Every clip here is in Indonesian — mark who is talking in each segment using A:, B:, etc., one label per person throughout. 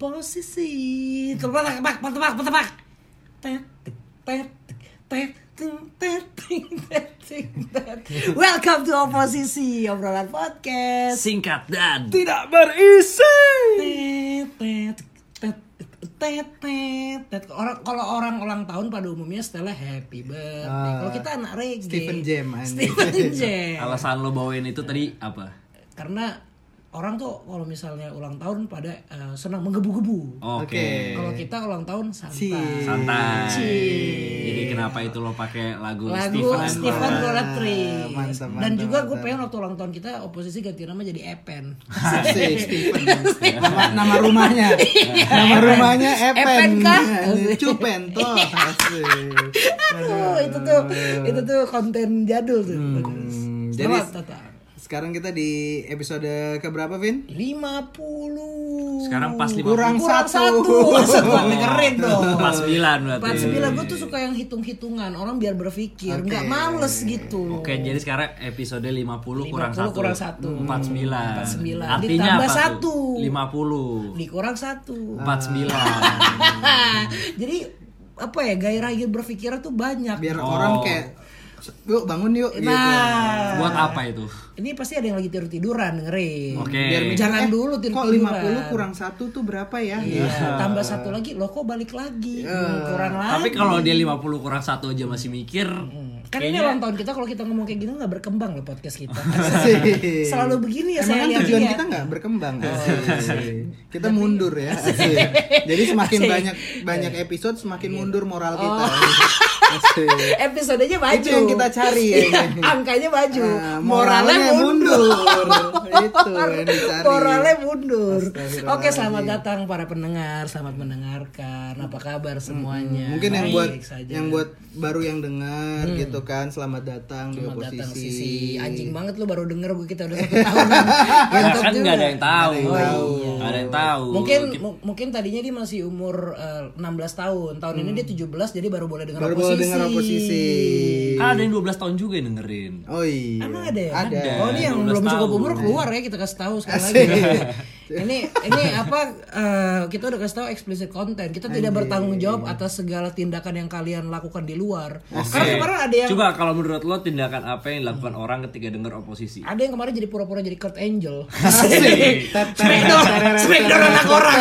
A: posisi tebak tebak tebak tebak Tet, tet, tet, ting, tet, ting, tet, ting, tet. Welcome to oposisi obrolan podcast.
B: singkat dan
A: Tidak berisi. Tet, tet, tet, tet, tet, tet. Orang kalau orang ulang tahun pada umumnya setelah happy birthday.
C: Ah,
A: kalau kita anak reggae.
C: Stephen Jam, anjing.
A: Stephen Jam.
B: alasan lo bawain itu tadi apa?
A: Karena orang tuh kalau misalnya ulang tahun pada eh, senang menggebu-gebu.
B: Oke.
A: Kalau kita ulang tahun santai.
C: Sih.
B: Santai.
A: Cie.
B: Jadi kenapa itu lo pakai lagu,
A: lagu
B: Stephen and
A: Stephen
B: Laura?
A: Goratri dan
C: Mantap, mantap,
A: juga gue
C: mantap.
A: pengen waktu ulang tahun kita oposisi ganti nama jadi Epen
C: Asik, Stephen. Iya. nama, nama rumahnya. nama rumahnya Epen.
A: Iya. Epen kah?
C: Cupen tuh. Asik.
A: aduh itu tuh itu tuh konten jadul tuh
C: Hmm,
A: jadi
C: jadi-
A: tata
C: Sekarang kita di episode keberapa, Vin?
A: lima puluh
B: Sekarang pas 50.
C: Kurang
A: kurang
C: satu.
A: satu Maksud gua dengerin dong
B: Pas 9 berarti.
A: empat sembilan gue tuh suka yang hitung hitungan orang biar berpikir
C: Oke.
A: nggak males gitu
B: Oke, jadi sekarang episode 50 kurang
A: 50
B: 1.
A: kurang satu.
B: 49.
A: 49.
B: Artinya
A: Ditambah
B: apa
A: satu.
B: tuh? 50.
A: dikurang satu
B: 49.
A: jadi apa ya gairah gairah berpikirnya tuh banyak
C: Biar
B: Oh.
C: orang kayak yuk bangun yuk gitu.
A: nah
B: Buat apa itu?
A: Ini pasti ada yang lagi tidur tiduran dengerin.
B: Oke.
C: Biar mikir,
A: Jangan
C: eh,
A: dulu tidur
C: Kok
A: tiduran.
C: 50 kurang satu tuh berapa ya?
A: Iya. Tambah satu lagi, loh kok balik lagi?
C: Iya.
A: Hmm, kurang lagi.
B: Tapi kalau dia 50 kurang 1 aja masih mikir.
A: kan ini ulang tahun kita kalau kita ngomong kayak gini nggak berkembang loh podcast kita.
C: Asik.
A: Selalu begini ya
C: Gitu.
A: Oh, saya
C: Emang kan
A: lihat.
C: tujuan kita nggak berkembang
A: iya,
C: asik. Kita mundur ya. asik. Jadi semakin
A: Asik. Iya. Oh.
C: banyak banyak episode semakin mundur moral kita. Asik.
A: Episodenya maju.
C: Itu yang kita cari ya.
A: Iya, angkanya maju.
C: Ah,
A: moralnya, mundur.
C: Itu yang dicari.
A: Moralnya mundur.
C: Astagfirullahaladzim.
A: Oke, selamat datang para pendengar, selamat mendengarkan. Apa kabar semuanya?
C: Mungkin yang
A: Baik
C: buat
A: saja.
C: yang buat baru yang dengar
A: Hmm.
C: gitu kan selamat datang di
A: Selamat
C: oposisi.
A: datang sisi anjing banget lu baru denger gue kita udah satu tahunan
B: Ya
A: Ngentot
B: kan
A: juga.
B: nggak ada yang tahu.
C: Nggak ada yang tahu.
B: Nggak ada yang tahu.
A: Mungkin mu- mungkin tadinya dia masih umur eh, 16 tahun. Tahun ini dia 17 jadi baru boleh denger
C: Mm. Baru
A: oposisi.
C: boleh dengar oposisi.
B: Ah, ada yang 12 tahun juga yang dengerin.
C: Oh iya.
A: Emang ada ya?
C: Ada.
A: Oh ini yang
B: 12
A: belum cukup
B: tahun.
A: umur keluar ya kita kasih tahu sekali
C: Asik.
A: lagi. ini ini apa eh, kita udah kasih tahu explicit content. Kita tidak bertanggung jawab atas segala tindakan yang kalian lakukan di luar. Karena
B: Oke.
A: kemarin ada yang
B: Coba kalau menurut lo tindakan apa yang dilakukan orang ketika dengar oposisi?
A: ada yang kemarin jadi pura-pura jadi Kurt Angel.
C: Asik.
A: Smackdown, Smackdown anak orang.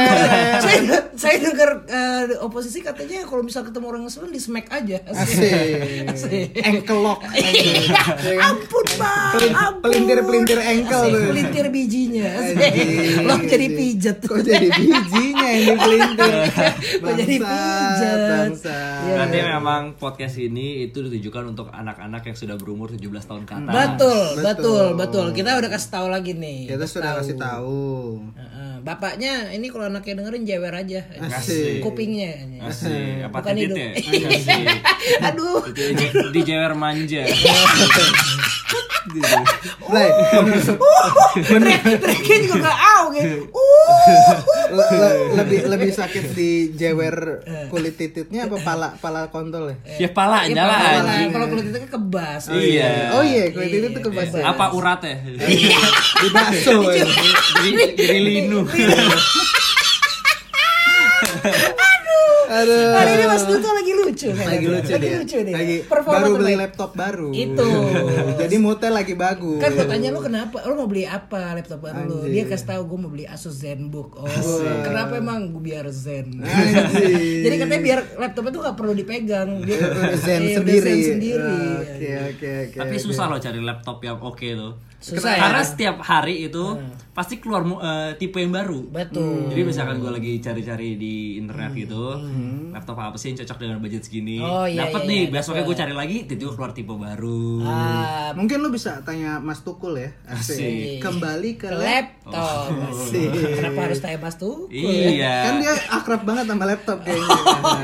A: saya saya dengar eh, oposisi katanya kalau misal ketemu orang ngeselin di smack aja. Asik.
C: Asik. Engkelok.
A: Ampun bang, ampun.
C: Pelintir-pelintir engkel
A: Asik,
C: tuh.
A: Pelintir bijinya. Asik.
C: Anjing. Nah,
A: Lo jadi pijet.
C: Kok jadi bijinya yang dipelintir?
A: Kok jadi pijat?
C: Bangsa.
A: Iya.
B: Berarti memang podcast ini itu ditujukan untuk anak-anak yang sudah berumur 17 tahun ke atas.
A: Betul, betul,
C: Betul.
A: betul. Kita udah kasih tahu lagi nih.
C: Kita Ya, sudah kasih tahu.
A: Heeh. Bapaknya ini kalau anaknya dengerin jewer aja.
C: Asik.
A: Kupingnya.
B: Asik, apa
A: Bukan
B: tadi
A: hidup.
B: teh? Asik.
A: Aduh.
B: Di, di jewer manja.
A: Oh.
C: Lai,
A: Teriak- Teriaknya juga gak au kayak. Uh.
C: le- le- lebih lebih sakit di jewer
A: Eh.
C: kulit tititnya apa pala pala kontol ya?
B: Ya pala
A: Iya,
B: nyala
A: pala-pala.
B: anjing.
A: Kalau kulit itu kebas.
B: Iya.
C: Oh iya, kulit titit itu kebaca.
B: Apa urat ya?
C: Di bakso.
A: Iya.
C: ya.
B: jadi jadi linu.
C: Aduh.
A: Hari ini Mas Duto lagi lucu. kan?
C: Lagi lucu
A: lagi
C: dia.
A: lucu nih.
C: Lagi
A: Performa
C: baru
A: tuh
C: beli
A: baik.
C: laptop baru.
A: Itu.
C: Jadi motel lagi bagus.
A: Kan gue tanya lu kenapa, lu mau beli apa laptop baru lu?
C: Anjir.
A: Dia kasih tahu gue mau beli Asus ZenBook. Oh, kenapa emang gue biar zen?
C: Anjir.
A: Jadi katanya biar laptopnya tuh gak perlu dipegang. Dia
C: Udah zen
A: Iya, udah
C: sendiri. Ah,
A: zen sendiri. Iya.
C: Oke oke oke.
B: Tapi
C: oke.
B: susah loh cari laptop yang oke loh.
A: Susah ya? Hmm.
B: Karena setiap hari itu pasti keluar mu- eh, tipe yang baru. Hmm.
A: Betul. Hmm.
B: Jadi misalkan gue lagi cari-cari di internet gitu, laptop apa sih yang cocok dengan budget segini?
A: Oh, iya,
B: Dapat
A: iya,
B: nih,
A: iya,
B: besoknya gue cari lagi, tiba keluar tipe baru.
A: Ah,
C: Mungkin lu bisa tanya Mas Tukul ya. Asik. Kembali ke
A: ke
C: lab.
A: laptop.
C: Oh, Asik.
A: Kenapa harus tanya Mas tuh?
B: Iya.
C: Kan dia akrab banget sama laptop kayaknya.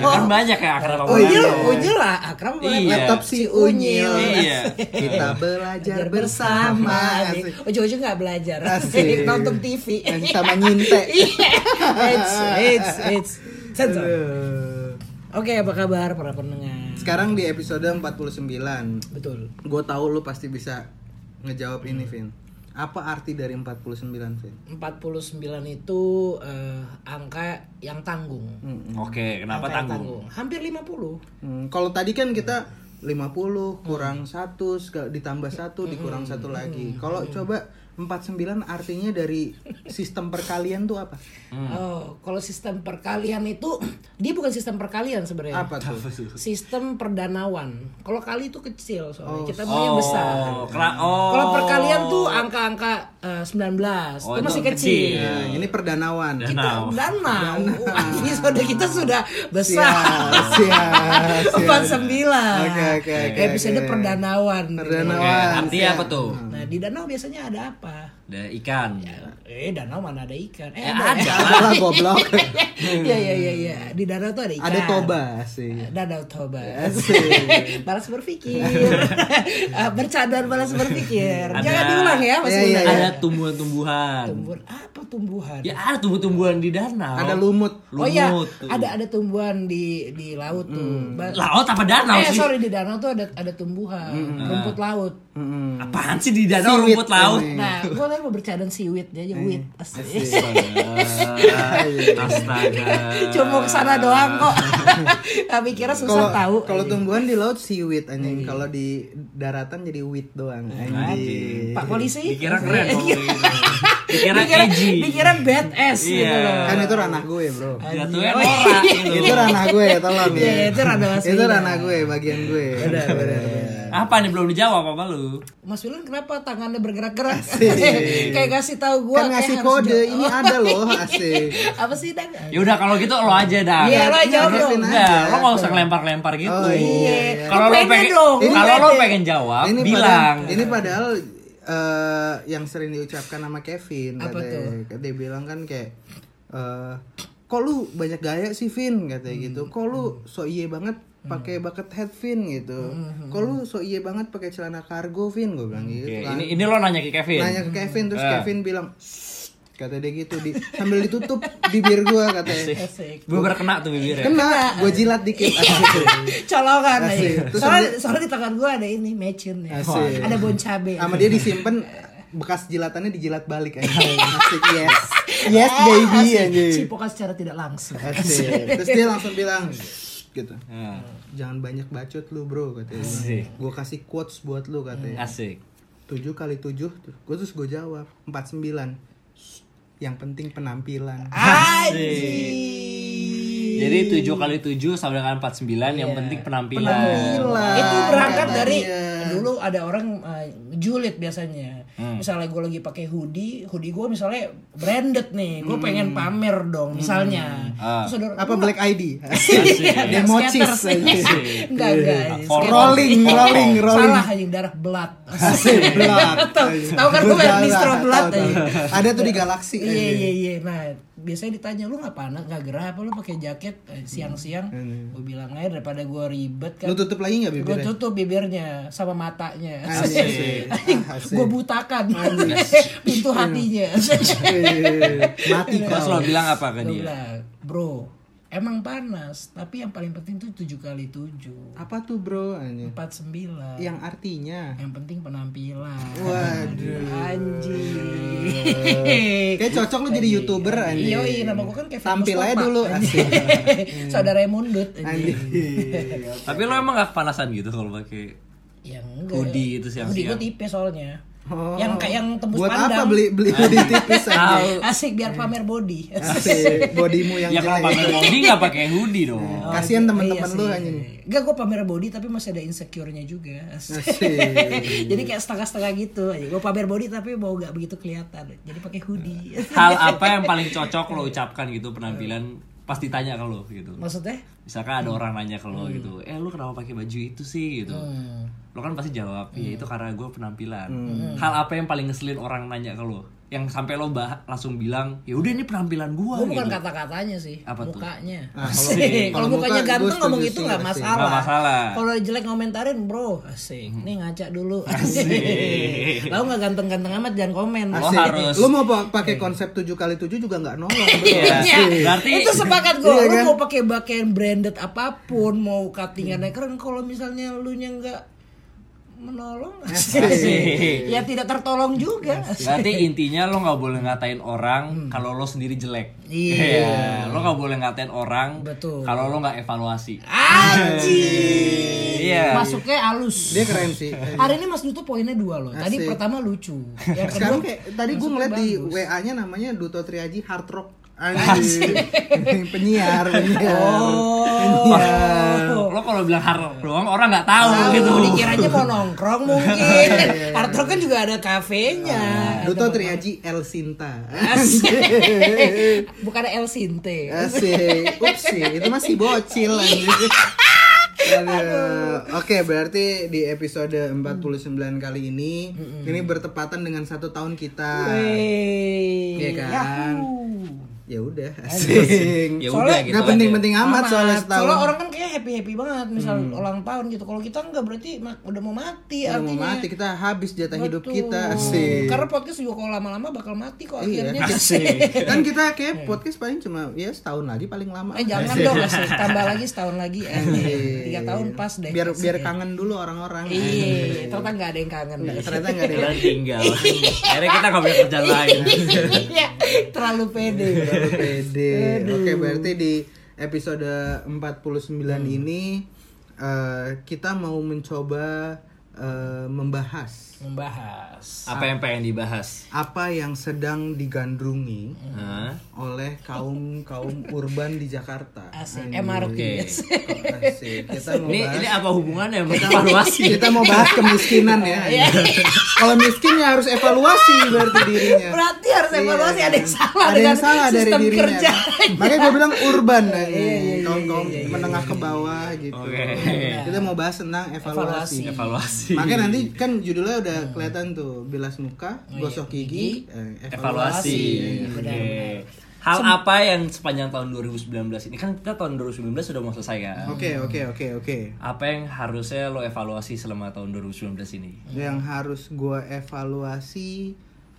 B: Ya kan banyak ya akrab sama
C: Oh, iya.
A: Unyil,
B: laptop.
A: unyil lah akrab sama
B: Iya.
C: Laptop si Unyil.
B: Iya.
C: Kita belajar
A: belajar
C: bersama.
A: bersama.
C: Asik.
A: Ujung-ujung nggak belajar,
C: Asik.
A: nonton TV.
C: Dan sama nyintek.
A: Iya, it's it's it's sensor.
C: Aduh.
A: Oke, apa kabar para pendengar?
C: Sekarang di episode 49.
A: Betul.
C: Gue tahu lu pasti bisa ngejawab ini, Vin. Apa arti dari 49 Vin?
A: 49 itu eh, angka yang tanggung.
B: Oke, kenapa
A: Angka yang
B: tanggung?
A: Hampir 50.
C: Hmm, kalau tadi kan kita 50 kurang satu seka- ditambah satu dikurang satu lagi. Kalau coba 49 artinya dari sistem perkalian tuh apa?
B: Hmm.
A: Oh, kalau sistem perkalian itu dia bukan sistem perkalian sebenarnya.
C: Apa tuh?
A: Sistem perdanawan. Kalau kali itu kecil soalnya
C: Oh,
A: kita maunya besar.
B: kela- oh.
A: Kalau perkalian tuh angka-angka eh, 19,
B: Oh,
A: itu
B: itu
A: masih
B: kecil.
A: kecil.
C: Nah, ini perdanawan.
B: Danau.
A: Danau. Ini sudah kita sudah besar.
C: Siap, siap, siap.
A: 49.
C: Oke, oke, oke,
A: Eh, Episode
C: oke.
A: perdanawan.
C: Perdanawan.
B: Oke, artinya
C: siap.
B: apa tuh?
A: Nah, di danau biasanya ada apa?
B: Ada ikan.
A: Eh, danau mana ada ikan? Eh,
B: Ya,
A: ada.
B: ada.
C: Salah goblok.
A: Iya, iya, iya, iya. Di danau tuh ada ikan.
C: Ada toba Eh, sih.
A: Danau Toba.
C: Asik.
A: balas berpikir. Ah, Bercadar balas berpikir.
B: Ada-
A: Jangan diulang ya, Mas
C: Iya,
A: Bunda.
C: iya, iya.
B: Ada tumbuhan-tumbuhan.
A: Tumbuhan apa tumbuhan?
B: Ya ada tumbuh-tumbuhan di danau.
C: Ada lumut.
A: oh iya,
B: Lumut tuh.
A: ada ada tumbuhan di di laut tuh. Ba-
B: Laut apa danau
A: eh,
B: sih?
A: sorry di danau tuh ada ada tumbuhan, rumput laut.
C: Nah. Mm-mm.
B: Apaan sih di danau
C: Seaweed
B: rumput laut?
C: ini.
A: Nah, gue tadi mau bercadang siwit dia aja wit.
C: Mm. Asik.
B: Iya, Astaga. Astaga.
A: Cuma kesana doang kok. Nah, Mikirnya susah
C: Kalau
A: tahu.
C: kalau tumbuhan di laut seaweed anjing, kalau di daratan jadi wheat doang anjing.
A: Pak polisi?
B: Dikira keren kalau kayak gitu. Dikira
A: dikira,
B: edgy.
A: dikira badass gitu
B: Iya.
A: loh.
C: Kan itu ranah gue, Bro.
B: Jatuhnya norak gitu.
C: itu ranah gue tolong ya.
A: Iya, itu ranah Mas
C: Itu
A: Wildan.
C: ranah gue, bagian gue. Iya. Benar, benar,
B: Apa nih belum dijawab apa lu?
A: Mas Wilun kenapa tangannya bergerak-gerak? kayak ngasih tahu gue
C: Kan ngasih kode, ini ada loh, asik.
A: Apa sih Dang?
B: Ya udah kalau gitu lo aja dah.
A: Iya, lo jawab
C: Ngadepin
A: dong.
C: aja.
B: Enggak, lo nggak usah ngelempar-lempar gitu.
C: Oh, iya,
A: iya.
B: Kalau lo
A: Pengen
B: pengen,
A: dong. Ini
B: kalau lo
C: berarti-
B: pengen jawab,
C: ini
B: bilang.
C: Padahal, ini padahal eh, yang sering diucapkan sama Kevin
A: Apa
C: katanya. Dia bilang kan kayak eh, kok lu banyak gaya sih Vin katanya gitu. Kok lu
A: Hmm.
C: so iye banget pakai bucket hat Vin gitu.
A: hmm,
C: Kok lu so iye banget pakai celana kargo Vin gue bilang gitu.
B: Oke,
C: kan.
B: ini ini lo nanya ke Kevin.
C: Nanya ke Kevin terus
B: Eh.
C: Kevin bilang "Shh," kata dia gitu di, sambil ditutup bibir gua katanya.
A: Asik.
B: Gue berkena tuh bibirnya.
C: Kena, gue jilat dikit. Asik.
A: Colongan
C: Asik.
A: aja.
C: Terus
A: Soalnya,
C: ada-
A: soalnya di tangan gue ada ini mecin ya.
C: Asik.
A: Ada bon cabe.
C: sama dia disimpan bekas jilatannya dijilat balik aja asik yes yes baby anjing
A: Cipokan secara tidak langsung.
C: asik terus dia langsung bilang "Shh," gitu
B: Nah,
C: jangan banyak bacot lu bro katanya
B: Asik.
C: gue kasih quotes buat lu katanya
B: asik.
C: tujuh kali tujuh gue terus gue jawab empat sembilan yang penting penampilan
A: Ah. Anjing.
B: Jadi 7 kali 7 sama dengan 49 yang penting penampilan.
C: Iya. Penampilan.
A: itu berangkat
C: Kata
A: dari
C: dia.
A: dulu ada orang eh, julid biasanya
C: Hmm.
A: misalnya gue lagi pakai hoodie hoodie gue misalnya branded nih gue pengen pamer dong misalnya
B: Ah.
A: Terus ada-
C: Hmm. apa black Iya, ID
A: Iya, Demo
C: Democis,
A: skaters.
C: anjing.
A: Iya. enggak enggak
B: Korong.
C: Iya. Nah, rolling
B: Rolling.
C: rolling rolling
A: salah anjing darah blood
C: asik blood
A: Tahu- tahu kan gue
C: Berdarah,
A: distro blood
C: tahu, tahu. ada tuh di galaksi
A: Iya
C: anjing.
A: iya iya. Nah biasanya ditanya lu nggak panas nggak gerah apa lu pakai jaket eh, siang-siang? Gue bilang aja daripada gue ribet kan.
C: lu tutup lagi nggak
A: gue
C: Hmm, bibirnya
A: tutup bibirnya sama matanya
C: Asik. Asik.
A: gue butakan pintu hatinya
C: Eh, mati
A: Iya.
B: Terus
C: kau
B: lo bilang apa ke
C: Iya.
A: Gua
B: dia?
A: bilang, bro emang panas tapi yang paling penting tuh tujuh kali tujuh
C: apa tuh bro Anjing.
A: empat sembilan
C: yang artinya
A: yang penting penampilan
C: Waduh.
A: anjing
C: kayak cocok lu jadi youtuber anjing
A: Iya, nama gue kan Kevin
C: tampil aja
A: Mustafa,
C: dulu
A: anjing.
C: asik
A: Saudara mundut anjing.
C: anjing
B: Tapi lo emang gak kepanasan gitu kalau pakai
A: Ya enggak.
B: hoodie itu
A: Hoodie gue
B: siang-siang.
A: tipis soalnya. Yang kayak yang tembus
C: Oh. buat
A: pandang.
C: apa beli beli hoodie tipis anjing
A: Asik biar pamer body.
C: asik bodimu yang
B: Ya kalau pakai
C: jelek
B: hoodie nggak pakai hoodie dong.
C: kasihan temen-temen
A: Iya
C: lu
A: sih.
C: anjing
A: Enggak gue pamer body tapi masih ada insecure-nya juga. Asik.
C: Asik.
A: Jadi kayak setengah-setengah gitu. Gue pamer body tapi mau nggak begitu kelihatan. Jadi pakai
C: Iya.
A: hoodie.
B: Hal apa yang paling cocok lo ucapkan gitu penampilan pas ditanya ke lo gitu.
A: Maksudnya?
B: Misalkan ada orang nanya ke
C: Hmm.
B: lo gitu, eh lu kenapa pakai baju itu sih gitu. Lo kan pasti jawab, ya itu karena gue penampilan.
C: Hmm.
B: Hal apa yang paling ngeselin orang nanya ke lo? Yang sampai lo bah langsung bilang, ya udah ini penampilan gue
A: Gue
B: gitu.
A: bukan kata-katanya sih,
B: Apa tuh?
A: mukanya.
C: Nah, kalau-
A: Asik.
C: kalau
A: Kalau mukanya
C: muka,
A: ganteng
C: gua
A: ngomong
C: setuju
A: itu
C: sih,
A: nggak
C: asik.
A: masalah.
B: Nggak masalah.
A: Kalau jelek komentarin, bro, asik. Nih ngaca dulu. Asik. Lalu nggak ganteng-ganteng amat jangan komen.
B: Lo harus
C: lu mau pa- pakai konsep 7 kali 7 juga nggak nolak bro.
B: Iya.
A: Berarti,
B: Berarti-
A: itu sepakat gue.
C: Iya
A: lu
C: kan?
A: mau pakai pakaian branded apapun, mau cuttingannya keren. Kalau misalnya lu nya nggak menolong
B: Asik.
A: ya tidak tertolong juga
B: Berarti intinya lo nggak boleh ngatain orang kalau lo sendiri jelek.
A: Iya.
B: Lo nggak boleh ngatain orang
A: Betul.
B: kalau lo nggak evaluasi.
A: Anjing.
B: Iya.
A: Masuknya halus.
C: Dia keren sih.
A: Hari ini Mas Duto poinnya dua loh. Tadi
C: Asik.
A: pertama lucu. Yang kedua
C: Sekarang kayak tadi gue ngeliat di WA-nya namanya Duto Triaji Hard Rock. Anjir. penyiar, penyiar.
A: Oh,
C: Iya. Penyiar.
B: Iya. Lo kalau bilang hard doang orang nggak tahu gitu.
A: iya. Tahu, dikiranya mau nongkrong
C: Iya,
A: mungkin. Arthur kan juga ada kafenya.
C: Nah, Duto Triaji El Sinta.
A: Asik. Bukan El Sinte.
C: Asik. Upsi, itu masih bocil anjir. Aduh. Oke, berarti di episode 49 kali ini ini bertepatan dengan satu tahun kita.
A: Wey.
C: Iya kan?
A: Yahoo.
C: Ya udah, asing.
B: Ya
A: Soalnya
B: udah gitu.
C: Nggak
B: aja.
C: penting-penting amat soalnya setahun. Hmm.
A: Soalnya orang kan kayak happy happy banget misal ulang tahun gitu. Kalau kita enggak berarti mak- udah mau mati
C: Udah mau
A: artinya.
C: mati kita habis jatah hidup
A: Betul.
C: kita asik.
A: Karena podcast juga kalau lama-lama bakal mati kok
C: Iya.
A: akhirnya. Iya.
C: Asik. kan kita kayak podcast paling cuma ya setahun lagi paling lama.
A: Eh jangan
C: Iya.
A: dong, asik. tambah lagi setahun lagi eh. Tiga tahun pas deh.
C: Biar
A: Asik.
C: biar kangen Iya. dulu orang-orang.
A: Iya, ternyata nggak ada yang kangen.
C: Ternyata nggak ada.
B: Kita tinggal. Akhirnya kita nggak punya kerjaan lain.
A: Iya, terlalu pede.
C: Terlalu pede. Oke, berarti di episode 49
A: Hmm.
C: ini eh, kita mau mencoba eh, membahas
A: Membahas.
B: Apa yang pengen dibahas?
C: apa yang sedang digandrungi
B: Hah?
C: oleh kaum kaum urban di Jakarta.
A: Asik. MRT.
B: Oke.
C: Asik. Kita mau
B: Ini
C: bahas
B: ini apa hubungannya sama evaluasi?
C: kita mau bahas kemiskinan
A: Iya.
C: ya. Kalau miskin ya harus evaluasi berarti dirinya.
A: Berarti harus evaluasi ada yang salah
C: Iya. Ada yang
A: dengan
C: salah dari
A: sistem
C: dirinya.
A: kerja. Iya,
C: Makanya gue bilang urban nah, kaum-kaum menengah ke bawah gitu.
B: Oke.
C: Kita mau bahas tentang evaluasi.
B: Evaluasi.
C: Makanya nanti kan judulnya udah kelihatan tuh bilas muka,
A: Oh, iya.
C: gosok gigi, eh,
B: evaluasi.
C: iya,
A: Evaluasi,
B: Oke.
A: benar-benar.
B: Hal apa yang sepanjang tahun 2019 ini kan kita tahun 2019 sudah mau selesai kan?
C: Oke, oke, oke, oke.
B: Apa yang harusnya lo evaluasi selama tahun 2019 ini?
C: Yang harus gue evaluasi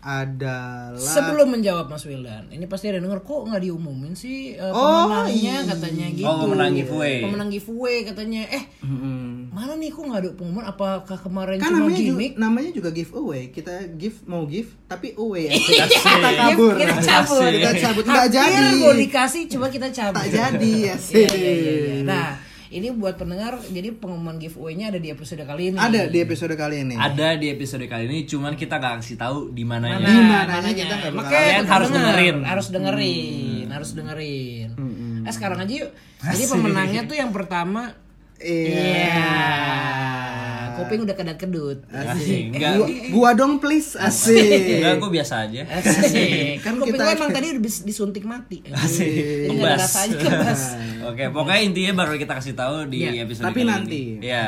C: adalah
A: Sebelum menjawab Mas Wildan, ini pasti ada yang denger kok nggak diumumin sih eh,
C: Oh,
A: pemenangnya
C: iya.
A: katanya gitu.
B: Oh, pemenang giveaway.
A: Pemenang giveaway katanya. Eh,
C: Mm-mm.
A: mana nih kok nggak ada pengumuman? Apakah kemarin
C: kan
A: cuma
C: namanya juga,
A: gimmick?
C: namanya juga giveaway kita give mau give tapi away aja. Iya, kita kabur
A: Iya. Kita cabut.
C: kita cabut nggak
A: Hampir
C: jadi
A: mau dikasih, coba kita cabut.
C: tak jadi ya
A: Iya,
C: sih
A: iya, iya, iya. Nah, ini buat pendengar, jadi pengumuman giveaway-nya ada di episode kali ini.
C: ada di episode kali ini
B: Ada di episode kali ini, cuman kita gak kasih tahu di ya. mananya.
A: Iya.
C: Di mananya kita nggak
A: Nah,
C: bakal Hmm.
A: Makanya
B: Kalian
A: tetap
B: harus
A: denger,
B: dengerin.
A: harus dengerin, harus dengerin. Eh sekarang aja yuk. Jadi pemenangnya tuh yang pertama
C: iya
A: Kuping udah kedat kedut.
B: Asik. Enggak,
C: gua, gua dong please
A: Iya.
C: asik
B: enggak gue biasa aja.
A: kan
C: Kan
A: kuping gua
C: kita-
A: emang tadi udah bis- disuntik mati. Jadi nggak ada
B: Kebas.
A: rasanya kebas.
B: Oke, pokoknya intinya baru kita kasih tahu di
A: Iya,
B: episode
C: tapi
B: kali
C: nanti.
B: ini. Iya.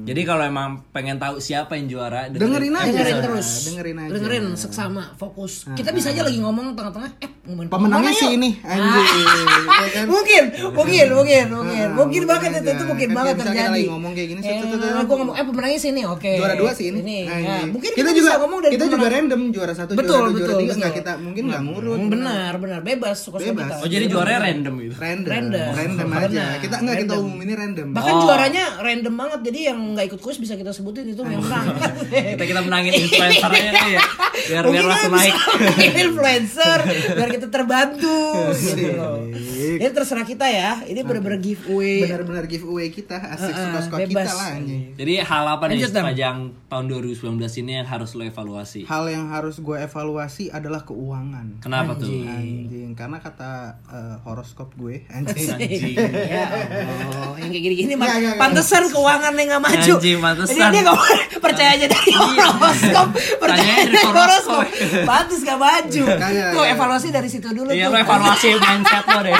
B: Jadi kalau emang pengen tahu siapa yang juara,
C: dengerin aja
A: Nah, Dengerin terus.
C: Nah, dengerin aja Nah,
A: Dengerin seksama, fokus. Kita bisa aja lagi ngomong tengah-tengah. Eh, ngomongin
C: pemenangnya
A: pemenang
C: sih
A: yuk. Ah.
C: ini kan? anjir Ya kan?
A: mungkin mungkin mungkin mungkin
C: Ah,
A: mungkin
C: mungkin
A: banget itu
C: aja.
A: itu mungkin
C: Kan
A: banget
C: kayak misalnya
A: terjadi
C: kita lagi ngomong kayak gini, set, set, set,
A: Eh,
C: set.
A: gua ngomong eh pemenangnya sini oke
C: juara dua sih ini,
A: Nah,
C: Anjir.
A: mungkin
C: kita,
A: bisa
C: juga
A: ngomong dari
C: kita juga
A: pemenang.
C: random juara satu
A: Betul,
C: juara dua
A: betul,
C: juara tiga nggak
A: betul.
C: kita mungkin nggak ngurut
A: benar benar bebas suka suka
C: Bebas.
A: kita
B: Oh, jadi juaranya random gitu.
C: random
A: Random.
C: random aja kita nggak kita umumin random
A: bahkan
B: Oh.
A: juaranya random banget jadi yang nggak ikut kuis bisa kita sebutin itu yang menang
B: Kita kita menangin influencernya tuh ya. Biar biar
A: Mungkin
B: langsung
A: kita
B: naik.
A: bisa menjadi influencer biar kita terbantu gitu loh. Ini terserah kita ya. Ini bener-bener giveaway.
C: benar-benar giveaway kita asik
A: Heeh,
C: suka-suka
A: bebas.
C: kita lah anjing.
B: Jadi hal apa nih
A: Lanjut, Tam.
B: sepanjang tahun 2019 ini yang harus lo evaluasi?
A: Iya.
C: Hal yang harus gue evaluasi adalah keuangan.
B: Kenapa tuh?
C: Anjing, karena kata eh, horoskop gue anjing.
B: Anjing.
A: Ya Allah, yang kayak gini-gini mah
C: Iya, iya, iya.
A: pantesan keuangannya nggak maju.
B: Anjing, pantesan.
A: Jadi dia nggak mau- percaya aja dari horoskop, percaya
B: Tanyanya
A: dari
B: dari
A: horoskop.
B: horoskop.
A: Pantes nggak maju.
C: iya,
A: Tuh
C: iya.
A: evaluasi dari situ dulu
B: Iya
A: tuh.
B: lo evaluasi mindset lo deh.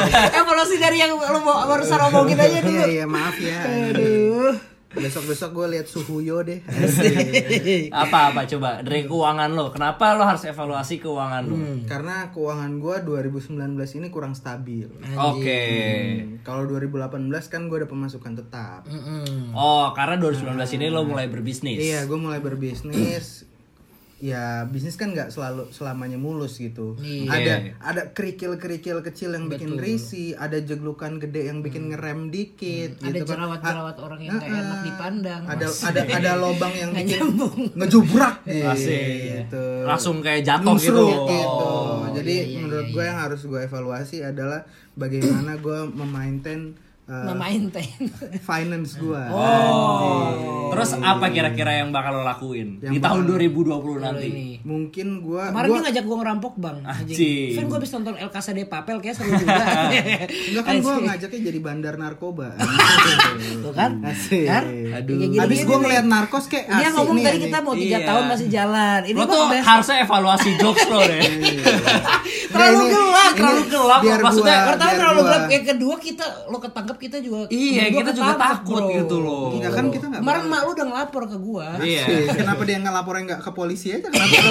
A: evaluasi dari yang lu mau barusan omongin aja
C: Iya
A: dulu.
C: iya maaf ya.
A: Aduh.
C: Besok-besok gue lihat Suhuyo deh. Iya,
A: Iya.
B: Apa apa coba dari keuangan lo. Kenapa lo harus evaluasi keuangan lo?
C: Hmm, karena keuangan gue 2019 ini kurang stabil. Hmm,
B: Oke.
C: Kalau 2018 kan gue ada pemasukan tetap.
B: Oh, karena 2019 ini lo mulai berbisnis.
C: Iya, gue mulai berbisnis. ya bisnis kan nggak selalu selamanya mulus gitu.
A: Iya.
C: Ada
B: Iya.
C: ada kerikil-kerikil kecil yang bikin
A: Betul. Hmm.
C: risih, ada jeglukan gede yang bikin ngerem dikit
A: ada
C: gitu kan.
A: jerawat-jerawat orang yang gak
C: Heeh.
A: enak dipandang.
C: Ada ada ada lobang yang
A: Nggak
C: bikin
A: nyambung.
C: ngejubrak
B: Asik.
C: gitu.
B: Langsung kayak jatuh iya. gitu.
C: Nusruk
B: Oh.
C: Jadi
A: iya, iya,
C: menurut
A: iya,
C: gue yang harus gue evaluasi adalah bagaimana gue memaintain uh,
A: memaintain.
C: finance gue.
B: Oh.
A: Oh.
B: Terus apa kira-kira yang bakal lo lakuin
C: Yang
B: di tahun 2020 nanti?
A: ini.
C: Mungkin gue
A: Kemarin dia ngajak gua ngerampok bang
B: Anjing.
A: Fin gua habis nonton El Casa de Papel kayak seru juga
C: Enggak kan gue
A: Anjing.
C: ngajaknya jadi bandar narkoba.
A: Tuh kan
C: Asik.
A: Kan?
B: Aduh.
A: Kayak gini-gini
C: Abis gue
A: nih.
C: ngeliat narkos kayak
A: Dia
C: Hmm. asik
A: ngomong
C: nih.
A: tadi kita mau 3
B: Iya.
A: tahun masih jalan Ini
B: Lo
A: gua
B: tuh
A: kebiasaan.
B: harusnya evaluasi jokes lo deh.
A: Terlalu
C: ini-
A: gelap,
C: ini
B: terlalu gelap.
C: biar
B: Maksudnya,
C: gua-
A: Pertama
C: biar
A: terlalu
C: gua-
A: gelap Yang kedua kita Lo ketangkep kita juga
B: Iya,
A: berdua
B: kita juga
A: ketangkep,
B: takut
A: bro.
B: gitu loh.
C: Iya kan kita nggak
A: Kemarin
C: pernah-
A: mak lu udah ngelapor ke gua
B: Iya.
C: Asik. Kenapa dia ngelaporin nggak ke polisi aja? Kenapa lu?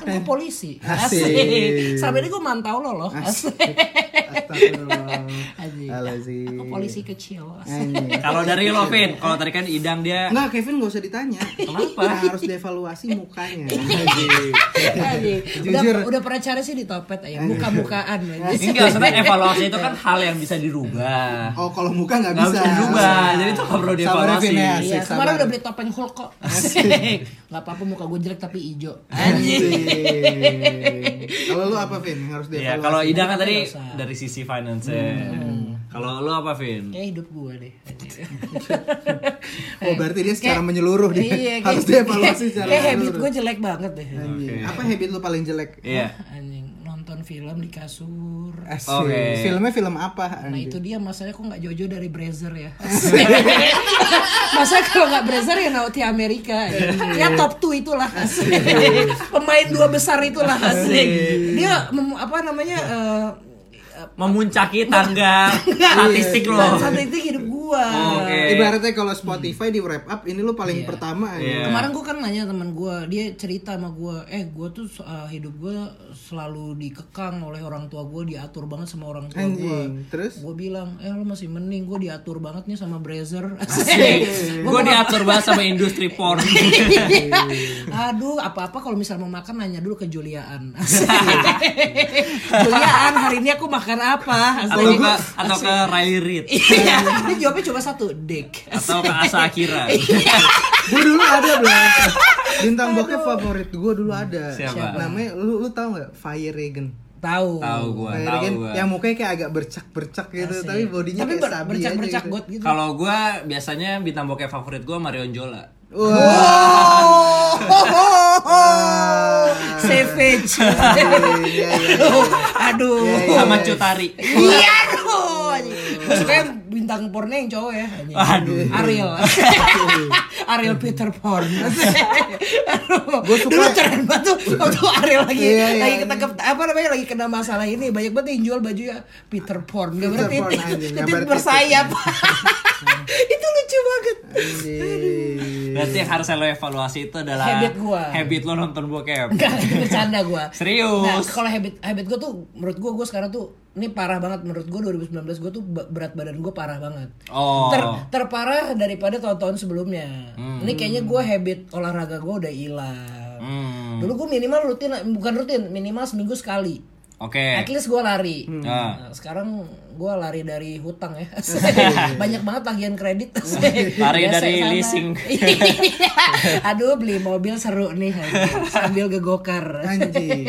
A: Kan gua polisi
C: Asik.
A: Asik Sampai ini gua mantau lo loh
C: Asik.
A: Asik
C: Astagfirullah.
A: Anjing.
C: Alazim.
A: Aku polisi kecil Asik.
C: Anjing.
B: Kalau dari lo Vin, kalau tadi kan Idang dia
C: Enggak, Kevin gak usah ditanya. Kenapa? harus dievaluasi mukanya.
A: Iya. Anjing. udah,
C: Iya, Jujur. Iya.
A: udah pernah cari sih di topet ya Iya, buka-bukaan anjing.
B: Enggak, maksudnya evaluasi itu kan hal yang bisa dirubah.
C: oh, kalau muka nggak
B: Nggak
C: bisa.
B: bisa dirubah, jadi itu nggak perlu
C: Sabar,
B: dievaluasi.
C: Kevin, ya.
A: Iya,
C: Asik,
A: kemarin
C: sabar.
A: udah beli topeng Hulk kok. Asik. Gak apa-apa muka gue jelek tapi ijo. Anjing.
C: Asik. Kalau lu apa, Vin? Yang harus
B: Iya,
C: dievaluasi.
B: kalau Idang kan tadi
A: Nggak usah. Hmm.
B: dari sisi finance. Kalau lo apa Vin?
A: Kayak hidup gue deh. anjing.
C: Oh, berarti dia secara
A: Kayak-
C: menyeluruh nih.
A: Iya,
C: harus
A: kayak-
C: dievaluasi
A: kayak-
C: secara
A: Kayak habit
C: menyeluruh.
A: gue jelek banget deh.
C: Anjing.
B: Oke.
C: Apa habit lu paling jelek?
B: Iya.
A: Anjing nonton film di kasur.
C: Asik.
B: Oke.
C: Filmnya film apa?
A: Nah
C: anjing?
A: itu dia masalahnya kok nggak Jojo dari Brazzer ya. Masa kalau nggak Brazzer ya Naughty Amerika. Ya, ya top 2 itulah. asik. Pemain dua besar itulah asik. Dia mem- apa namanya eh,
B: Memuncaki tangga Iya. statistik lo.
A: Bang Santai itu hidup gua.
B: Oke.
C: Ibaratnya kalau Spotify di wrap up, ini lu paling pertama.
B: Iya.
C: anjing.
A: Kemarin gua kan nanya teman gua, dia cerita sama gua, eh gua tuh eh, hidup gua selalu dikekang oleh orang tua gua, diatur banget sama orang tua gua.
C: Anjing. Terus?
A: Gua bilang, eh lo masih mending gua diatur banget nih sama Brazzer. Iya.
B: Gue diatur banget sama industri porn.
A: Aduh, apa-apa kalau misal mau makan nanya dulu ke Juliaan. Juliaan, hari ini aku makan apa?
B: atau ke atau ke Riley Reid
A: Iya, dia jawabnya cuma satu, dick.
B: atau ke Asa Akira.
A: Iya.
C: gue dulu ada belum bintang bokep favorit gue dulu ada
B: Siapa?
C: namanya lu lu tau nggak Fire Regan
A: Tahu.
B: Tahu
A: Iya,
B: gua,
C: Fire
B: tahu
C: Regan
B: gua.
C: yang mukanya kayak agak bercak-bercak gitu tapi bodinya
A: Tapi
C: kayak
A: ber-
C: sabi aja
A: bercak-bercak
C: gitu.
A: got gitu.
B: Kalau gua biasanya bintang bokeh favorit gua Marion Jola.
C: Wah,
A: Savage.
C: iya,
A: Aduh.
B: Sama Cutari.
A: Iya aduh. Maksudnya bintang porno yang cowok ya.
B: Aduh.
A: Ariel. Ariel Peter Porn. Aduh.
C: Gua suka-
A: Dulu keren banget tuh waktu Ariel lagi
C: Iya, iya,
A: lagi
C: iya.
A: ketangkep apa namanya lagi kena masalah ini banyak banget yang jual baju ya Peter Porn. Gak
C: Peter
A: berarti
C: Porn, anjing. Gambar
A: titik
C: titik.
A: bersayap. Itu lucu banget.
C: Anjing.
B: Berarti yang harus lo evaluasi itu adalah
A: Habit gua.
B: habit lo nonton bokep.
A: Enggak, bercanda gua.
B: Serius.
A: Nah, kalau habit habit gue tuh menurut gue gue sekarang tuh ini parah banget menurut gue 2019 gue tuh ba- berat badan gue parah banget.
B: Oh.
A: Ter- terparah daripada tahun-tahun sebelumnya. Ini kayaknya gue habit olahraga gue udah hilang.
B: Hmm.
A: Dulu gue minimal rutin bukan rutin minimal seminggu sekali.
B: Oke.
A: At least gue lari.
B: Ah.
A: Nah, sekarang gue lari dari hutang ya. Banyak banget tagihan kredit.
B: Lari
A: Biasa
B: dari
A: sana.
B: leasing.
A: Iya. Aduh beli mobil seru nih sambil gegokar.
C: anjing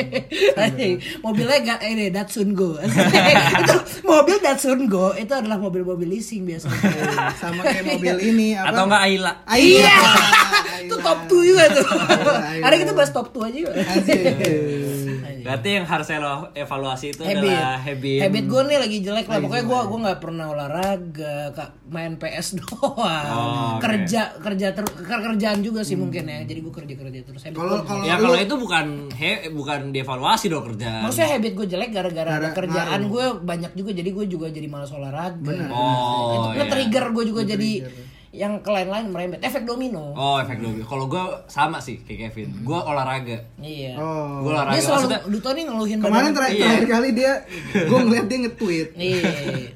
A: Anjing, mobilnya gak ini Datsun Go. itu mobil Datsun Go itu adalah mobil-mobil leasing biasanya.
C: sama kayak mobil ini apa
B: Atau enggak Aila?
C: Ah, iya
A: itu top 2 juga tuh.
C: iya.
A: Ada kita bahas top 2 aja yuk.
B: Iya.
C: Anjing.
A: Iya.
B: Berarti yang harus lo evaluasi itu
A: Habit.
B: adalah habit.
A: Habit gue nih lagi jelek lah. Pokoknya gue gue nggak pernah olahraga, ka- main PS doang.
B: Oh, oke.
A: Kerja kerja ter- ker- kerjaan juga sih mungkin ya. Jadi gue kerja kerja terus. Habit
C: kalau
A: gua-
C: kalau
B: Ya
C: lu-
B: kalau itu bukan he, bukan dievaluasi dong kerjaan.
A: Maksudnya habit gue jelek gara-gara ada
C: Gara-
A: kerjaan gue banyak juga jadi gue juga jadi malas olahraga.
B: Oh,
A: itu
B: iya.
A: trigger gue juga jadi yang ke lain-lain merembet efek domino.
B: Oh, efek domino. Kalau gua sama sih kayak Kevin. Gua olahraga.
A: Iya.
C: Oh.
B: Gua olahraga.
A: Hmm. Dia selalu
B: Maksudnya-
A: Duto nih ngeluhin
C: Kemarin
A: badan.
C: terakhir,
B: Iya.
C: terakhir kali dia, gue ngeliat dia nge-tweet.
A: Iya.
C: gitu.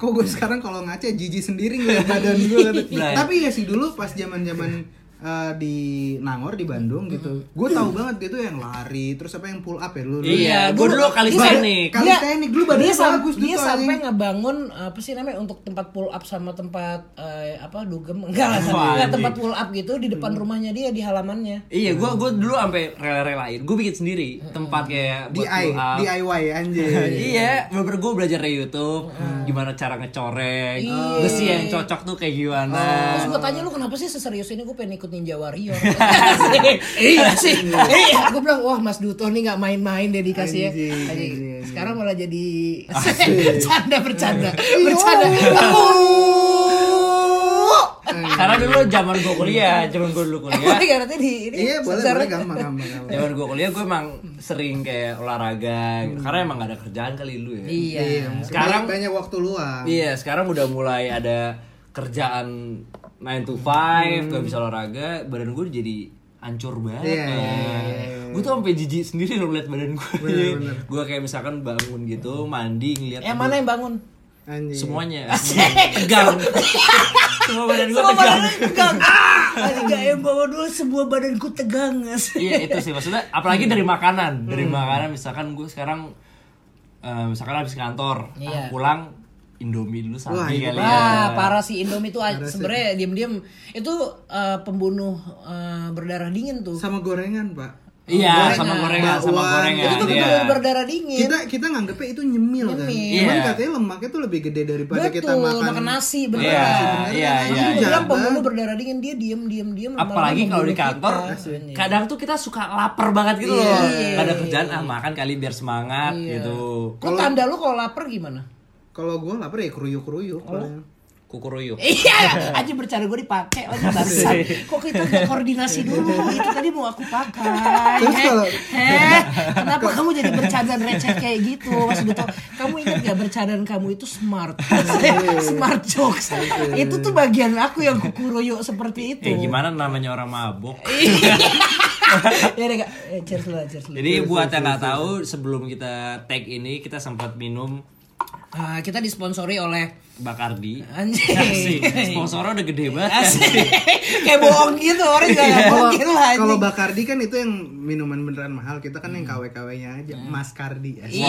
C: Kok gue sekarang kalau ngaca jijik sendiri ngeliat badan gue. Tapi ya sih dulu pas zaman zaman eh, di Nangor di Bandung gitu gue tahu banget gitu yang lari terus apa yang pull up ya dulu
B: Iya,
A: Iya,
B: gue dulu kali teknik.
C: Kali teknik, dulu badannya
A: dia, sam-
C: bagus tuh
A: dia
C: soalnya.
A: sampai ngebangun eh, apa sih namanya untuk tempat pull up sama tempat eh, apa dugem enggak lah
B: Wah,
A: enggak,
B: anjing.
A: tempat pull up gitu di
C: Hmm.
A: depan rumahnya dia di halamannya.
B: Iya, gue gue dulu sampai rela-relain. Gue bikin sendiri
A: Hmm.
B: tempat kayak buat
C: DIY,
B: pull up.
C: DIY anjir.
B: Iya, bener gue belajar dari YouTube
A: Hmm.
B: gimana cara ngecoreng,
A: Iya.
B: besi yang cocok tuh kayak gimana.
A: Terus gue tanya lu kenapa sih seserius ini gue pengen ikut Ninja Warrior Asik. Iya sih Iya Gue bilang wah Mas Duto nih gak main-main dedikasi ya
C: Anjing,
A: Anjing.
C: anjing.
A: Sekarang malah jadi Bercanda bercanda
C: Iya.
A: Bercanda Oh.
B: Karena dulu zaman gue kuliah, zaman gue dulu kuliah,
A: Gue gara di ini
C: Iya, boleh,
A: sejarah.
C: boleh gampang, gampang, gampang.
B: zaman gue kuliah gue emang sering kayak olahraga. gitu. Karena emang gak ada kerjaan kali lu ya.
A: Iya
B: Sekarang-
C: Sekarang banyak waktu luang.
B: Iya, sekarang udah mulai ada kerjaan 9 to 5, gak bisa olahraga, badan gue jadi hancur banget.
C: Hmm. Iya, iya,
B: Gue tuh sampai jijik sendiri loh liat badan gue.
C: Bener, bener.
B: gue kayak misalkan bangun gitu, mandi ngeliat
A: Yang mana yang bangun?
C: Anjir.
B: semuanya tegang. Semua badan gue
A: Semua
B: tegang.
A: badannya tegang Ah Ada yang bawa dulu semua badanku tegang asik.
B: Iya itu sih maksudnya apalagi dari makanan, dari makanan misalkan gue sekarang eh, misalkan habis kantor,
A: Iya.
B: pulang Indomie dulu
C: Wah,
B: sambil
C: itu
B: kali
A: Wah,
B: ya.
A: parah sih Indomie itu a- sebenarnya diam-diam itu eh, pembunuh eh, berdarah dingin tuh.
C: Sama gorengan, Pak.
B: Iya, sama gorengan, sama
C: Bakwan.
B: gorengan.
A: itu tuh
B: iya.
A: betul berdarah dingin.
C: Kita kita nganggepnya itu nyemil, kan.
A: Nyemil.
C: Cuman
B: Iya.
C: katanya lemaknya tuh lebih gede daripada
A: Betul,
C: kita makan.
A: makan nasi beneran.
B: Iya, iya,
A: Makanya
B: iya,
A: dia
C: iya.
A: bilang
C: Jangan.
A: pembunuh berdarah dingin dia diem diem diem. lama-lama
B: apalagi kalau di
A: membunuh
B: kantor iya, ya.
A: kita. Kan,
B: kadang tuh kita suka lapar banget gitu loh Gak ada kerjaan ah makan kali biar semangat gitu
A: Kok tanda lu kalau lapar gimana?
C: Kalau gue lapar ya keruyuk-keruyuk.
B: Oh.
C: paling.
B: kukuruyuk
A: Iya, aja bercanda gue dipakai lagi barusan.
C: Iya.
A: Kok kita nggak koordinasi dulu? Itu tadi mau aku pakai.
C: Terus kalau-
A: Eh, kenapa kamu jadi bercandaan receh kayak gitu, Mas Duto? Kamu ingat gak bercandaan kamu itu smart,
C: Iya,
A: smart jokes. itu tuh bagian aku yang kukuroyo seperti itu.
B: ya gimana namanya orang mabuk
A: Ya deh, Kak. Eh, cheers dulu, cheers dulu.
B: jadi buat yang nggak tahu sebelum kita tag ini kita sempat minum
A: Ah, kita disponsori oleh
B: Bacardi Asik.
A: anjing.
B: sponsornya udah gede banget
A: kayak bohong gitu orang juga nggak bohongin lah anjing.
C: Iya. Kalau Bakardi kan itu yang minuman beneran mahal, kita kan yang KW-KW-nya aja,
A: Hmm.
C: Mas Kardi.
A: Iya.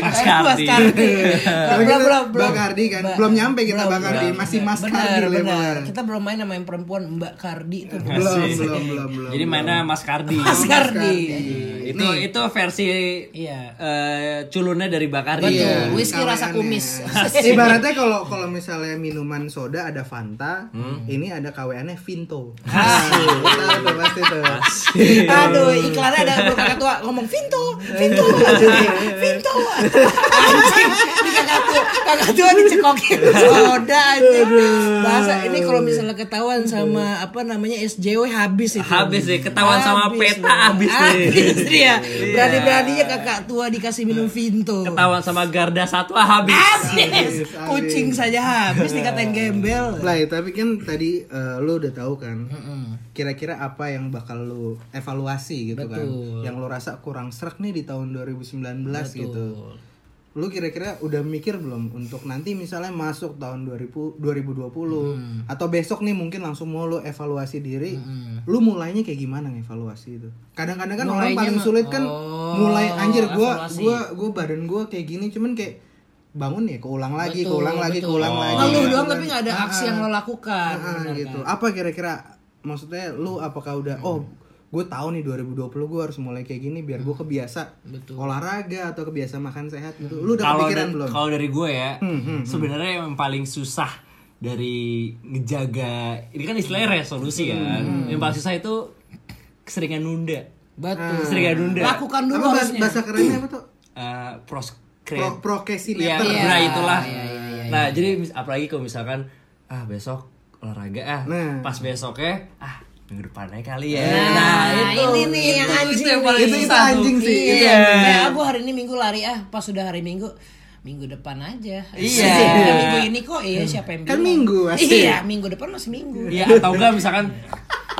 B: Wah, Bacardi
A: Belum, belum, belum, belum.
C: Bakardi kan, belum nyampe kita
A: Belum,
C: Bakardi,
A: belum.
C: masih Mas
A: Benar,
C: Kardi
A: benar.
C: level.
A: Kita belum main sama yang perempuan Mbak Kardi itu.
C: Belum, belum, belum, belum.
B: jadi mainnya Mas Cardi
A: Mas Kardi.
B: itu itu versi
A: Iya.
B: eh, culunnya dari Bacardi
A: Betul,
C: Iya,
A: whisky rasa
C: kawanannya.
A: kumis.
C: Ibaratnya kalau kalau misalnya minuman soda ada Fanta,
A: Hmm.
C: ini ada KW-annya Vinto. Tahu tuh pasti tuh.
A: Aduh, iklannya ada bro kakak tua ngomong Vinto, Vinto, Vinto. Anjing, ini kakak tua, kakak tua dicekokin soda anjing. Bahasa ini kalau misalnya ketahuan sama apa namanya SJW habis itu.
B: Habis deh, ketahuan sama peta habis deh.
A: Habis dia. Berani-beraninya kakak tua dikasih minum Vinto.
B: ketahuan sama Garda satu ah, habis
A: Habis. Kucing saja habis dikatain gembel.
C: Lah, tapi kan tadi eh, lo udah tahu kan. Kira-kira apa yang bakal lo evaluasi gitu kan? Yang lo rasa kurang serak nih di tahun 2019 gitu. Lu kira-kira udah mikir belum untuk nanti misalnya masuk tahun 2000, 2020 atau besok nih mungkin langsung mau lu evaluasi diri. Lu mulainya kayak gimana ngevaluasi itu? Kadang-kadang kan orang paling sulit kan mulai anjir gua gua gua badan gua kayak gini cuman kayak bangun ya keulang lagi, keulang lagi, keulang lagi. Iya, kan?
A: Ngeluh doang
C: keulang
A: tapi nggak ada aksi yang lo lakukan.
C: Ah, gitu. Apa kira-kira maksudnya lu apakah udah
A: Hmm.
C: oh gue tahu nih 2020 gue harus mulai kayak gini biar gue kebiasa olahraga atau kebiasa makan sehat
A: Hmm.
C: gitu. Lu udah
B: kalau
C: kepikiran
B: dari,
C: belum? Hmm,
B: kalau dari gue ya sebenarnya yang paling susah dari ngejaga ini kan istilahnya resolusi
C: Hmm,
B: kan yang paling susah itu keseringan nunda
C: Hmm.
A: Betul.
B: keseringan Ah. nunda
A: Lakukan Kan dulu
C: apa bahasa,
A: harusnya.
C: bahasa kerennya apa tuh?
B: Eh, proskre
C: Pro,
B: Iya,
C: prokrastinator.
B: nah itulah nah jadi mis- apalagi kalau misalkan ah besok olahraga ah
C: Nah.
B: pas besoknya ah minggu depannya kali ya
A: Nah, ini nih yang anjing
B: yang
A: nih.
B: paling
C: Itu- itu
B: susah tuh.
C: anjing sih.
B: Iya.
A: Iya. Kayak aku hari ini minggu lari ah, pas sudah hari minggu minggu depan aja.
B: Iya.
A: Ya, minggu ini kok iya siapa yang
C: Kan
A: bilang?
C: minggu, pasti.
A: Iya, minggu depan masih minggu.
B: Iya atau enggak misalkan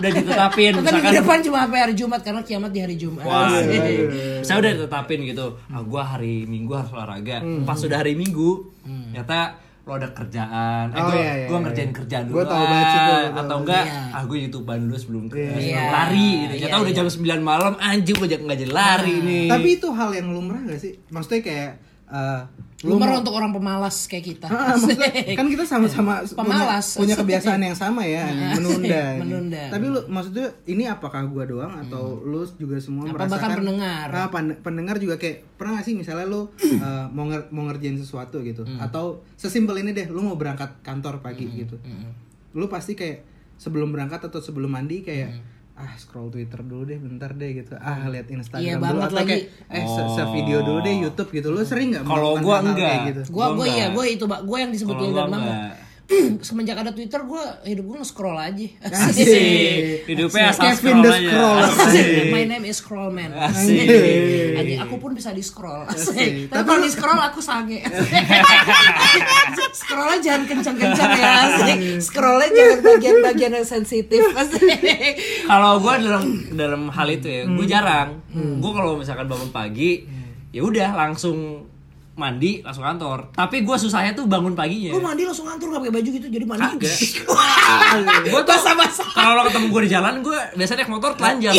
B: udah ditetapin
A: Tapi
B: Iya, misalkan
A: minggu depan cuma sampai hari Jumat karena kiamat di hari Jumat. Iya.
B: Wah,
C: iya,
B: iya, saya
C: Hmm.
B: udah ditetapin gitu. Ah, gua hari Minggu harus olahraga. Pas sudah hari Minggu, ternyata lo ada kerjaan, eh,
C: Oh,
B: gue,
C: iya, iya,
B: gue
C: iya.
B: ngerjain kerjaan dulu,
C: Gua tahu banget sih, gua tahu
B: atau
C: banget.
B: enggak,
A: Iya.
B: ah gue youtubean dulu sebelum,
C: Iya.
B: sebelum lari gitu,
A: Iya,
B: ternyata udah
A: iya.
B: jam 9 malam, anjing gue nggak jadi lari nih,
C: Ah. Tapi itu hal yang lumrah gak sih? Maksudnya kayak eh, lu
A: Lumrah
C: mau-
A: untuk orang pemalas kayak kita.
C: Ah, maksudnya kan kita sama-sama punya-
A: Pemalas.
C: punya, kebiasaan yang sama ya,
A: Nah,
C: menunda.
A: asik, menunda. Hmm.
C: Tapi lu maksudnya ini apakah gua doang atau lu juga semua
A: Apa
C: merasakan?
A: bahkan pendengar?
C: Ah, pan- pendengar juga kayak pernah gak sih misalnya lu eh, mau nger- mau ngerjain sesuatu gitu
A: Hmm.
C: atau sesimpel ini deh, lu mau berangkat kantor pagi gitu.
A: hmm,
C: Lu pasti kayak sebelum berangkat atau sebelum mandi kayak ah scroll Twitter dulu deh bentar deh gitu. Ah lihat Instagram
A: Hmm. Iya,
C: dulu
A: banget
C: atau
A: lagi. Oh.
C: kayak eh se- se-video dulu deh YouTube gitu. Lu sering nggak
B: Kalau
C: melakukan
B: gua
C: hal-hal kayak
B: enggak.
C: gitu?
A: Gua
B: Gua
A: gue ya,
B: enggak.
A: gue itu pak, gue yang disebut
B: Kalau
A: Gildan
B: gua
A: banget.
B: enggak.
A: Semenjak ada Twitter, gue hidup gue nge-scroll aja.
C: Asik.
B: hidupnya asal
C: Kevin
B: scroll
C: the
B: aja.
C: scroll.
A: Asik. My name is Scrollman.
B: Asik.
A: Asik. Aku pun bisa di scroll.
C: Asik.
A: Asik. Tapi
C: Tapi
A: kalau
C: lu-
A: di scroll aku sange. Scrollnya jangan kencang-kencang ya. Asik. Scrollnya jangan bagian-bagian yang sensitif. Asik.
B: kalau gue dalam dalam hal itu ya gue
C: Hmm.
B: jarang gue kalau misalkan bangun pagi ya udah langsung mandi langsung kantor tapi gue susahnya tuh bangun paginya
A: Lu
C: Oh,
A: mandi langsung ngantur gak pakai baju gitu jadi mandi.
B: Kagak.
A: Gue basah-basah.
B: Iya, kalau lo ketemu gue di jalan gue biasanya naik motor telanjang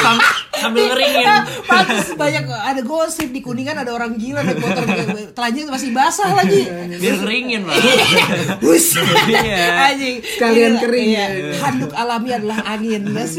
B: Sam- sambil ngeringin
A: Pantes banyak ada gosip di Kuningan ada orang gila naik motor telanjang masih basah lagi.
B: biar ngeringin lah
A: Bus.
B: Iya.
A: Anjing.
C: Sekalian
A: Inilah,
C: kering Iya.
A: iya.
C: ya.
A: Handuk alami adalah angin. Mas.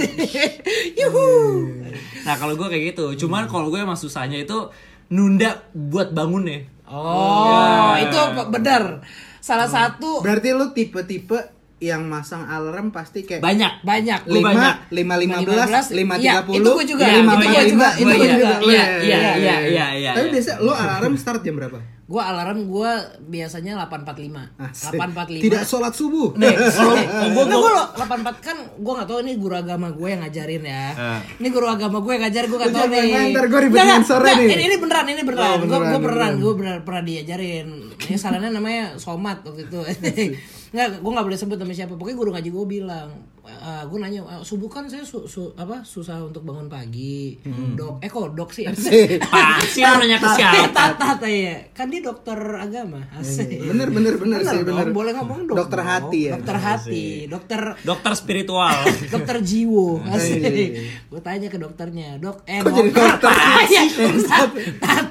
A: Yuhu.
C: Iya.
B: nah kalau gue kayak gitu cuman kalau gue emang susahnya itu nunda buat ya. bangunnya
A: Oh, itu benar. Salah satu
C: Berarti lu tipe-tipe yang masang alarm pasti kayak
B: banyak
A: banyak.
B: Lu banyak.
C: lima lima lima belas lima tiga
A: Iya, itu
C: puluh
A: gua juga.
C: lima
A: Itu gua juga, itu gua juga.
B: Iya, iya, iya, iya, iya.
C: tapi biasa lu alarm start jam berapa
A: Gua alarm gua biasanya 8.45.
C: Asik.
A: 8.45.
C: tidak sholat subuh Eh,
A: Nih, kalau gue gue lo 84 kan gue nggak tahu ini guru agama gue yang ngajarin ya. Ini guru agama gue yang ngajar gue nggak
C: Ah. Lu
A: tahu
C: jangan
A: nih.
C: main, ntar gua ribet
A: Nggak,
C: dengan
A: nggak,
C: sore
A: nggak,
C: nih.
A: Ini, ini beneran, ini beneran.
C: Oh,
A: gue
C: beneran,
A: gue beneran,
C: beneran.
A: gue bener pernah diajarin. Ini sarannya namanya somat waktu itu. Nggak, gue nggak boleh sebut nama siapa. Pokoknya guru ngaji gue bilang, eh, gue nanya "Eh, subuh kan saya su- su- apa susah untuk bangun pagi
C: Hmm.
A: dok eh kok dok sih
B: pasti lo nanya ke siapa
A: tata ya kan dia dokter agama asik
C: Iya, bener bener bener sih
A: dong,
C: bener
A: boleh ngomong dong.
C: dokter hati ya
A: Dokter hati, dokter
B: dokter spiritual
A: dokter jiwo.
C: Asik.
A: Gue tanya ke dokternya, "Dok, eh
C: Iya, Kok jadi dokter
A: Ah,
C: sih? Iya.
A: iya, Ustaz, Ustaz.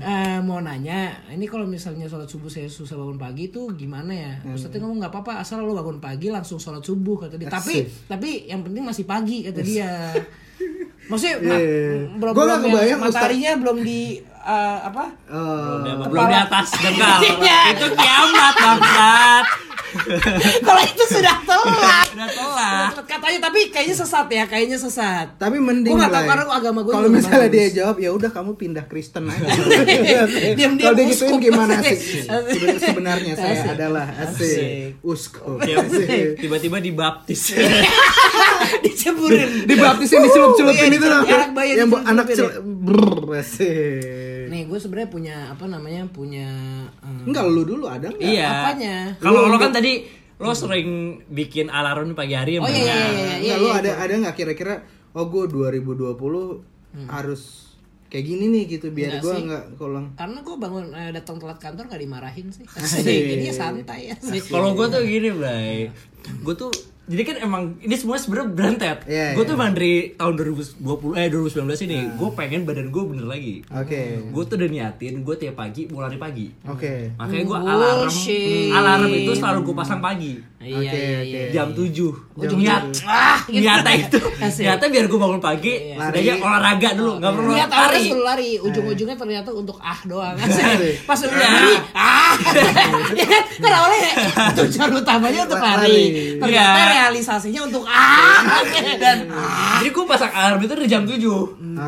A: Eh, mau nanya, ini kalau misalnya sholat subuh saya susah bangun pagi itu gimana ya?
C: Iya.
A: Ustaznya ngomong nggak apa-apa, asal lo bangun pagi langsung sholat subuh kata dia. Tapi
C: Asik.
A: tapi yang penting masih pagi kata dia. Maksudnya
C: Iya.
A: belum
C: Gua nggak
A: belum
C: kebayang,
A: yang
C: Ustaz.
A: mataharinya belum di eh, apa?
C: Eh,
B: belum di atas dengkal
A: Iya.
B: itu kiamat bangsat
A: Kalau itu sudah telat.
B: udah telat
A: Katanya tapi kayaknya sesat ya, kayaknya sesat.
C: tapi mending
A: Gua nggak tahu
C: Blay.
A: karena agama gua
C: kalau
A: juga
C: misalnya dia
A: bagus.
C: jawab ya udah kamu pindah Kristen aja
A: Diam-diam
C: kalau dia gituin
A: uskup.
C: gimana sih
A: Asik.
C: Seben- sebenarnya
A: Asik.
C: saya adalah
B: Asik.
C: asik uskup Asik.
B: Tiba- Iya, tiba-tiba dibaptis
A: diceburin.
C: dibaptis yang dicelup-celupin
A: Iya,
C: itu loh
A: anak bayi
C: yang buat anak
A: dicelup-celupin
C: cel brrr asik.
A: Nih, gue sebenarnya punya apa namanya? Punya eh,
C: enggak lu dulu ada nggak?
B: iya
A: Apanya?
B: kalau lo kan tadi lo sering bikin alarm di pagi hari ya, yang
A: Oh iya iya iya
B: banyak.
A: iya.
C: Enggak, lu ada ada nggak kira-kira oh gue 2020 harus kayak gini nih gitu biar
A: Enggak
C: gue
A: sih.
C: nggak kolong
A: Karena gue bangun eh, datang telat kantor gak dimarahin sih.
B: Iya,
C: Asik.
A: Jadi ya santai ya sih.
B: Nah, Kalau gue tuh gini, Bray. Gue tuh jadi kan emang ini semua sebenarnya berantet.
C: Iya,
B: gue
C: iya.
B: tuh mandiri tahun 2020 eh 2019 ini, gue pengen badan gue bener lagi.
C: oke
B: Gue tuh udah niatin gue tiap pagi mau lari pagi.
C: oke
B: Makanya gue alarm,
A: Bullshit.
B: alarm itu selalu gue pasang pagi
A: Iya
C: Oke,
A: iya
C: oke.
A: iya.
B: jam 7
A: Jam
B: Jam niat, ah, niatnya itu,
A: Asik.
B: niatnya biar gue bangun pagi,
C: Lari.
B: setidaknya olahraga dulu, nggak perlu
A: Niat awalnya
B: lari. Eh. Iya,
A: suruh lari, ujung-ujungnya ternyata untuk ah doang.
C: Asik.
A: Pas udah lari, ah. Ya kan? Kan awalnya tujuan utamanya untuk lari.
C: Lari.
A: Ternyata
B: Iya.
A: realisasinya untuk ah. Dan
B: Jadi gue pasang alarm itu dari jam 7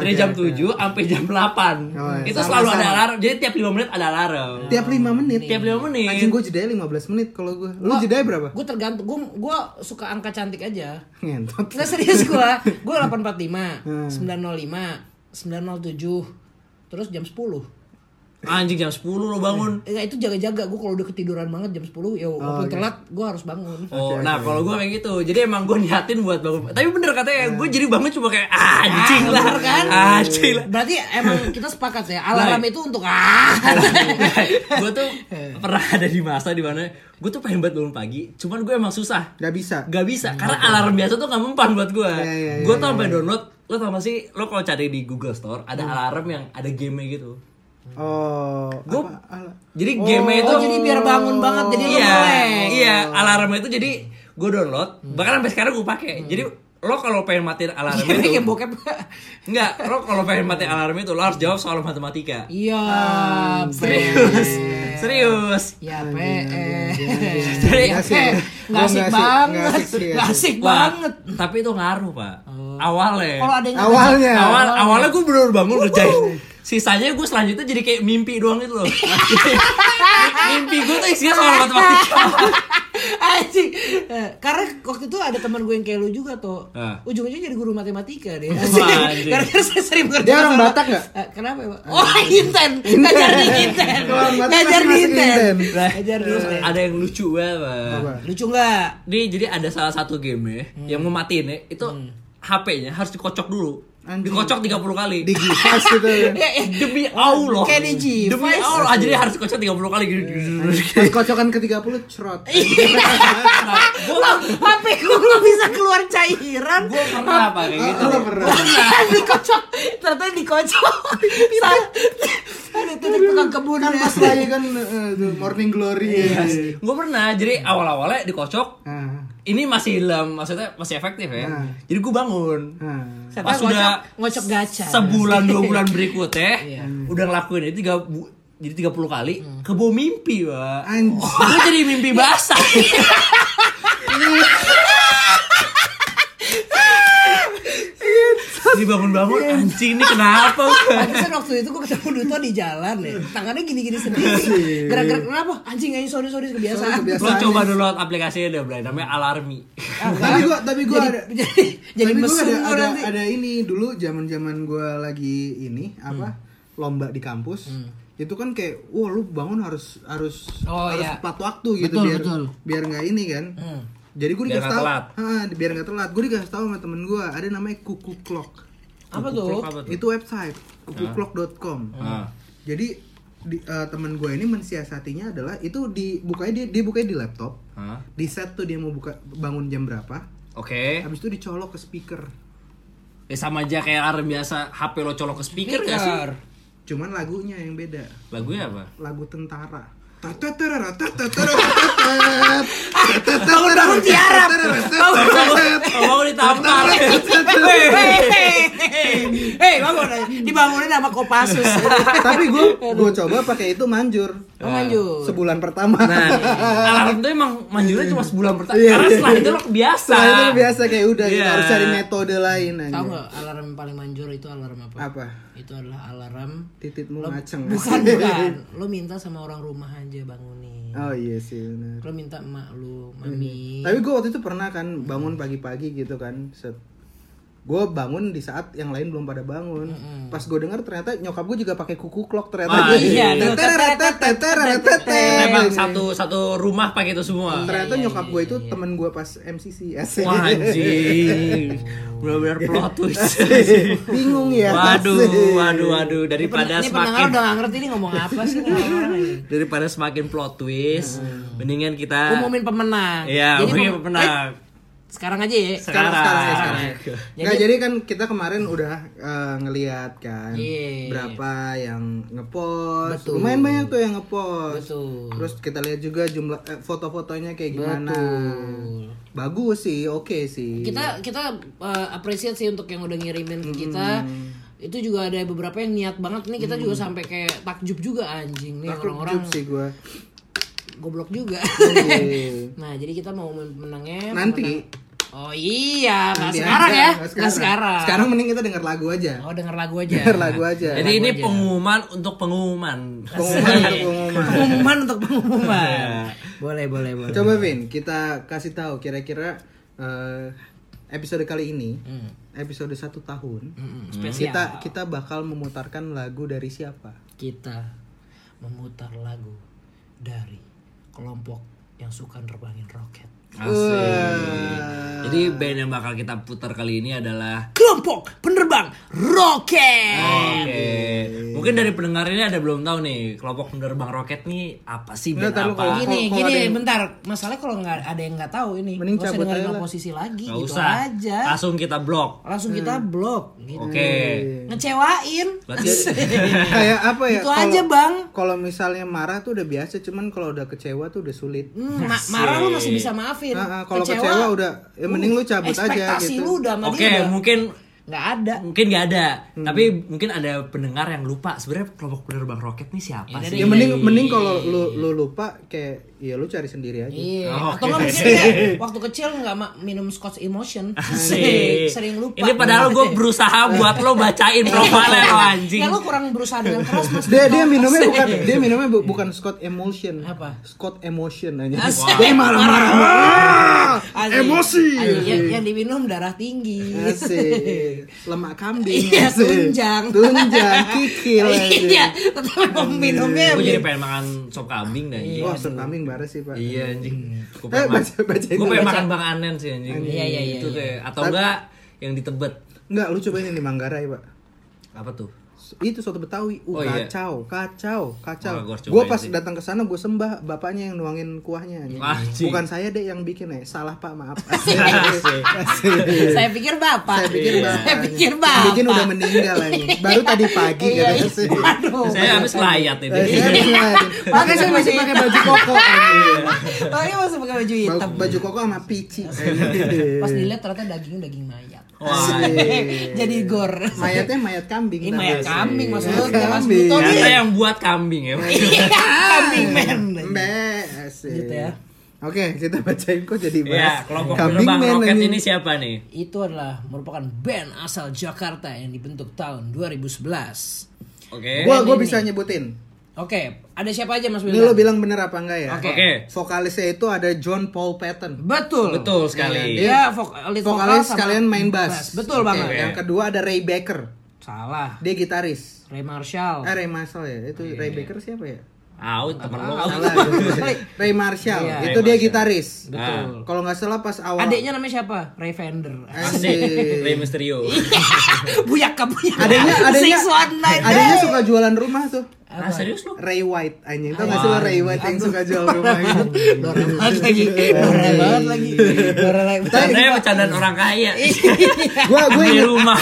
B: Dari
C: Oke,
B: jam
C: oke.
B: 7 sampai jam 8
C: Oh, iya.
B: Itu
C: Sama,
B: selalu ada
C: sama.
B: alarm Jadi tiap 5 menit ada alarm
C: tiap lima menit
B: Tiap 5 menit
C: anjing gue jedanya 15 menit kalau gue lu jedanya berapa
A: Gue tergantung, gue gue suka angka cantik aja.
C: ngentot
A: Nggak serius gue, gue
B: Hmm.
A: 845, 905, 907, terus jam 10.
B: Anjing jam 10 lo bangun.
A: Enggak Ya, itu jaga-jaga gue kalau udah ketiduran banget jam 10 ya
B: iya.
A: walaupun telat gue harus bangun.
B: Oh, nah kalau gue kayak gitu, jadi emang gue niatin buat bangun. Tapi bener
C: Iya.
B: katanya, gue jadi bangun cuma kayak "Ah, anjing lah, Ah,
A: bener kan?
B: anjing
C: iya,
B: lah.
A: Berarti emang kita sepakat ya alarm
B: Baik.
A: itu untuk ah.
B: gue tuh pernah ada di masa di mana gue tuh pengen banget bangun pagi, cuman gue emang susah.
C: Gak bisa.
B: Gak
A: Hmm.
B: bisa, karena alarm biasa tuh gak mempan buat gue.
C: Iya, iya,
B: gue tuh sampai download, lo tau gak sih, lo kalau cari di Google Store ada
A: Hmm.
B: alarm yang ada game gitu.
C: Oh,
B: Gue,
C: apa- ala-
B: jadi game itu
A: Oh, jadi biar bangun banget jadi lo
B: iya,
A: melek.
B: iya, alarmnya itu jadi gue download,
A: Hmm.
B: bahkan sampai sekarang gue pakai. Jadi lo kalau pengen matiin alarm
A: Ini kayak
B: itu,
A: bokep.
B: enggak, lo kalau pengen matiin alarm itu lo harus jawab soal matematika.
A: Iya.
B: Serius, serius.
A: Ya PE.
B: Jadi,
A: Ya PE. Nggak asik
C: Gua nggak asik, nggak
A: banget.
C: asik sih,
A: Nggak asik
B: Wah,
A: Iya. banget. Oh.
B: Tapi itu ngaruh pak. Awalnya.
A: Kalau ada yang
C: Awalnya.
B: awal awalnya gue bener bangun ngerjain sisanya gue selanjutnya jadi kayak mimpi doang itu loh mimpi gue tuh isinya soal matematika
A: Anjing. Eh, Karena waktu itu ada teman gue yang kayak lu juga tuh.
B: Ah.
A: Ujung-ujungnya jadi guru matematika deh.
B: anjing.
A: Karena saya sering bekerja.
C: Dia orang Batak nggak?
A: kenapa ya, Pak? Oh, Inten. Ngajar di Inten.
C: Orang Batak
A: Ngajar di
C: masih masuk
A: Inten.
C: Inten.
A: Ngajar di
B: terus
A: Inten.
B: ada yang lucu banget pak
C: Apa?
A: Lucu nggak?
B: Jadi jadi ada salah satu game ya yang mau matiin ya itu HP-nya harus dikocok dulu
C: Anjing.
B: dikocok 30 kali Eh,
C: digifas gitu.
A: Ya, ya.
B: demi Allah
A: Kayak di G-Vice.
B: demi Allah ah, jadi harus dikocok 30 kali gitu
C: Pas kocokan ke 30 cerot.
A: Loh, HP gue nggak bisa keluar cairan. Kan
B: gue pernah pak kayak gitu
C: Lo pernah.
A: dikocok. Ternyata dikocok. Sa- Aduh, tuh tukang kebun. ya? Iya,
C: Kan pas lagi kan eh, tuh, morning glory. ya.
B: gue pernah jadi awal-awalnya dikocok
C: Ah,
B: ini masih dalam maksudnya masih efektif ya
C: Hmm.
B: jadi gue bangun
C: ah.
A: Siapa
B: Pas
A: ngocok-
B: sudah
A: ngocok gacha.
B: sebulan dua bulan berikutnya
A: Iya.
B: udah ngelakuin itu tiga bu- jadi 30 kali
A: Hmm.
B: ke bawah mimpi pak
C: Anjing.
B: gue jadi mimpi
A: Iya.
B: basah jadi bangun-bangun
A: Iya.
B: anjing ini kenapa Pak?
A: Pantesan waktu itu gue ketemu Duto di jalan ya Tangannya gini-gini sendiri Gerak-gerak kenapa? Anjing anjing sorry-sorry kebiasaan
C: Sorry, kebiasaan.
B: lo coba download aplikasinya udah Blay, namanya Alarmi
C: Tapi gua tapi gua
A: Oh, Jadi,
C: ada
A: jadi, jadi
C: tapi gua
A: mesum
C: ada,
A: gua
C: ada,
A: nanti
C: ada ini dulu zaman-zaman gua lagi ini apa?
A: Hmm.
C: lomba di kampus. Itu kan kayak wah lu bangun harus harus
A: Oh,
C: harus
A: iya.
C: tepat waktu gitu
A: Betul,
C: biar
A: betul. Hmm.
C: biar nggak ini kan. Jadi gue
B: Biar
C: dikasih
B: nggak
C: tahu,
B: telat.
C: Ah, biar nggak telat. Gue dikasih tahu sama temen gue, ada namanya Kuku Clock.
A: Apa tuh?
C: Itu website kukuclock.com.
B: Ah.
C: Jadi di, eh, temen gue ini mensiasatinya adalah itu dibukanya dia dia bukanya di laptop.
B: Hah?
C: Di set tuh dia mau buka bangun jam berapa.
B: Oke,
C: Habis itu dicolok ke speaker.
B: Ya, sama aja kayak alarm biasa HP lo colok ke speaker gak sih?
A: Bener.
C: Cuman lagunya yang beda.
B: Lagunya apa?
C: Lagu tentara. Tatatara, tatatara, tatatat. Tatatara, tatatara, tatatat.
B: Mau ditampar.
A: Hei bangun Dibangunin sama Kopassus
C: Tapi gue gue coba pakai itu manjur.
A: Oh lanjut
C: Sebulan pertama.
B: Nah, alarm tuh emang manjurnya cuma sebulan pertama.
C: Iya,
B: Karena
C: iya.
B: setelah itu lo kebiasa.
C: Setelah itu biasa kayak udah kita
B: Iya.
C: harus cari metode lain aja.
A: Tahu nggak alarm yang paling manjur itu alarm apa?
C: Apa? Hmm.
A: Itu adalah alarm
C: Tititmu
A: lo-
C: ngaceng.
A: Bukan bukan Lo minta sama orang rumah aja bangunin
C: Oh iya sih benar.
A: Lo minta emak lo Mami
C: Tapi gue waktu itu pernah kan bangun pagi-pagi gitu kan. Set. Gue bangun di saat yang lain belum pada bangun. Pas gue denger ternyata nyokap gue juga pakai kuku clock ternyata.
B: Ah,
C: Jadi,
B: iya,
A: iya.
C: tetereteteteretetete.
B: Karena emang satu satu rumah pakai itu semua.
C: Ternyata nyokap gue itu temen gue pas MCC asik.
B: Wah, anjing. Benar-benar plot twist.
C: Bingung ya.
B: Waduh, waduh, waduh.
A: Ini
B: Daripada
A: pendengar
B: semakin
A: udah gak ngerti ini ngomong apa sih ini orang-orang ini.
B: daripada semakin plot twist,
C: Hmm.
B: mendingan kita
A: Umumin pemenang
B: Iya,
A: Jadi
B: mungkin
A: pem- eh,
B: pernah
A: Sekarang aja ya
C: Sekarang, sekarang, ya,
B: sekarang.
C: sekarang. Nggak, jadi kan kita kemarin udah eh, ngeliat kan
A: Iya.
C: berapa yang ngepost.
A: Betul.
C: Lumayan banyak tuh yang ngepost.
A: Betul.
C: Terus kita lihat juga jumlah eh, foto-fotonya kayak gimana. Bagus sih, oke sih.
A: Kita kita uh, appreciate sih untuk yang udah ngirimin ke kita
C: Hmm.
A: Itu juga ada beberapa yang niat banget Nih kita juga sampai kayak takjub juga anjing Nih
C: Takjub
A: orang-orang
C: sih gua.
A: goblok juga
C: Oke.
A: Nah jadi kita mau umumin pemenangnya
C: Nanti.
A: pemenang- Oh iya, nggak
C: Nanti
A: sekarang
C: aja,
A: ya
C: nggak
A: Nggak sekarang
C: Sekarang mending kita denger lagu aja.
A: Oh denger lagu aja
C: Denger lagu aja.
B: Jadi ini pengumuman untuk pengumuman.
C: Pengumuman untuk pengumuman.
A: Pengumuman untuk
C: Iya.
A: pengumuman Boleh boleh boleh
C: Coba Vin, kita kasih tahu kira-kira eh, episode kali ini, episode satu tahun,
A: Hmm.
C: hmm,
A: Spesial
C: kita kita bakal memutarkan lagu dari siapa?
A: kita memutar lagu dari kelompok yang suka nerbangin roket.
B: Asik. Jadi band yang bakal kita putar kali ini adalah
A: Kelompok penerbang roket.
B: Oke. Mungkin dari pendengar ini ada belum tahu nih kelompok penerbang roket nih apa sih band
C: Nggak, taruh
B: apa?
C: kalau-
A: Gini,
C: kalau ada
A: gini,
C: yang-
A: bentar. Masalahnya kalau nggak ada yang nggak tahu ini,
C: Mending
A: nggak usah
C: cabut
A: dengerin
C: aja lah.
A: oposisi lagi,
B: Gak
A: gitu
B: usah.
A: aja.
B: Langsung kita blok.
A: Langsung kita
C: Hmm.
A: blok, gitu.
B: Oke.
A: ngecewain.
B: Berarti
C: kayak apa ya?
A: Iya. Itu aja, Bang.
C: Kalau misalnya marah tuh udah biasa, cuman kalau udah kecewa tuh udah sulit.
A: Hmm, ma- marah lu masih bisa maafin.
C: Nah,
A: uh,
C: Ah, ah, kalau kecewa udah, ya mending lu cabut aja,
A: ekspektasi
C: gitu.
A: lu udah sama
B: Oke,
A: dia udah
B: mungkin
A: nggak ada.
B: mungkin nggak ada, tapi mungkin ada pendengar yang lupa sebenarnya kelompok penerbang roket nih siapa
A: Ya,
B: sih?
A: dari-
C: Ya mending mending kalau lu lu lupa kayak ya lu cari sendiri aja.
A: Iya.
B: Oh,
A: Atau nggak
B: oke.
A: mungkin dia waktu kecil nggak ma- minum Scotch Emotion,
B: Asik.
A: sering lupa.
B: Ini padahal gue berusaha buat lo bacain profilnya lo anjing.
A: Ya lu kurang berusaha dengan keras mas.
C: Dia dia minumnya bukan dia minumnya bu- bukan Scott Emotion.
A: Apa?
C: Scott Emotion aja.
A: Asik.
C: Dia marah-marah.
A: Asik.
C: Emosi.
A: Asik. Yang, yang diminum darah tinggi.
C: Asik. Lemak kambing.
A: Iya,
C: asik.
A: tunjang.
C: Tunjang, kikil. asik.
A: Iya, tetap emang minumnya. gitu.
B: Gue jadi pengen makan sop kambing dan
C: Wah, sop kambing bares sih, Pak.
B: Iya anjing. Gue
C: Eh,
B: pengen, ma-
C: baca baca
B: gua pengen makan Bang Anen sih anjing.
A: Iya, iya, iya,
B: Itu
A: iya.
B: deh. Atau enggak yang di Tebet.
C: Enggak, lu cobain yang di Manggarai, Pak.
B: Apa tuh?
C: Itu soto Betawi.
B: Oh,
C: Uh,
B: iya.
C: kacau, kacau, kacau.
B: Wah, gua harus
C: Gue
B: cobain
C: pas
B: sih.
C: datang ke sana gue sembah bapaknya yang nuangin kuahnya. anjing.
B: Anjing.
C: Bukan saya deh yang bikin ya. Salah, Pak, maaf.
A: Saya pikir bapak.
C: Saya pikir bapak.
A: Saya pikir
C: Yang
A: bapak.
C: Bikin udah meninggal anjing. Baru tadi pagi
A: Iya,
C: katanya
A: iya.
C: sih.
A: Waduh.
B: Saya habis layat
C: Eh,
B: ini.
C: saya masih lain. Makanya saya masih pakai baju koko anjing.
A: Oh, ini masih pakai baju
C: Ba-
A: hitam.
C: Baju koko sama pici.
A: Pas dilihat ternyata dagingnya daging mayat.
B: Wah.
A: Jadi gor.
C: Mayatnya mayat kambing.
A: Ini mayat
C: namanya.
A: kambing maksud
C: Mayat
A: lu kayak Mas
C: kambing.
A: Buto
B: Ternyata
A: nih.
B: yang buat kambing ya.
A: Iya, kambing men.
C: Mbak, asik.
A: Gitu ya.
C: Oke, kita bacain kok jadi
B: Ya,
C: bahas
B: kelompok penerbang
C: man
B: roket
C: anjing.
B: ini siapa nih?
A: Itu adalah merupakan band asal Jakarta yang dibentuk tahun 2011.
B: Oke.
C: Gua gua bisa nyebutin.
A: Oke, ada siapa aja Mas
C: Ini
A: Wildan?
C: lo bilang bener apa enggak ya?
A: Oke.
B: Oke.
C: Vokalisnya itu ada John Paul Patton.
A: Betul.
B: Betul
C: Iya,
B: sekali.
A: Dia vokalis vokal
C: Vokalis
A: sama
C: sekalian main bass.
A: Betul
C: Oke,
A: banget.
C: Yang kedua ada Ray Baker.
A: Salah.
C: Dia gitaris.
A: Ray Marshall.
C: Eh Ray Marshall ya. Itu Ray Baker siapa ya?
B: Out temen lo.
C: Salah. Oh, iya. Ray Marshall. Ah. itu dia gitaris.
A: Betul.
C: Kalau nggak salah pas awal.
A: Adiknya namanya siapa? Ray Fender.
C: Eh,
B: Asik.
C: Asik.
B: Rey Mysterio.
A: buyak ke buyak.
C: Adanya adanya
A: Six one nine.
C: adanya suka jualan rumah tuh.
B: Ah, serius lo?
C: Ray White anjing. Tau nggak sih lo Ray White yang suka jual rumah gitu.
A: Dora banget lagi. Dora banget lagi. Dora lagi.
B: Saya ya, bercandaan orang kaya.
C: Gua gua
B: Di
C: inget
B: rumah.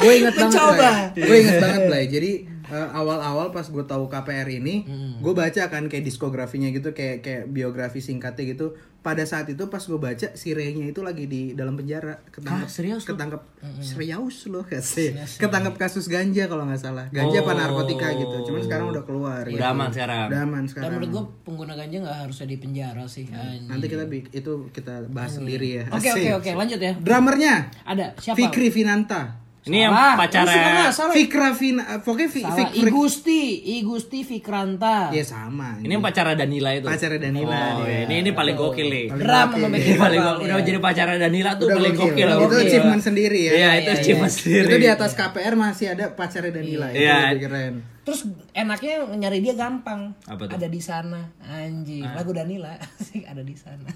C: gue inget banget
A: Mencoba. Iya.
C: gue inget banget Blay jadi eh, awal-awal pas gue tahu KPR ini gue baca kan kayak diskografinya gitu kayak kayak biografi singkatnya gitu pada saat itu pas gue baca si Ray-nya itu lagi di dalam penjara ketangkep serius ketangkep serius loh kasih ketangkep kasus ganja kalau nggak salah ganja apa
B: Oh.
C: narkotika gitu cuman sekarang udah keluar gitu.
B: Udah aman sekarang.
C: udah aman
A: Dan
C: sekarang
A: menurut gue pengguna ganja nggak harusnya di penjara sih. Anjing.
C: nanti kita bi- itu kita bahas sendiri ya
A: Mm. Oke
C: Asik.
A: oke oke lanjut ya.
C: drummernya
A: Ada siapa?
C: Fikri Finanta
B: Ini yang
A: Salah. Ini suka
B: pacarnya.
A: nggak? Salah.
C: Fikra Fina pokoknya Fi-
A: Salah.
C: Fikri
A: Igusti, Igusti Fikranta.
C: Ya sama.
B: Ini yang pacarnya Danila itu.
C: pacarnya Danila.
B: Oh,
C: dia.
B: ini ini paling gokil nih.
A: Drum sama
B: Ini
A: backing
B: paling
A: vokal,
B: gokil.
A: iya.
B: Udah jadi pacarnya Danila tuh
C: Udah
B: paling
C: gokil.
B: gokil.
C: Itu
B: gokil.
C: achievement sendiri ya.
B: Iya, itu achievement sendiri.
C: Itu di atas KPR masih ada pacarnya Danila. itu
B: Iya.
C: lebih keren.
A: Terus enaknya nyari dia gampang.
B: Apa tuh? Ah.
A: Ada di sana. Anjing. Lagu Danila Asik, ada di sana.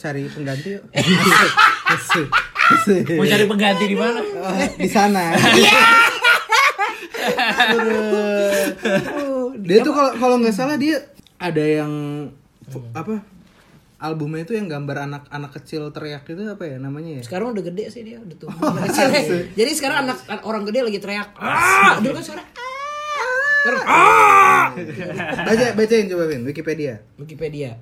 C: Cari pengganti yuk. Asik, asik, asik.
B: Mau cari pengganti di mana?
C: Oh, di sana.
B: Iya.
C: Aduh. dia tuh kalau kalau nggak salah dia ada yang
B: Iya.
C: apa albumnya itu yang gambar anak-anak kecil teriak itu apa ya namanya ya?
A: Sekarang udah gede sih dia, udah tumbuh. Udah kecil. Jadi sekarang anak orang gede lagi teriak. Ah, dulu kan suara
C: Baca bacain coba Vin Wikipedia.
A: Wikipedia.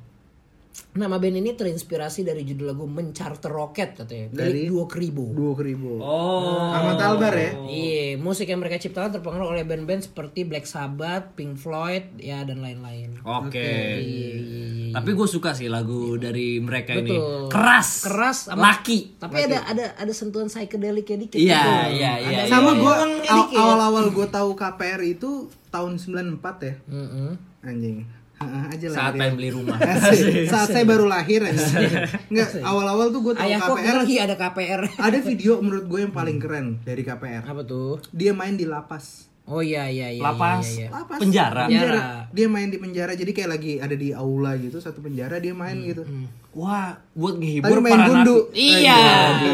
A: Nama band ini terinspirasi dari judul lagu Mencarter Roket katanya
C: Dari?
A: dari, Duo Kribo.
C: Dua ribu.
B: Oh.
C: Ahmad Albar ya.
A: Iya, musik yang mereka ciptakan terpengaruh oleh band-band seperti Black Sabbath, Pink Floyd, ya dan lain-lain.
B: Oke.
A: Iya, iya, iya.
B: Tapi gue suka sih lagu dari mereka ini.
A: Betul.
B: Keras.
A: Keras sama-
B: Laki.
A: Tapi ada ada ada sentuhan psychedelicnya dikit.
B: Iya,
A: gitu.
B: iya, iya.
A: Ada-
C: sama gue
A: Uangnya dikit.
C: awal-awal gue tahu KPR itu tahun 94 ya
A: Mm-mm.
C: anjing Heeh, aja lah
B: Saat
C: dia.
B: pengen beli rumah.
C: Asik. saat saya baru lahir anjing. nggak awal-awal tuh gue tahu
A: Ayahku
C: KPR
A: lagi ada KPR.
C: ada video menurut gue yang paling keren dari KPR
A: Apa tuh?
C: dia main di lapas
A: Oh iya iya iya.
B: lapas,
A: iya, iya, iya.
C: Lapas.
B: penjara.
A: Penjara.
C: Dia main di penjara jadi kayak lagi ada di aula gitu satu penjara dia main gitu.
B: Wah, buat
C: Tapi
B: ngehibur
C: main
B: para
C: gundu.
B: napi.
A: Iya.
B: Waduh.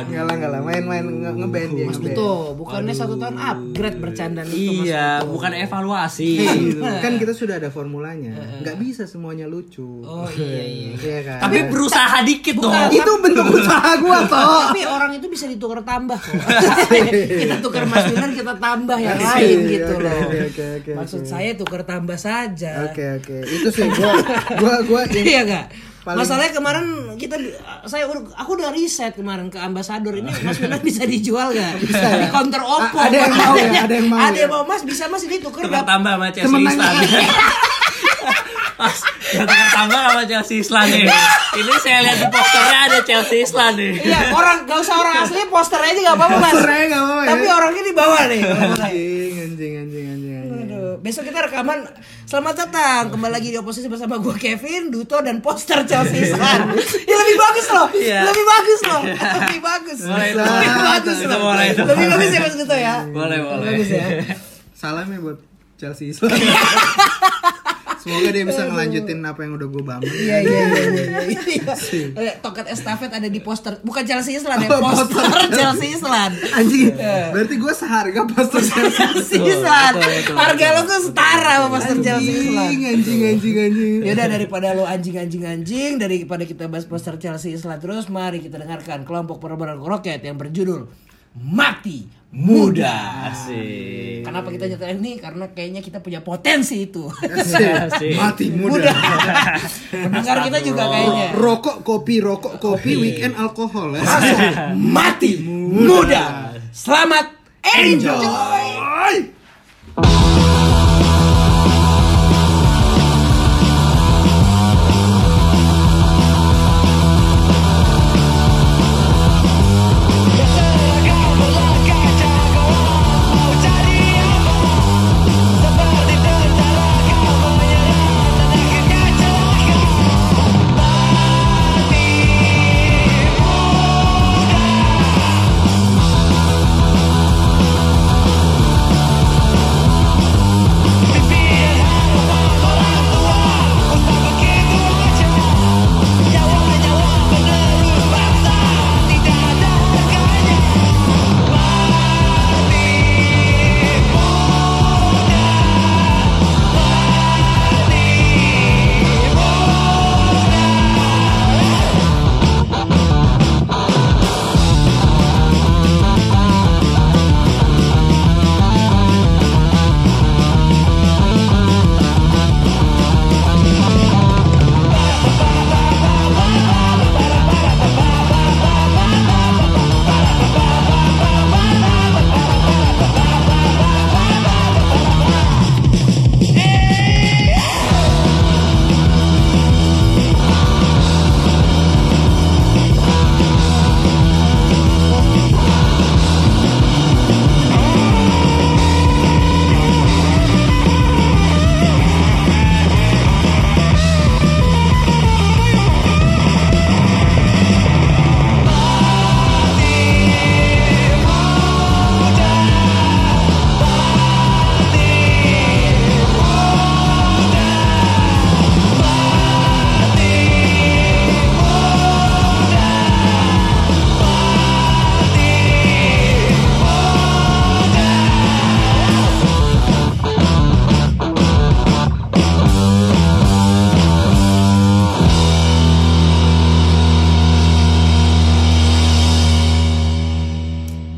C: Enggak lah, enggak lah. Main-main nge- ngeband dia.
A: Mas
C: ngeband.
A: Buto, bukannya satu tahun upgrade bercandaan itu Mas
B: Iya,
A: Buto.
B: bukan evaluasi.
C: Gitu. Kan kita sudah ada formulanya. Enggak bisa semuanya lucu.
A: Oh iya iya.
C: Iya kan?
B: Tapi berusaha dikit dong.
C: itu bentuk usaha gua toh.
A: Tapi orang itu bisa ditukar tambah kok. kita tukar Mas Wildan kita tambah yang
C: Iya,
A: lain gitu
C: Oke,
A: loh.
C: oke, oke, oke,
A: Maksud
C: oke.
A: saya tukar tambah saja.
C: iya, Oke oke. Itu sih gua gua gua ini
A: Iya gak?
C: Paling-
A: Masalahnya kemarin kita saya udah- aku udah riset kemarin ke ambasador ini Mas Wildan bisa dijual gak? Di counter Oppo.
C: A- ada yang mau ya? Ada yang mau
A: Ada
C: ya?
A: yang mau Mas bisa Mas ini tukar
B: Tukar
A: dapat
B: tambah sama Chelsea Islan. Mas, ya tukar tambah sama Chelsea Islan nih. Ini saya lihat di posternya ada Chelsea Islan nih.
A: Iya, orang gak usah orang asli poster aja gak apa-apa Mas.
C: Posternya nggak apa-apa ya?
A: Tapi orangnya di bawah nih.
C: anjing anjing anjing anjing. anjing.
A: Aduh, besok kita rekaman. Selamat datang kembali lagi di oposisi bersama gue Kevin, Duto dan poster Chelsea Islan. Ya lebih bagus loh,
B: Iya.
A: lebih bagus loh, lebih bagus,
B: Boleh, itu
A: lebih
B: boleh.
A: bagus
B: Itu
A: loh,
B: boleh, itu
A: lebih
B: boleh.
A: bagus ya Mas Duto ya.
B: Boleh, boleh.
A: Bagus ya.
C: Salam ya buat Chelsea Islam. Semoga dia bisa ngelanjutin apa yang udah gue bangun.
A: Iya iya iya, iya iya. Eh, Toket estafet ada di poster, bukan Chelsea Islan ya,
C: Oh,
A: poster
C: poster.
A: Chelsea Islan.
C: Anjing,
A: Iya.
C: berarti gue seharga poster Chelsea.
A: Chelsea Islan, harga lo tuh setara sama poster Chelsea Islan.
C: Anjing, anjing, anjing, anjing.
A: Yaudah Ya daripada lo anjing-anjing-anjing Daripada kita bahas poster Chelsea Islam terus Mari kita dengarkan kelompok perempuan roket yang berjudul Mati Muda
B: Asik.
A: Kenapa kita nyetel ini? Karena kayaknya kita punya potensi itu
C: Asik. Iya, Mati muda.
A: Muda Pendengar kita juga kayaknya
C: Rokok, kopi, rokok, kopi,
A: Iya.
C: weekend, alkohol. Asik.
A: Mati Muda Selamat Enjoy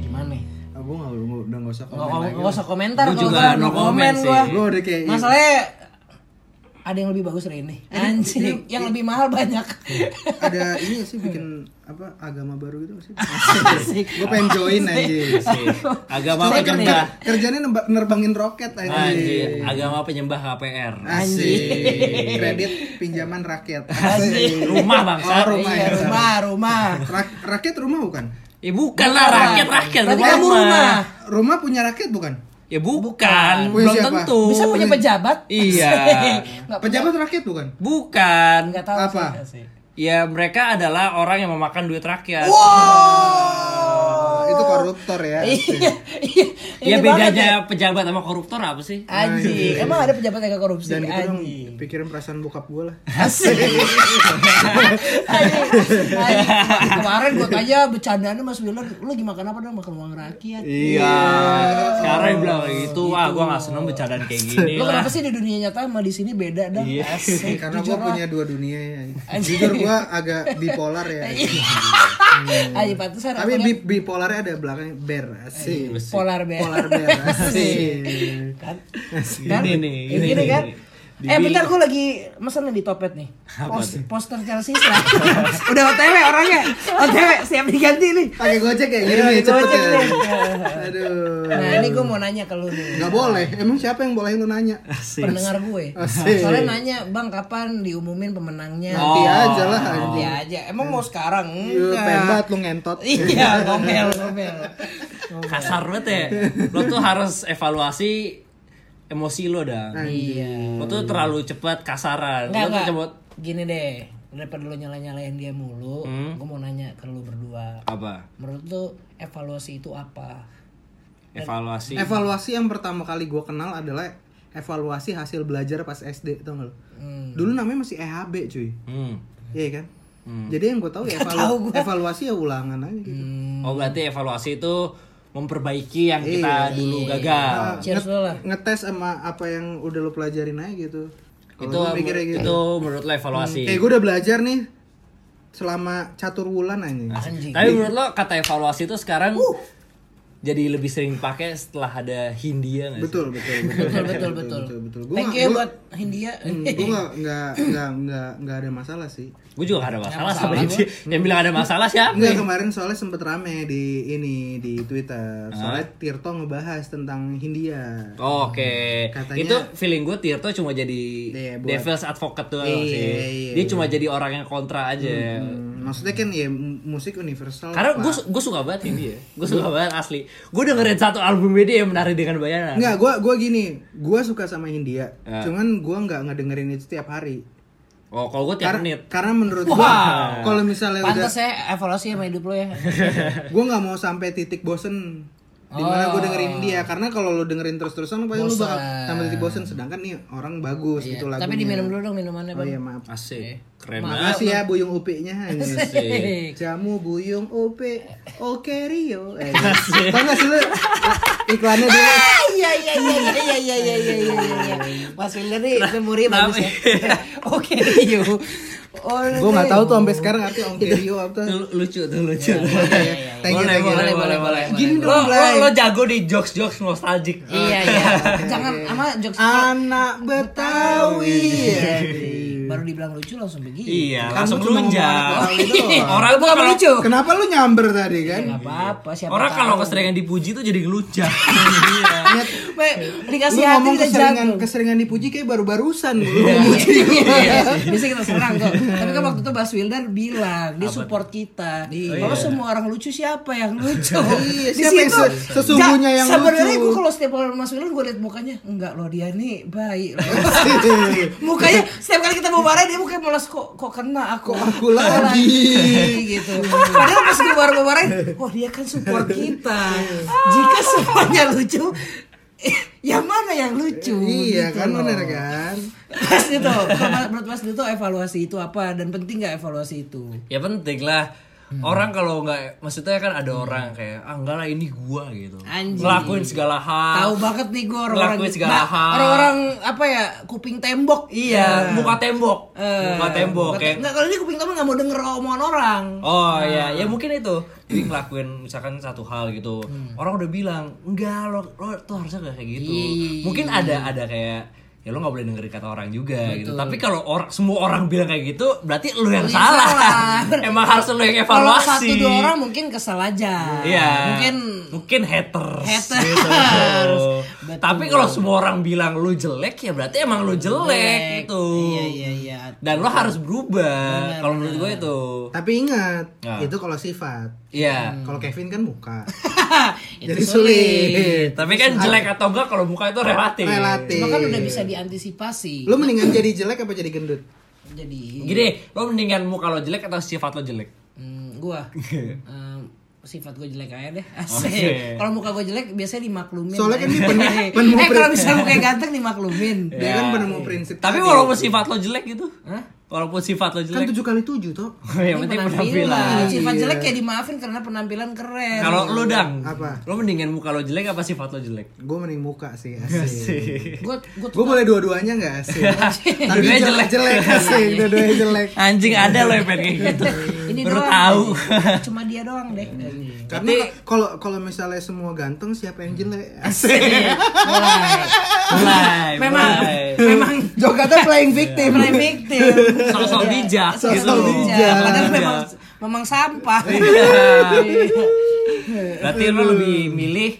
A: Gimana nih?
C: Aku nggak udah nggak usah komen lagi.
A: Gak usah komentar
B: Gua
A: kalau
B: juga
A: nggak
B: no
A: mau komen
B: comment sih.
A: gua.
C: Gue udah kayak
A: Eh, Masalahnya ada yang lebih bagus dari ini. Anjing, yang lebih mahal banyak.
C: ada ini nggak sih bikin apa agama baru gitu nggak sih?
A: Asik.
C: Gue pengen join anjing.
B: Asik. Agama
A: Saya kan
B: penyembah.
A: ya.
C: Kerjanya nemba- nerbangin roket anjing.
B: Anjing, agama penyembah KPR.
C: Asik. Kredit pinjaman rakyat. Asik.
B: Rumah bangsa.
C: Oh, rumah
A: Iya,
C: ya.
A: rumah, rumah.
C: Ra- rakyat rumah bukan?
B: Ya bukan lah rakyat rakyat
A: Berarti kamu rumah.
C: Rumah punya rakyat bukan?
B: Ya bukan,
C: Punya
B: belum
C: siapa?
B: tentu.
A: Bisa punya pejabat?
B: Iya.
A: Nggak punya-
C: Pejabat rakyat bukan?
B: Bukan.
A: nggak tahu
C: Apa?
A: sih.
B: Ya mereka adalah orang yang memakan duit rakyat.
C: Oh, itu Oh, iya, koruptor ya.
A: Iya, iya.
B: Ya
A: Ini banget ya.
B: bedanya pejabat sama koruptor apa sih?
A: Anjing, emang ada pejabat yang gak korupsi?
C: iya, Dan gitu dong
A: Anjing.
C: pikirin perasaan bokap gue lah.
A: Asik. Anjing. Anjing. Kemarin gue tanya bercandaannya Mas Willar, lu lagi makan apa dong? Makan uang rakyat.
D: Iya. Sekarang yang bilang kayak gitu, wah gua nggak seneng bercandaan kayak gini.
A: Lu
D: lah.
A: kenapa sih di dunia nyata sama di sini beda dong? Asik.
C: Iya. Karena gue
A: Jujur lah.
C: punya dua dunia ya.
A: Anjing. Iya.
C: Jujur gue agak bipolar ya.
A: Anjing pantesan
C: Tapi
A: emang
C: bi bipolarnya ada belakang bear asik.
A: polar bear.
C: Polar bear asik.
A: Kan?
D: Ini nih,
A: Ini,
D: ini
A: kan?
D: nih.
A: Eh bentar gue lagi mesen nih di Topet nih Pos- Poster Chelsea Islam Udah OTW orangnya OTW siap diganti nih
C: Pakai gojek kayak gini nih, cepet ya. Aduh.
A: Nah ini gue mau nanya ke lu nih
C: Gak boleh. Emang siapa yang bolehin lu nanya?
A: Pendengar gue
C: Asik.
A: Soalnya nanya bang kapan diumumin pemenangnya
C: Nanti aja lah anjing.
A: Ya aja Emang mau sekarang?
C: Lu
A: Enggak.
C: pengen banget lu ngentot.
A: Iya ngomel ngomel
B: Kasar banget ya. Lo tuh harus evaluasi emosi lo dah.
A: Iya
B: Lo tuh terlalu cepat
A: Enggak
B: kasaran. Lo tuh
A: enggak
B: cepat
A: Gini deh Daripada lu nyala-nyalain dia mulu Gue mau nanya ke lu berdua
B: apa?
A: Menurut lu evaluasi itu apa?
B: Evaluasi.
C: Evaluasi yang pertama kali gua kenal adalah evaluasi hasil belajar pas SD tau gak lu?
A: Hmm,
C: Dulu namanya masih EHB cuy.
B: Hmm.
C: Iya kan? Jadi yang gue tahu ya evalu- evaluasi ya ulangan aja gitu.
A: Hmm.
B: Oh berarti evaluasi itu memperbaiki yang kita
A: Iya,
B: dulu gagal.
C: Nah,
A: Cheers
C: nge-
A: dulu lah.
C: ngetes sama apa yang udah lu pelajarin aja gitu. Kalau
B: Itu
C: gua mikirnya gitu.
B: itu menurut lo
A: Hmm,
B: evaluasi.
C: Kayak gue udah belajar nih selama catur bulan aja.
A: Anjing Uh.
B: Tapi menurut lo kata evaluasi itu sekarang jadi lebih sering pakai setelah ada Hindia nggak sih?
C: Betul, betul, betul.
A: Betul betul betul.
C: betul. Gua
A: Thank
C: nggak-
A: you
C: gua- Hmm,
A: buat Hindia.
C: Gue gak, nggak nggak nggak nggak ada masalah sih.
B: Gue juga gak ada masalah, sama Hindia. Yang bilang ada masalah siapa?
C: Enggak kemarin soalnya sempet rame di ini di Twitter. Soalnya Tirto ngebahas tentang Hindia.
B: Oh, Oke,
C: Katanya-
B: itu feeling gue Tirto cuma jadi
C: Iya, buat-
B: devil's advocate doang
C: Iya,
B: sih.
C: iya,
B: Dia cuma jadi orang yang kontra aja.
C: Hmm, Maksudnya kan ya mu- musik universal.
B: Karena
C: Pak.
B: gue gue suka banget ini ya, gue suka banget asli. Gue dengerin satu album dia yang menarik dengan bayaran.
C: Enggak, gua gua gini, gua suka sama Hindia. Cuman gua nggak ngedengerin itu tiap hari.
B: Oh kalau gue tiap
C: Kar-
B: menit.
C: Karena menurut gua kalau misalnya udah
A: Pantes ya evaluasi sama hidup lo ya.
C: gua nggak mau sampai titik bosen dimana gua dengerin dia karena kalau lo dengerin terus-terusan pasti lu bakal sampai titik bosen sedangkan nih orang bagus gitu lagunya
A: Iya. Tapi diminum dulu dong minumannya
C: oh
A: Bang.
C: iya maaf
B: Asik, Eh, keren banget.
C: Makasih ya Buyung Upi-nya Jamu Buyung Upi Oke Rio eh, Tau gak sih lu Iklannya dulu
A: Ah, Iya iya iya iya iya iya iya iya iya iya. Mas Wilder nih memori bagus ya. Oke Rio. Oh,
C: Gue gak tahu tuh sampai sekarang arti Oke Rio apa
B: Lu- lucu tuh lucu.
C: Iya. Thank you thank you
B: boleh, boleh, boleh.
C: Gini
B: Lo,
C: dong
B: lo, lo
C: Blay
B: jago di jokes jokes nostalgic.
A: Iya iya. Jangan sama jokes
C: Ah, Anak Betawi
A: baru dibilang lucu langsung begini.
B: Iya,
C: Kamu
B: langsung Iya.
C: cuma ngomong
B: lunjak.
C: anak
B: Orang
C: orang doang.
B: tuh
A: Bukan
B: kalau
A: lucu.
C: Kenapa lu nyamber tadi kan?
B: Iya.
A: Apa apa siapa
B: orang
A: tahu.
B: kalau keseringan dipuji tuh jadi ngelunjak. Iya.
A: Be,
C: Lu
A: dikasih hati
C: ngomong
A: kita
C: keseringan,
A: jago.
C: keseringan dipuji kayak baru-barusan
B: Iya.
C: lu. gitu. Iya.
A: Bisa kita serang kok. Tapi kan waktu itu Bas Wildan bilang dia support kita. Kalau semua orang lucu siapa yang lucu? Di
C: Iya. siapa yang
A: situ,
C: se- sesungguhnya
A: Ja-
C: yang
A: Sebenarnya
C: lucu?
A: gue kalau setiap orang Mas Wildan gue liat mukanya enggak loh dia nih baik. loh." mukanya setiap kali kita mau bareng dia mukanya malas kok kok kena aku
C: aku lagi?
A: gitu. Padahal pas gue baru bareng, wah dia kan support kita.
C: Iya.
A: Jika semuanya lucu, eh, yang mana yang lucu?
C: Iya
A: Gitu
C: kan
A: loh.
C: bener kan?
A: Mas Dito, kalau menurut Mas Dito evaluasi itu apa dan penting nggak evaluasi itu?
B: ya penting lah.
A: Hmm.
B: Orang kalau nggak, maksudnya kan ada orang kayak, ah enggak lah ini gua gitu.
A: Anjing.
B: Ngelakuin segala hal.
A: Tahu banget nih gue orang-orang
B: Ah, Ngelakuin segala
A: Nah,
B: hal.
A: orang-orang apa ya kuping tembok. Nah,
B: Iya, muka tembok.
A: Eh,
B: muka tembok kayak.
A: Enggak kalau ini kuping tembok nggak mau denger omongan orang. Nah.
B: Oh iya, ya mungkin itu. Jadi ngelakuin misalkan satu hal gitu.
A: Hmm.
B: Orang udah bilang, "Enggak, lo lo tuh harusnya gak kayak gitu."
A: Iya,
B: Mungkin ada ada kayak ya lo nggak boleh dengerin kata orang juga gitu. Tapi kalau orang semua orang bilang kayak gitu, berarti lo yang salah. Emang harus lo yang
A: Kalau
B: evaluasi.
A: satu dua orang mungkin kesel aja.
B: Iya.
A: Mungkin
B: mungkin haters.
A: Haters.
B: gitu. Tapi kalau semua orang bilang lu jelek ya berarti emang lu jelek gitu.
A: iya iya iya.
B: Dan lo harus berubah. Kalau menurut gue itu.
C: Tapi ingat,
B: Nah.
C: itu kalau sifat.
B: Iya.
A: Hmm.
C: Kalau Kevin kan muka.
A: Itu
C: Jadi sulit.
B: Tapi kan jelek atau enggak kalau muka itu relatif.
C: Iya. Relatif.
A: Cuma kan udah bisa diantisipasi.
C: Lu mendingan jadi jelek apa jadi gendut?
A: Jadi
B: Gini, lo mendingan muka lo jelek atau sifat lo jelek?
A: Hmm, gua em, sifat gue jelek aja deh asik kalau muka gue jelek biasanya dimaklumin
C: Oh, iya, Soalnya kan dia penuh-
A: eh
C: penuh
A: kalau misalnya mukanya ganteng dimaklumin
C: Dia kan
B: Iya.
C: penemu prinsip.
B: Tapi
C: tadi.
B: walaupun sifat lo jelek gitu. Walaupun sifat lo
C: kan
B: jelek.
C: tujuh kali tujuh toh.
B: yang
A: Ini
B: penting
A: penampilan.
B: penampilan.
A: sifat jelek
C: Iya.
A: ya dimaafin karena penampilan keren
B: Kalau lo dang,
C: Apa?
B: Lo mendingan muka lo jelek apa sifat lo jelek?
C: Gue mending muka sih asik.
A: gue gue
C: Gue boleh dua-duanya nggak asik. Tapi
B: Dua-duanya
C: jelek jelek asik. Dua-duanya jelek.
B: Anjing ada lo yang pengen kayak gitu.
A: ini
B: Baru
A: doang
B: tahu.
A: cuma dia doang deh
C: Karena kalau kalau misalnya semua ganteng siapa yang jelek? Asik.
A: Mulai.
B: Mulai.
A: memang
B: mulai.
A: memang
C: Jokata playing victim.
A: mulai victim
B: Sok-sok bijak
A: Sok-sok
B: gitu.
A: bijak. padahal memang memang sampah
C: Iya.
A: Iya.
B: Berarti lo lebih milih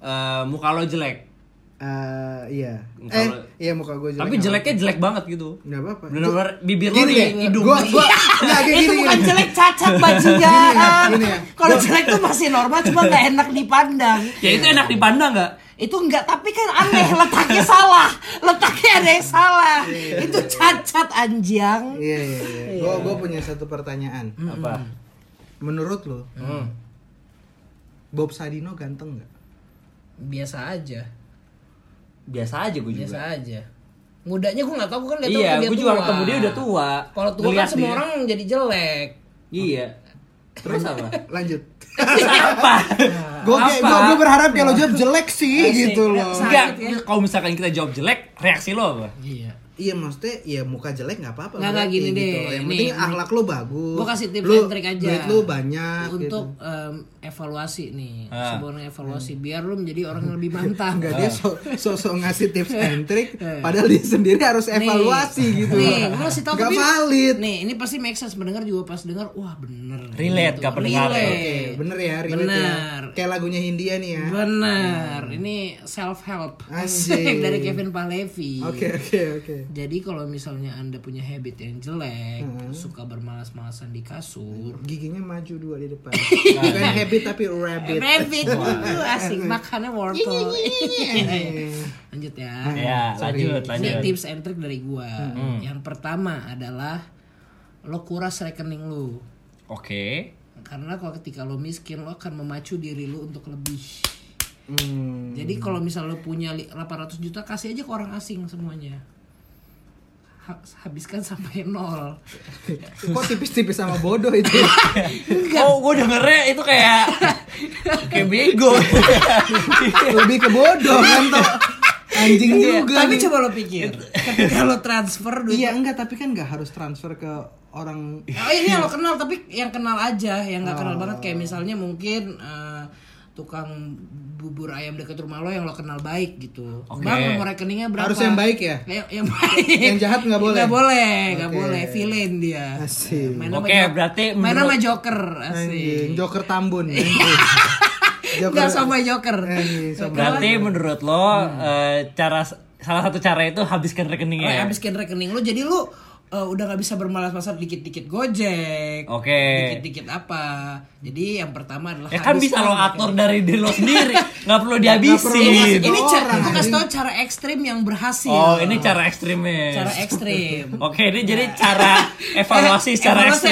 B: eh, muka lo jelek.
C: Eh, iya. Eh,
B: Kalau-
C: iya muka gue jelek.
B: Tapi jeleknya jelek banget gitu.
C: Gak apa-apa.
B: Bener-bener bibir lo
C: Gini
B: di
C: deh,
B: hidung.
C: gua, gua, nggak, kayak
A: Iya. itu
C: gini,
A: bukan
C: gini.
A: jelek cacat bajingan
C: Gini ya,
A: kalau jelek tuh masih normal cuma nggak enak dipandang
B: Ya itu enak dipandang nggak?
A: itu enggak tapi kan aneh letaknya salah letaknya ada yang salah itu cacat anjang
C: Iya, iya, iya. Gue gua punya satu pertanyaan.
A: Hmm.
B: Apa? Hmm.
C: Menurut lo, Bob Sadino ganteng nggak?
A: biasa aja
B: Biasa aja gue juga.
A: biasa aja mudanya gue nggak tahu gue kan lihat
B: Iya, gue juga ketemu dia udah tua.
A: kalau tua kan
B: Ngeliat
A: semua
B: dia.
A: orang jadi jelek
B: Iya. Terus apa?
C: Lanjut.
B: apa?
A: ya. Ah,
C: Gue
B: Apa?
C: gue berharap kalau
A: Iya.
C: jawab jelek sih gitu loh.
A: Sakit
B: Enggak,
A: ya.
B: kalau misalkan kita jawab jelek, reaksi lo apa?
A: iya
C: Iya maksudnya ya muka jelek nggak apa-apa.
A: Nggak, nggak,
C: berarti gitu.
A: gini deh.
C: Yang
A: Nih,
C: penting akhlak lo bagus.
A: Gua kasih tips
C: Lu-
A: and trick aja.
C: Duit lo banyak.
A: untuk
C: gitu.
A: em, evaluasi nih
B: Ah.
A: sebenarnya evaluasi biar lu menjadi orang yang lebih mantap
C: Enggak dia so- so-so ngasih tips and trick padahal dia sendiri harus evaluasi
A: Eh.
C: gitu.
A: Nih, gua kasih tau
C: Nggak
A: tapi-
C: valid.
A: Nih, ini pasti make sense pendengar juga pas dengar, wah bener.
B: Relate, gak pendengar ya.
A: Relate.
C: Oke, bener ya, relate
A: Iya. Bener.
C: ya. Kayak lagunya Hindia nih ya.
A: Bener. Ini self help.
C: Anjing.
A: dari Kevin Palevi.
C: Oke, oke, oke.
A: Jadi kalau misalnya Anda punya habit yang jelek,
C: Mm-hmm.
A: suka bermalas-malasan di kasur,
C: Giginya maju dua di depan. Bukan habit tapi rabbit.
A: rabbit itu asik makannya wortel.
C: Iya.
A: Lanjut ya.
B: Ya, lanjut,
A: Ini
B: lanjut.
A: tips and trick dari gua. Yang pertama adalah lo kuras rekening lu.
B: Oke.
A: Karena kalau ketika lo miskin lo akan memacu diri lo untuk lebih.
C: Hmm.
A: Jadi kalau misal lo punya li- 800 juta kasih aja ke orang asing semuanya. Ha- habiskan sampai nol.
C: Kok tipis-tipis sama bodoh itu?
B: Oh, gue dengernya itu kayak kayak bego.
C: Lebih ke bodoh kan toh. Anjing juga.
A: Iya. Tapi
C: nih.
A: coba lo pikir, ketika lo transfer duit
C: Iya enggak tapi kan nggak harus transfer ke orang
A: Oh ini yang lo kenal tapi yang kenal aja, yang nggak
C: Oh.
A: kenal banget kayak misalnya mungkin eh, tukang bubur ayam dekat rumah lo yang lo kenal baik gitu. Bang nomor rekeningnya berapa?
C: harus yang baik ya.
A: Yang, yang baik.
C: Yang jahat nggak boleh?
A: Nggak boleh, nggak
C: Oke.
A: boleh. Villain dia.
C: Asik.
A: Main sama
B: Oke,
A: Jo-
B: berarti
A: Main
B: menurut-
A: sama Joker, asik.
C: Anjing, Joker Tambun. anjing.
A: Iya. Nggak sama Joker.
C: Anjing, sama-
B: Berarti menurut lo
A: Hmm.
B: eh, cara salah satu cara itu habiskan ya?
A: Lo
B: rekeningnya.
A: habiskan rekening lo jadi lo eh, udah nggak bisa bermalas-malasan dikit-dikit gojek.
B: Oke.
A: Dikit-dikit apa. Jadi yang pertama adalah
B: Ya kan bisa
A: habiskan
B: lo
A: rekening.
B: atur dari diri lo sendiri, nggak perlu
A: ini,
B: dihabisin.
A: ini cara
C: Orang.
A: gue kasih tau cara ekstrim yang berhasil
B: Oh, ini cara ekstrimnya.
A: cara ekstrim
B: Hmm. Oke, ini jadi cara evaluasi
A: Eh,
B: secara
A: Evaluasi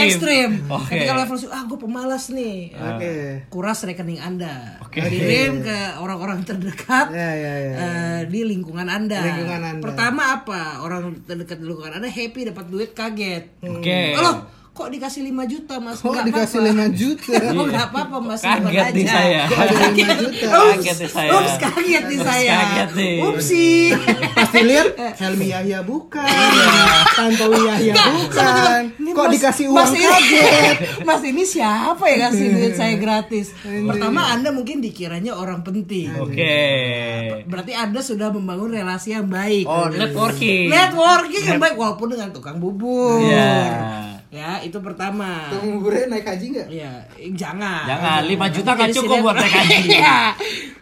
A: ekstrim.
B: ekstrim. Oke.
A: ketika lo evaluasi ah gue pemalas nih
C: Oke.
A: kuras rekening anda
B: Oke.
A: kirim ke orang-orang terdekat
C: Ya, ya, ya, ya.
A: eh, di lingkungan anda.
C: Lingkungan Anda.
A: pertama apa orang terdekat di lingkungan anda happy dapat duit kaget
B: Oke.
A: Oh, loh, kok dikasih 5 juta mas
C: Kok
A: Nggak
C: dikasih
A: apa-apa.
C: 5 juta?
A: Oh nggak apa-apa mas
B: Iya. Kaget
A: simpen
B: nih
A: aja.
B: saya. Kok
C: ada lima
A: Kaget.
C: juta?
A: Ups,
B: Kaget nih saya.
A: Ups kaget nih saya
B: kaget nih.
A: Upsi
C: Pasti lihat Helmi Yahya bukan, Tantowi Yahya bukan. Kok dikasih uang
A: Mas ini-
C: kaget?
A: Mas ini siapa ya kasih duit saya gratis
C: Iya.
A: Pertama anda mungkin dikiranya orang penting
B: Oke.
A: Berarti anda sudah membangun relasi yang baik
B: Oh,
C: iya.
B: networking.
A: Networking yang baik walaupun dengan tukang bubur
B: Iya.
A: Ya itu pertama
C: Tunggu buburnya naik haji nggak?
A: Iya, eh, jangan.
B: Jangan, 5 juta nggak
A: Jadi
B: cukup
A: sini-
B: buat naik haji.
A: Iya.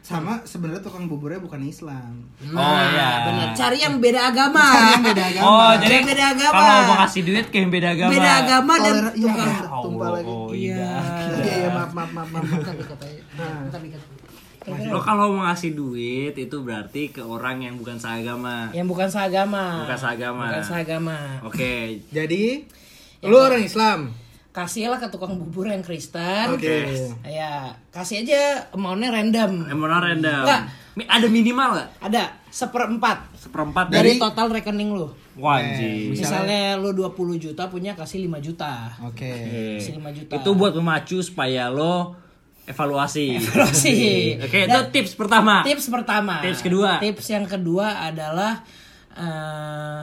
C: Sama sebenarnya tukang buburnya bukan Islam.
B: Oh, iya.
A: Nah, benar. Cari yang beda agama.
C: Ah. Yang beda agama.
B: Oh, jadi
A: Yang beda agama.
B: kalau mau kasih duit ke yang beda agama.
A: Beda
B: Oh,
A: agama dan
C: Toleran- iya,
A: tukang.
C: bener, tumpah
B: Allah,
C: lagi.
B: oh,
A: Iya.
B: iya.
C: Iya, iya, maaf, maaf, maaf, maaf.
A: Ntar dikatain. Ntar dikatain.
B: iya. Lo kalau mau ngasih duit itu berarti ke orang yang bukan seagama.
A: Yang bukan seagama.
B: Bukan seagama.
A: Bukan seagama.
B: Oke.
C: Jadi, lu orang Islam.
A: kasihlah ke tukang bubur yang Kristen
C: Oke.
A: ya kasih aja amountnya random
B: Emang random.
A: Enggak.
B: Mi- Ada minimal nggak?
A: ada seperempat
B: Seperempat
A: dari,
B: dari
A: total rekening lu
B: wajib.
A: misalnya, lu 20 juta punya kasih 5 juta
C: Oke.
A: kasih 5 juta
B: Hmm. Itu buat memacu supaya lo evaluasi. Iya.
A: Evaluasi.
B: Oke, itu tips pertama.
A: tips pertama
B: Tips kedua.
A: tips yang kedua adalah eh,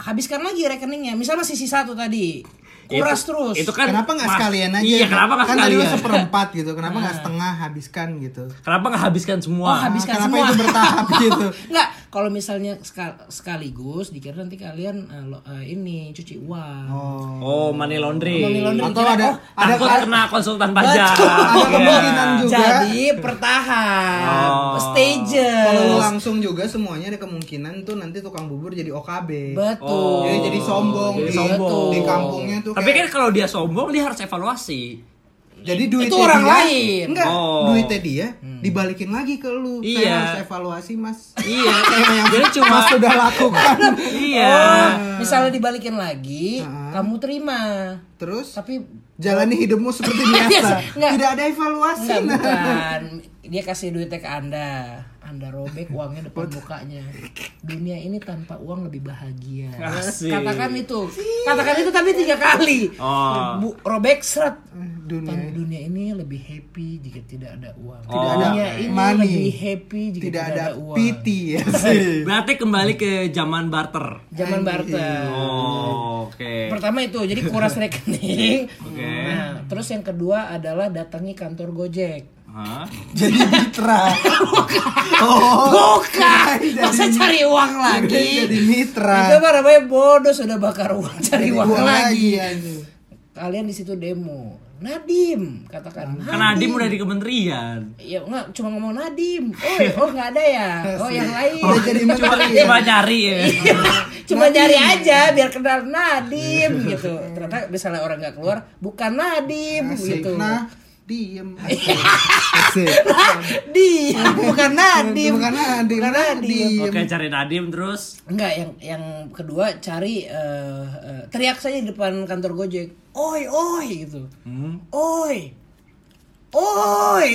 A: habiskan lagi rekeningnya misal masih sisa satu tadi kuras
B: Itu-
A: terus Oh,
B: Itu kan
C: kenapa nggak
B: mas-
C: sekalian aja?
B: Iya, kenapa nggak
C: kan tadi
B: sekalian? Nah.
C: lu seperempat gitu. Kenapa nggak setengah habiskan gitu?
B: Kenapa nggak habiskan semua?
A: Oh, habis- Habiskan
C: kenapa
A: semua.
C: itu bertahap gitu?
A: Nggak, kalau misalnya sekal- sekaligus dikira nanti kalian eh, lo- eh, ini cuci uang
C: Oh.
B: Oh, money laundering.
A: Money laundering.
C: Atau
A: Kira-
C: ada
A: oh,
C: ada kan
B: Takut kena konsultan pajak.
A: Betul.
C: Ada
B: Iya.
C: kemungkinan juga.
A: Jadi pertahan,
B: Oh.
C: Kalau lu
A: stages.
C: langsung juga semuanya ada kemungkinan tuh nanti tukang bubur jadi OKB.
A: Betul.
C: Jadi jadi sombong,
B: Oh. Jadi
C: di,
B: sombong.
C: di kampungnya tuh.
B: Tapi kan
C: kayak-
B: kalau dia sombong dia harus evaluasi.
C: jadi duitnya
A: orang
C: dia,
A: lain. Hmm.
C: Enggak,
B: Oh.
C: duitnya dia dibalikin lagi ke lu. Saya
B: Iya.
C: harus evaluasi, Mas.
B: Iya.
C: Saya yang
B: Jadi cuma-
C: Mas sudah lakukan.
B: iya.
C: Oh.
A: Nah, Misalnya dibalikin lagi, kamu terima.
C: Terus
A: Tapi
C: jalani hidupmu seperti
A: Biasa,
C: biasa.
A: Iya enggak.
C: Tidak ada evaluasi.
A: enggak
C: nah.
A: bukan. Dia kasih duitnya ke Anda. Anda robek uangnya depan mukanya. Dunia ini tanpa uang lebih bahagia.
B: Asik.
A: Katakan itu. Katakan itu tapi tiga kali.
B: Oh.
A: Bu, robek seret.
C: Eh, Dunia
A: Tan- dunia ini lebih happy jika tidak ada uang.
B: Tidak ada
A: dunia ini
C: money.
A: lebih happy jika
C: tidak ada
A: uang.
C: piti ya sih.
B: Berarti kembali ke zaman barter.
A: Zaman barter.
B: Oh, oke.
A: Pertama itu, jadi kuras rekening. Nah, terus yang kedua adalah datangi kantor Gojek.
B: Hah?
C: Jadi mitra.
A: Bukan, masa cari uang lagi?
C: Oh. Jadi mitra.
A: Itu apa namanya bodoh sudah bakar uang cari uang
C: Gua
A: lagi.
C: anjing.
A: Kalian di situ demo. Nadim katakan.
C: Kan
B: Karena Adim udah di kementerian.
A: Ya enggak cuma ngomong Nadim. Oh, oh enggak ada ya. Oh yang lain.
C: Iya. Udah jadi
B: Cuma,
C: menteri.
B: cuma nyari ya.
A: Cuma nyari aja biar kenal
C: Iya.
A: Nadim gitu. Ternyata misalnya orang nggak keluar, bukan Nadim
C: Asik.
A: gitu.
C: Nah, diem. Asik.
A: Dia bukan Nadim.
C: Bukan nah, Nadim,
A: Bukan nah, Nadim.
C: Nadim.
B: Oke, cari Adim terus.
A: Enggak, yang yang kedua cari eh, eh, teriak saja di depan kantor Gojek. Oi, oi gitu.
B: Hmm,
A: Oi. Oi.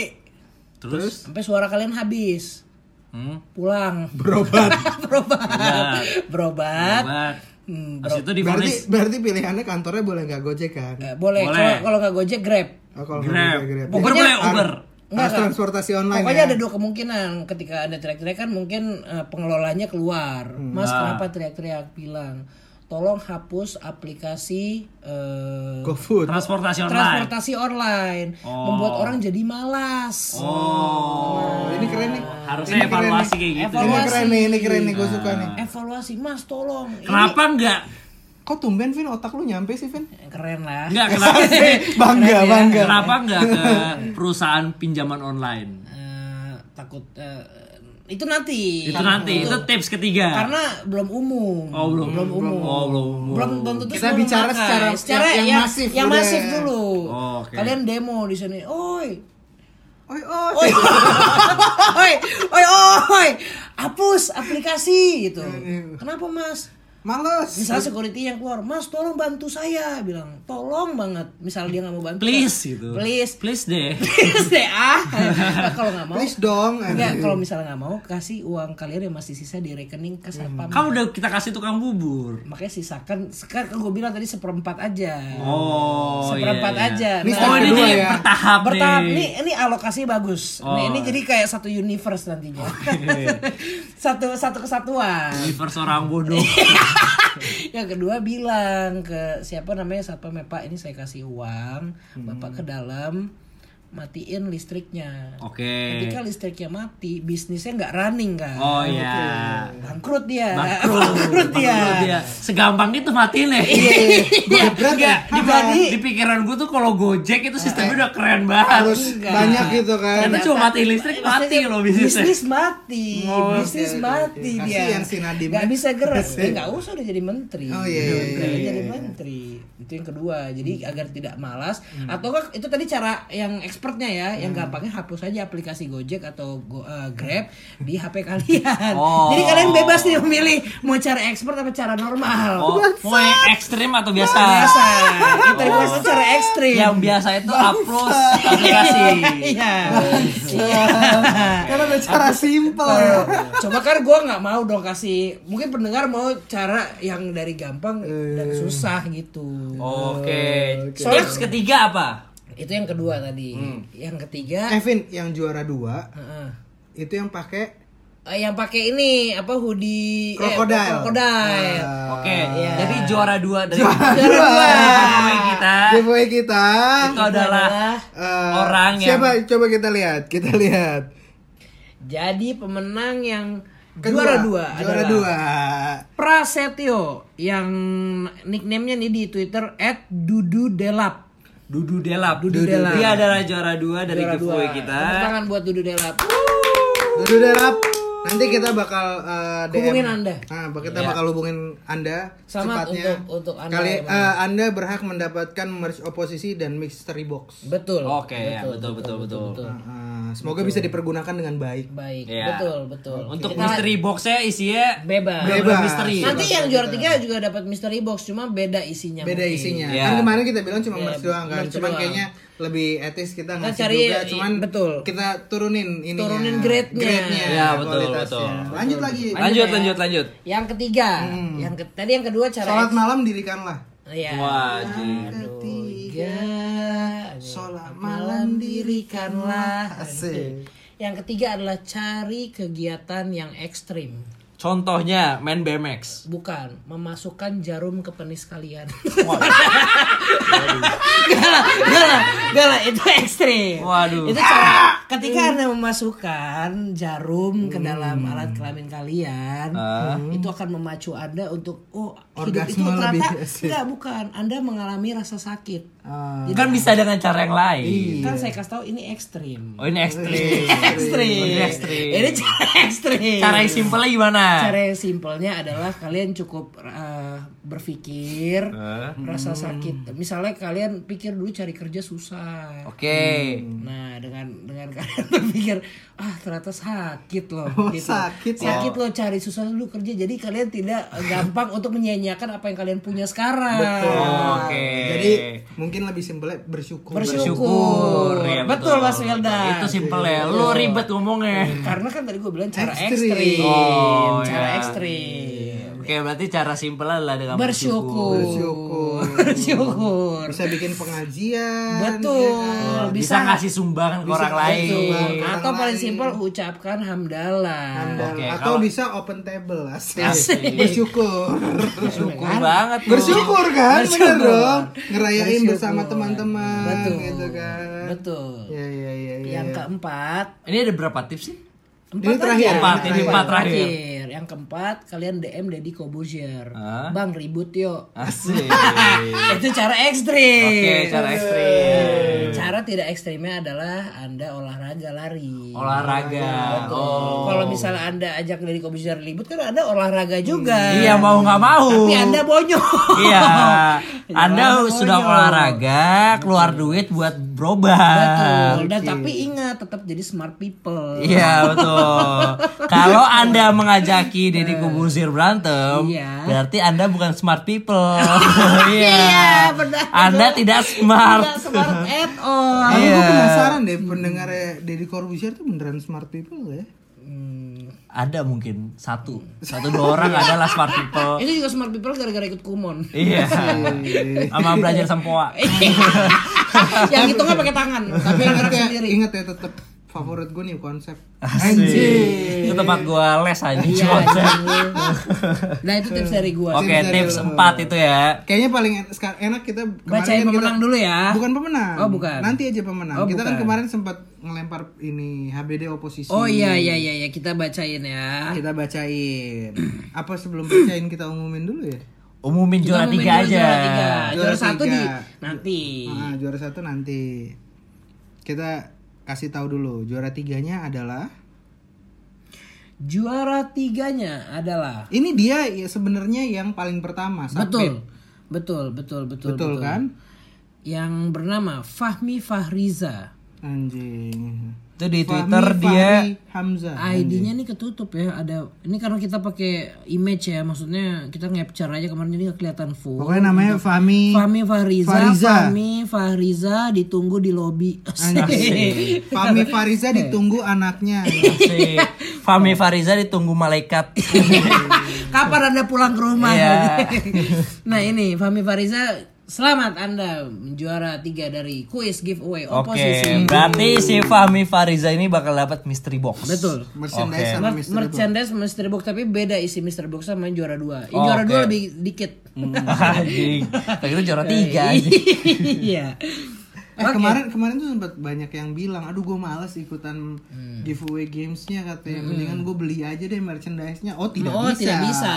B: Terus?
A: Sampai suara kalian habis.
B: Hmm.
A: Pulang. Berobat. Berobat. Berobat.
B: Obat.
A: Hmm,
B: Terus itu
C: Berarti
B: divonis
C: berarti pilihannya kantornya boleh nggak gojek kan?
A: eh, boleh.
B: Boleh.
A: Kalau kalau nggak Gojek, Grab.
C: Oh, kalau nggak
B: Grab.
C: boleh,
B: Uber
C: Grab.
A: Pokoknya-
B: boleh Uber.
A: Nggak,
C: Harus
A: nggak.
C: transportasi online
A: Pokoknya
C: ya.
A: ada dua kemungkinan ketika Anda teriak-teriak kan mungkin eh, pengelolanya keluar.
C: Hmm.
A: Mas
B: Nah.
A: kenapa teriak-teriak? Bilang, "Tolong hapus aplikasi eh,
C: GoFood.
B: Transportasi online.
A: transportasi online
B: Oh.
A: membuat orang jadi malas.
B: Oh.
C: Oh, ini keren nih.
B: Harusnya
C: Ini keren
B: evaluasi
C: nih.
B: kayak gitu. Iya.
A: Evaluasi.
C: Ini keren nih, ini keren nih, gue suka nih.
A: Evaluasi Mas tolong. Ini-
B: Kenapa enggak?
C: Kok tumben Vin otak lu nyampe sih Vin?
A: Keren lah.
B: Enggak kenapa?
C: Bangga, bangga.
B: ya. kenapa enggak ke perusahaan pinjaman online?
A: Eh, takut eh, itu nanti.
B: Itu nanti, itu tips ketiga.
A: Iya, karena belum umum.
B: oh, belum, belum
A: umum.
B: Oh, belum. umum.
A: belum belum tentu
C: Kita
A: semua
C: bicara
A: memakai.
C: secara-
A: secara
C: yang-
A: yang,
C: yang
A: yang
C: masif
A: masif,
C: udah.
A: dulu.
B: Oh, oke.
A: Kalian demo di sini. Oi.
C: Oi, oi.
A: Oi. oi. Oi, oi. Hapus aplikasi gitu. Kenapa, Mas?
C: Males.
A: Misalnya security yang keluar, Mas tolong bantu saya, bilang tolong banget. Misal dia nggak mau bantu,
B: Please
A: kan,
B: gitu.
A: please,
B: Please deh.
A: please deh ah. Nah, kalau nggak mau,
C: Please dong.
A: nggak kalau misalnya nggak mau kasih uang kalian yang masih sisa di rekening ke
C: Hmm.
A: satpam.
B: Kan udah kita kasih tukang bubur.
A: Makanya sisakan, sekarang gue bilang tadi seperempat aja.
B: Oh,
A: seperempat
B: iya, iya.
A: aja.
C: Ini
A: Nah,
B: Oh, ini
C: Kedua
B: jadi
C: ya.
B: bertahap,
A: bertahap
B: nih.
A: nih ini alokasi bagus. Ini-
B: Oh. iya,
A: ini jadi kayak satu universe nantinya. satu satu kesatuan.
B: Universe orang bodoh.
A: yang kedua bilang ke siapa namanya siapa mepa ini saya kasih uang
C: Hmm.
A: bapak ke dalam matiin listriknya
B: Oke.
A: ketika listriknya mati bisnisnya nggak running kan
B: Oh iya.
A: bangkrut dia dia,
B: Bangkrut. Bangkrut dia. Segampang itu matiin ya.
C: Iya. Berat ya?
B: Di, di pikiran gue tuh kalau Gojek itu sistemnya udah keren banget.
C: Harus banyak gitu kan.
B: Ternyata cuma mati listrik mati loh bisnisnya.
A: bisnis mati
C: Oh, oke,
A: bisnis
C: oke,
A: mati
C: oke.
A: dia
C: Kasihan si Nadiem. ya.
A: nggak bisa gerak Eh, nggak usah udah jadi menteri
C: Oh, iya, iya,
A: Udah
C: iya,
A: jadi
C: iya. Hmm.
A: menteri itu yang kedua jadi agar tidak malas atau nggak, itu tadi cara yang expertnya ya yang
C: Hmm.
A: gampangnya hapus aja aplikasi Gojek atau Go- eh, Grab di HP kalian
B: Oh.
A: jadi kalian bebas nih memilih mau cara expert apa cara normal
B: Oh, mau yang ekstrim atau biasa?
A: biasa kita gue secara ekstrim
B: Oh. Yang biasa itu upload aplikasi.
A: iya
C: Karena ada cara simpel.
A: coba kan gue nggak mau dong kasih mungkin pendengar mau cara yang dari gampang dan
B: Eh.
A: susah gitu
B: Oke.
A: Soalnya-
B: Tips ketiga apa?
A: itu yang kedua tadi
B: Hmm.
A: yang ketiga
C: Evin Eh, yang juara dua
A: heeh.
C: itu yang pakai
A: Eh, yang pakai ini apa hoodie eh,
C: Crocodile.
A: crocodile.
B: Iya,
C: Ah.
B: Oke.
A: Iya.
B: Jadi juara dua dari
A: Kedua.
B: giveaway kita
C: giveaway kita.
B: itu adalah
C: eh,
B: orang yang-
C: siapa coba kita lihat kita lihat
A: Jadi pemenang yang
C: Kedua,
A: juara dua
C: juara
A: adalah
C: dua
A: Prasetyo yang nicknamenya nih di Twitter @dududelap.
B: Dudu Delap.
A: Dudu Delap.
B: Dia adalah juara dua dari
A: Juara
B: giveaway
A: dua.
B: kita.
A: Tepuk tangan buat Dududelap.
C: Dudu Delap nanti kita bakal eh, DM
A: Hubungin Anda.
C: Nah, kita
B: Iya.
C: bakal hubungin Anda
A: Selamat
C: secepatnya.
A: untuk- untuk Anda
C: Kali
A: yang-
C: eh, Anda berhak mendapatkan merch oposisi dan mystery box.
A: Betul.
B: Oke, ya, betul betul betul.
C: Eh, semoga bisa dipergunakan dengan baik.
A: Baik.
B: Iya.
A: Betul, betul.
B: Untuk
A: Kita
B: misteri boxnya isinya
A: bebas.
C: Bebas.
B: misteri.
A: Nanti yang juara tiga juga dapat mystery box cuma beda isinya.
C: Beda
A: mungkin. ya.
C: isinya.
B: Iya.
C: Kan kemarin kita bilang cuma merch doang kan.
A: merch
C: Cuman
A: doang.
C: kayaknya lebih etis kita ngasih
A: cari,
C: juga cuman
A: i- betul.
C: kita turunin ini
A: Turunin grade-nya. Ya,
B: Iya, betul, betul.
C: Lanjut lagi.
B: Lanjut lanjut lanjut.
A: Yang ketiga,
C: Hmm.
A: yang ke- tadi yang kedua cara
C: Salat malam dirikanlah.
A: Iya.
B: Wajib.
A: Tiga.
C: Salat
A: Malam dirikanlah.
C: Asik.
A: Yang ketiga adalah cari kegiatan yang ekstrim.
B: Contohnya main BMX.
A: Bukan, memasukkan jarum ke penis kalian. Gak lah, gak lah, gak lah, itu ekstrim.
B: Waduh.
A: Itu cara ketika anda memasukkan jarum ke dalam alat kelamin kalian, Hmm. itu akan memacu anda untuk oh hidup itu
C: Orgasme
A: ternyata
C: lebih asik.
A: enggak bukan, anda mengalami rasa sakit.
C: Ah.
B: Kan bisa dengan cara yang lain.
A: Kan saya kasih tahu ini ekstrim.
B: Oh ini ekstrim.
A: Ekstrim.
B: Ini ekstrim.
A: Iya. Ini cara ekstrim.
B: Cara yang simpelnya gimana?
A: cara yang simpelnya adalah kalian cukup eh, berpikir rasa
C: Hmm.
A: sakit misalnya kalian pikir dulu cari kerja susah
B: Oke.
A: nah dengan dengan kalian berpikir ah ternyata sakit loh gitu.
C: sakit ya.
A: sakit loh cari susah dulu kerja jadi kalian tidak gampang untuk menyanyiakan apa yang kalian punya sekarang
B: Oke.
C: Jadi mungkin lebih simpelnya bersyukur.
A: bersyukur
B: Ya,
A: betul, mas Wildan Iya.
B: Itu simpel ya. Lu ribet ngomongnya.
A: karena kan tadi gue bilang cara
C: Ekstrim.
A: ekstrim,
B: Oh,
A: cara
B: ya.
A: ekstrim
B: Oke, berarti cara simpel adalah dengan
A: bersyukur
C: Bersyukur.
A: bersyukur
C: Bisa bikin pengajian. ya kan?
A: Betul.
B: bersyukur.
A: Bisa
B: Bisa ngasih sumbangan ke orang lain.
A: Betul.
C: Orang
A: Atau paling
C: lain.
A: simpel ucapkan hamdalah.
C: Dan-
B: Oke,
C: atau
B: kalau-
C: bisa open table asik.
A: Asik.
C: Bersyukur.
B: Bersyukur banget. lu.
C: bersyukur
B: Ah,
C: kan, bener
A: Bersyukur.
C: dong. Ngerayain
A: Bersyukur.
C: bersama teman-teman
A: Nah, Betul.
C: gitu kan.
B: Iya,
A: Betul.
C: Ya ya ya ya.
A: Yang keempat,
B: Ini ada berapa tips sih?
A: empat
C: Ini terakhir.
A: aja.
B: Empat, ini empat terakhir.
A: Yang keempat, kalian DM Deddy Kobuzier.
B: Hah?
A: Bang ribut yuk.
B: Asik.
A: Itu cara ekstrim.
B: Oke, cara ekstrim.
A: Cara tidak ekstrimnya adalah Anda olahraga lari. Gitu.
B: Olahraga. Oh.
A: Kalau misalnya Anda ajak Deddy Kobuzier ribut, kan Anda olahraga juga.
B: Iya mau nggak mau.
A: Tapi Anda bonyok.
B: Iya. Anda
A: Jangan
B: sudah
A: bonyok.
B: olahraga, keluar duit buat
A: Betul.
B: berobat.
A: Dan tapi ingat tetap jadi smart people.
B: Ah, Iya betul. Kalau Anda mengajaki Deddy Kubuzir berantem,
A: Iya.
B: berarti Anda bukan smart people.
A: Iya, benar.
B: Anda tidak
A: Tidak
B: smart.
A: smart at all.
C: Aku
B: Iya.
C: penasaran deh pendengar Deddy Corbuzier tuh beneran smart people nggak ya?
A: Hmm.
B: Ada mungkin satu, satu dua orang adalah smart people.
A: Itu juga smart people gara-gara ikut kumon.
B: Iya. Sama belajar sempoa.
A: yang hitungnya pakai tangan, tapi yang gerak
C: Ingat ya,
A: sendiri.
C: ingat ya tetap favorit gue nih konsep.
B: Anjing. Itu tempat gua les anjing.
A: Iya,
B: konsep.
A: anjing. Nah, itu tips dari gua.
B: Oke, tips 4 itu ya.
C: Kayaknya paling en- sekarang enak kita kemarin
A: Bacain
C: kan
A: pemenang
C: kita,
A: dulu ya.
C: Bukan pemenang.
A: Oh, bukan.
C: Nanti aja pemenang.
A: Oh,
C: kita kan
A: bukan.
C: kemarin sempat ngelempar ini HBD oposisi.
A: Oh iya iya iya iya, kita bacain ya.
C: Kita bacain. Apa sebelum bacain kita umumin dulu ya?
B: Umumin juara
A: Kita
B: tiga
A: main dulu
B: aja.
A: Juara tiga. Juara
C: Juara
A: satu
C: tiga.
A: di nanti.
C: Nah, juara satu nanti. Kita kasih tahu dulu. Juara tiganya adalah
A: Juara tiganya adalah
C: ini dia ya sebenarnya yang paling pertama. Sabit.
A: betul. Betul, betul, betul,
C: Betul kan?
A: Yang bernama Fahmi Fahriza.
C: Anjing.
E: Itu di
C: Fahmi
E: Twitter
C: Fahri
E: dia
C: Hamzah.
A: ID-nya nih ketutup ya ada ini karena kita pakai image ya maksudnya kita capture aja kemarin jadi nggak kelihatan full
C: Pokoknya namanya Fahmi.
A: Fahmi Fahriza,
C: Fahriza.
A: Fahmi Fahriza ditunggu di lobi
C: Anjing. Fahmi Fariza ditunggu anaknya.
E: si Fahmi Fariza ditunggu malaikat.
A: kapan anda pulang ke rumah
E: Iya.
A: nah ini Fahmi Fariza selamat anda juara tiga dari kuis giveaway
E: Oke,
A: oposisi
E: berarti si Fahmi Fariza ini bakal dapat mystery box.
A: betul
C: Merchandise sama
A: Mer-
C: Mr. Box.
A: merchandise mystery box tapi beda isi mystery box sama yang juara dua Yang
E: Oh,
A: juara
E: oke.
A: dua lebih dikit
B: Hmm.
E: Anjing. Tapi itu juara tiga anjing.
A: iya
C: Eh, kemarin kemarin tuh sempat banyak yang bilang, aduh gue males ikutan
A: Hmm.
C: giveaway gamesnya katanya, mendingan gue beli aja deh merchandise-nya. Oh tidak
A: oh
C: bisa.
A: tidak bisa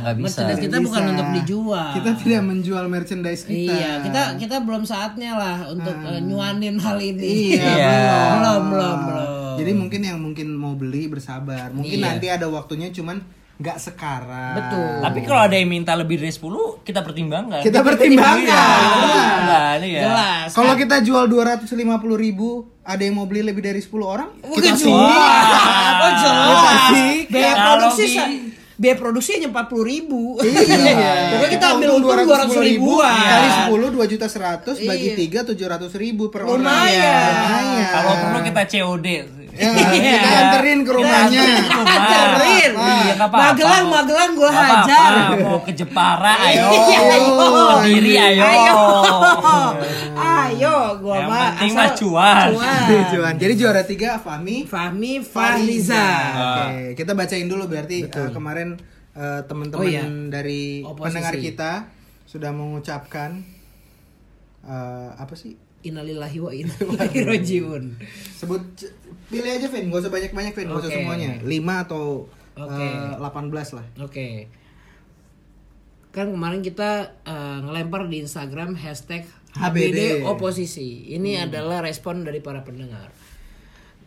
E: Nggak bisa.
A: merchandise kita
C: Tidak
A: bukan
C: bisa.
A: untuk dijual
C: Kita tidak menjual merchandise kita.
A: Iya, kita kita belum saatnya lah untuk eh, nyuanin hal ini.
C: Iya,
E: Iya.
A: belum, belum, belum. Iya.
C: Jadi mungkin yang mungkin mau beli bersabar. Mungkin nanti ada waktunya cuman nggak sekarang.
A: Betul.
E: Tapi kalau ada yang minta lebih dari 10, kita pertimbangkan.
C: Kita pertimbangkan.
E: Pertimbangkan, iya.
A: Jelas. Ah,
C: Kalau kita jual 250.000 ribu, ada yang mau beli lebih dari 10 orang?
A: Mungkin
C: Kita
A: jual.
E: Wah.
A: Oh, jelas. Biaya
E: Kalau
A: produksi
E: di-
A: sa- biaya produksi hanya 40 ribu.
C: Iya.
A: Pokoknya kita ambil untung 200
C: 210.000,
A: ribuan.
C: Kali 10 2 juta 100 bagi
A: Iya.
C: 3 700 ribu per orang.
A: Lumayan.
C: Lumayan.
E: Kalau perlu kita COD.
C: Ya, kita anterin ke rumahnya.
A: Anterin.
E: Iya, nggak apa-apa.
A: Magelang, Magelang gue
E: Nggak apa-apa,
A: hajar.
E: Mau ke Jepara, ayo.
A: Iya, ayo.
E: Kediri, ayo.
A: Ayo. Oh, Ayo, gue
E: Yang
A: mah
E: penting
A: asal
E: mah cuan.
A: cuan.
C: Tujuan. Jadi juara 3 Fahmi
A: Fahmi
C: Fariza.
A: Fariza. Ah.
C: Oke, kita bacain dulu berarti uh, kemarin uh, teman-teman
A: Oh, iya.
C: dari
A: Oposisi.
C: pendengar kita sudah mengucapkan uh, apa sih?
A: Innalillahi wa inna ilaihi rajiun.
C: Sebut c- pilih aja Vin, gak usah banyak-banyak Vin, gak usah
A: Oke.
C: semuanya. 5 atau
A: Oke.
C: uh, 18 lah.
A: Oke. Kan kemarin kita eh, ngelempar di Instagram hashtag HBD
C: HBD.
A: oposisi.
E: Hmm.
A: Ini adalah respon dari para pendengar.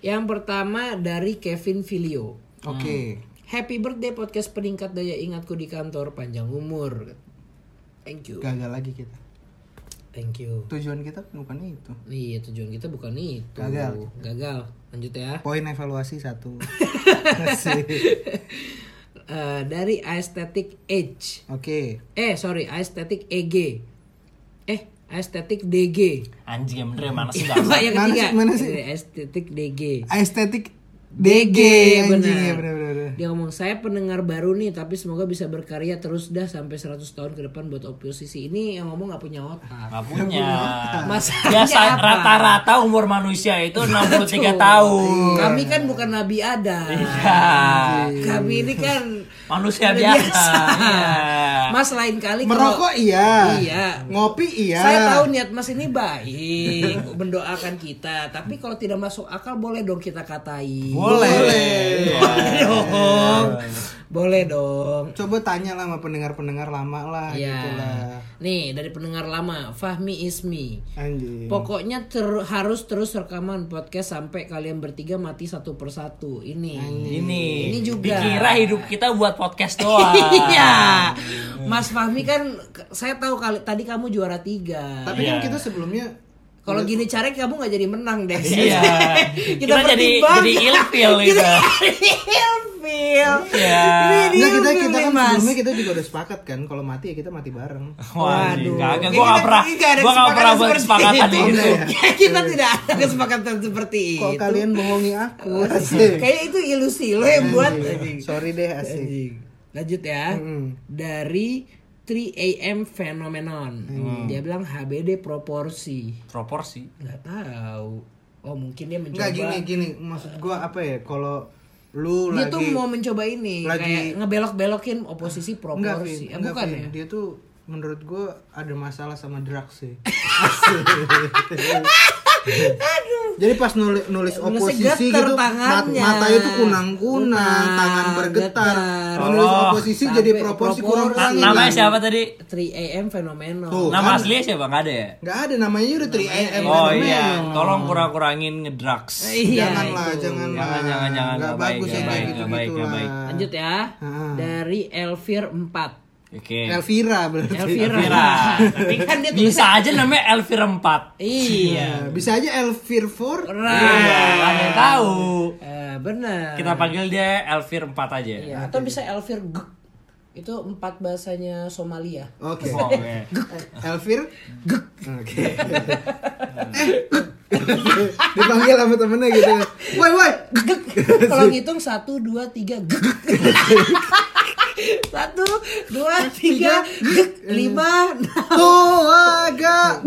A: Yang pertama dari Kevin Filio.
C: Oke.
A: Happy birthday podcast peningkat daya ingatku di kantor panjang umur. Thank you.
C: Gagal lagi kita.
A: Thank you.
C: Tujuan kita bukan itu.
A: Iya tujuan kita bukan itu.
C: Gagal.
A: Gagal. Lanjut ya.
C: Poin evaluasi satu.
A: Eh, dari Aesthetic Edge.
C: Oke.
A: Eh sorry, aesthetic EG. Eh, aesthetic DG.
E: Anjing yang bener yang mana sih?
A: Apa yang
C: Mana
A: ketiga?
C: sih, mana sih?
A: Eh, Aesthetic DG.
C: Aesthetic
A: DG,
C: DG
A: benar.
C: anjing ya benar-benar.
A: Dia ngomong saya pendengar baru nih tapi semoga bisa berkarya terus dah sampai 100 tahun ke depan buat oposisi. Ini yang ngomong nggak punya otak.
E: Gak punya.
A: Masalahnya
E: Biasa
A: apa?
E: rata-rata umur manusia itu 63 tahun.
A: Kami kan bukan Nabi Adam.
E: Iya.
A: Kami ini kan
E: Manusia
A: udah
E: biasa. Iya.
A: Mas lain kali kalau-
C: Merokok iya.
A: Iya.
C: Ngopi iya.
A: Saya tahu niat Mas ini baik, mendoakan kita. Tapi kalau tidak masuk akal boleh dong kita katain.
C: Boleh. Iya,
A: Boleh dong. Boleh dong.
C: Coba tanya lah sama pendengar-pendengar lama lah
A: Ya.
C: gitu lah.
A: Nih dari pendengar lama Fahmi Ismi.
C: Anjing.
A: Pokoknya ter- harus terus rekaman podcast sampai kalian bertiga mati satu persatu. Ini.
E: Ini,
A: Ini juga.
E: dikira hidup kita buat podcast doang.
A: Iya. Mas Fahmi kan saya tahu kali tadi kamu juara tiga.
C: Tapi kan kita sebelumnya
A: Kalau gini caranya kamu nggak jadi menang deh.
E: Iya. Kita
A: kita,
E: jadi
A: pertimbangkan.
E: jadi ilfil gitu.
A: Ilfil.
E: Iya.
A: Ini
C: Nggak, kita
A: ilfil
C: kita
A: nih,
C: kan
A: Mas.
C: sebelumnya kita juga udah sepakat kan kalau mati ya kita mati bareng.
E: Waduh, kagak gua
A: Ini
E: gak
A: kan-
E: pernah
A: ini nggak ada
E: gua gak pernah buat kesepakatan
A: seperti
E: gitu.
A: Ya, kita tidak ada kesepakatan seperti
C: Kok
A: Iya, itu.
C: kalian bohongi aku? Asik.
A: Kayaknya itu ilusi lo yang buat. Iya,
C: Sorry deh asik.
A: Lanjut ya. Dari 3 AM Phenomenon. Dia bilang HBD proporsi.
E: Proporsi.
A: nggak tahu oh mungkin dia mencoba
C: Enggak gini gini maksud gua apa ya kalau lu
A: dia
C: lagi
A: tuh mau mencoba ini
C: lagi-
A: kayak ngebelok-belokin oposisi
C: Enggak,
A: proporsi
C: Vin.
A: Eh,
C: Enggak,
A: bukan
C: Vin.
A: ya
C: Dia tuh menurut gue ada masalah sama drugs sih. Jadi pas nulis, nulis
A: Nulisnya
C: oposisi
A: geter
C: gitu, mat-
A: tangannya.
C: matanya tuh kunang-kunang,
A: Kunang,
C: tangan bergetar.
A: getar.
C: Kalau nulis oposisi
A: Sampai
C: jadi proporsi
A: proporsi.
C: kurang
E: Nah,
C: kurangin.
E: Oh. namanya siapa tadi?
A: 3 AM fenomenal
C: Tuh.
E: Nama
C: Kan-
E: aslinya siapa? Gak ada ya?
A: Eh,
C: Enggak ada namanya udah 3 AM.
E: Oh
C: namanya.
E: iya, tolong kurang-kurangin ngedrugs.
A: iya
C: Janganlah, janganlah.
E: Jangan, jangan, jangan.
C: Enggak
E: Nggak baik,
C: bagus ya
E: nggak
C: yang
E: baik,
C: kayak
E: nggak baik,
C: gitu-gitu
E: nggak
C: lah.
E: baik.
A: lanjut ya
C: Ah.
A: dari ya. Elvir 4
E: Oke.
C: Elvira berarti.
A: Elvira.
E: Elvira. Tapi kan dia bisa aja namanya Elvira 4.
A: Iya.
C: Nah, Bisa aja Elvir 4.
E: Iya, ada yang tahu.
A: Eh, benar.
E: Kita panggil dia Elvir 4 aja.
A: Iya, atau bisa Elvir Gek. Itu empat bahasanya Somalia.
C: Oke.
E: Oh, oke.
C: Elvir. Oke. Eh, Dipanggil sama temennya gitu. Woi, woi.
A: Gek. Kalau ngitung satu, dua, tiga, gek. satu, dua, tiga, gek.
C: Eh.
A: Lima, enam.
C: Tuh agak.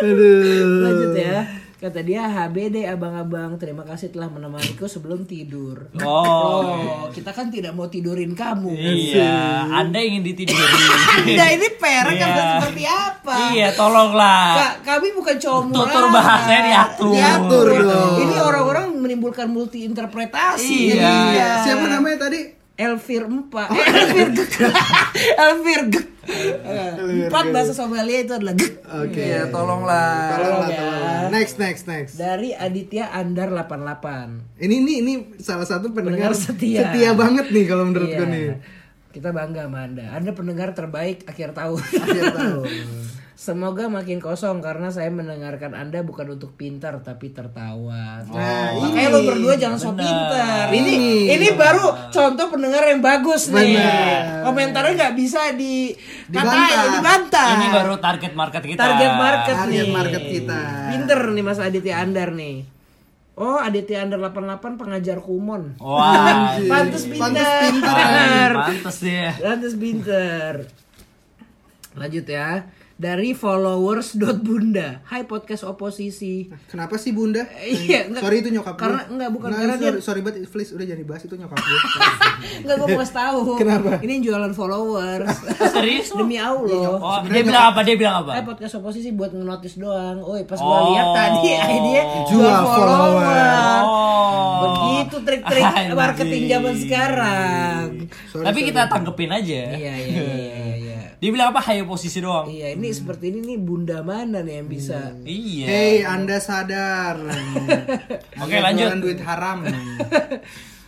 C: Aduh.
A: Lanjut ya. Kata dia HBD abang-abang terima kasih telah menemaniku sebelum tidur.
E: Oh.
A: kita kan tidak mau tidurin kamu.
E: Iya, Anda ingin ditidurin.
A: Anda ini parent
E: Iya.
A: atau seperti apa?
E: Iya, tolonglah.
A: Ka- kami bukan cowok
E: Tutur
A: murahan.
E: bahasanya diatur. Iya.
A: Diatur.
C: dong.
A: Ini orang-orang menimbulkan multi interpretasi. ya,
E: Iya.
C: Siapa namanya Oh, tadi?
A: Elvir empat. Eh, Elvir gek. Elvir gek. Eh, Empat bahasa Somalia itu adalah gek. Iya,
C: Oke.
E: tolonglah.
C: Tolonglah, tolonglah. Next, next, next.
A: Dari Aditya Andar 88.
C: Ini ini ini salah satu pendengar,
A: Pendengar setia. Iya.
C: banget nih kalau menurut gue nih.
A: Kita bangga sama Anda. Anda pendengar terbaik akhir tahun.
C: Akhir tahun.
A: Semoga makin kosong karena saya mendengarkan Anda bukan untuk pintar tapi tertawa.
C: Nah,
A: Makanya
C: ini.
A: lo berdua jangan sok pintar. Ini ini baru contoh pendengar yang bagus nih.
C: Iya. Benar.
A: Komentarnya nggak bisa di
C: Dibantah.
A: dibantah. dibantah.
E: Ini baru target market kita.
A: target market
C: Target
A: nih.
C: market kita.
A: Pinter nih Mas Aditya Andar nih. Oh, Aditya Andar 88 pengajar kumon.
E: Wah,
A: Pantes
C: Pantes
A: pinter.
E: pantes dia.
A: Lantas pinter. Lanjut ya. Dari followers bunda. Hai podcast oposisi.
C: Kenapa sih Bunda?
A: Iya, enggak.
C: Sorry itu nyokap gue.
A: Karena- enggak, bukan,
C: Nah,
A: karena
C: sorry,
A: dia-
C: sorry banget please udah jangan dibahas itu nyokap gue.
A: Enggak gue mau kasih tahu.
C: Kenapa?
A: Ini yang jualan followers.
E: Serius lu?
A: Demi Allah.
E: Oh, dia bilang apa? Dia bilang apa?
A: Hai podcast oposisi buat ngenotis doang. Oi, pas
E: Oh.
A: gua lihat tadi idea
C: Jual
A: jual
C: follower.
A: follower.
E: Oh.
A: Begitu trik-trik
E: Anjing.
A: marketing zaman sekarang.
C: Sorry,
E: Tapi kita tanggepin aja.
A: Iya, iya, iya, iya, iya.
E: Dia bilang apa? Hayo posisi doang.
A: Iya,
C: Hmm.
A: ini seperti ini nih bunda mana nih yang bisa
E: Iya.
C: Hey, Anda sadar.
E: Oke, lanjut.
C: Jualan duit haram.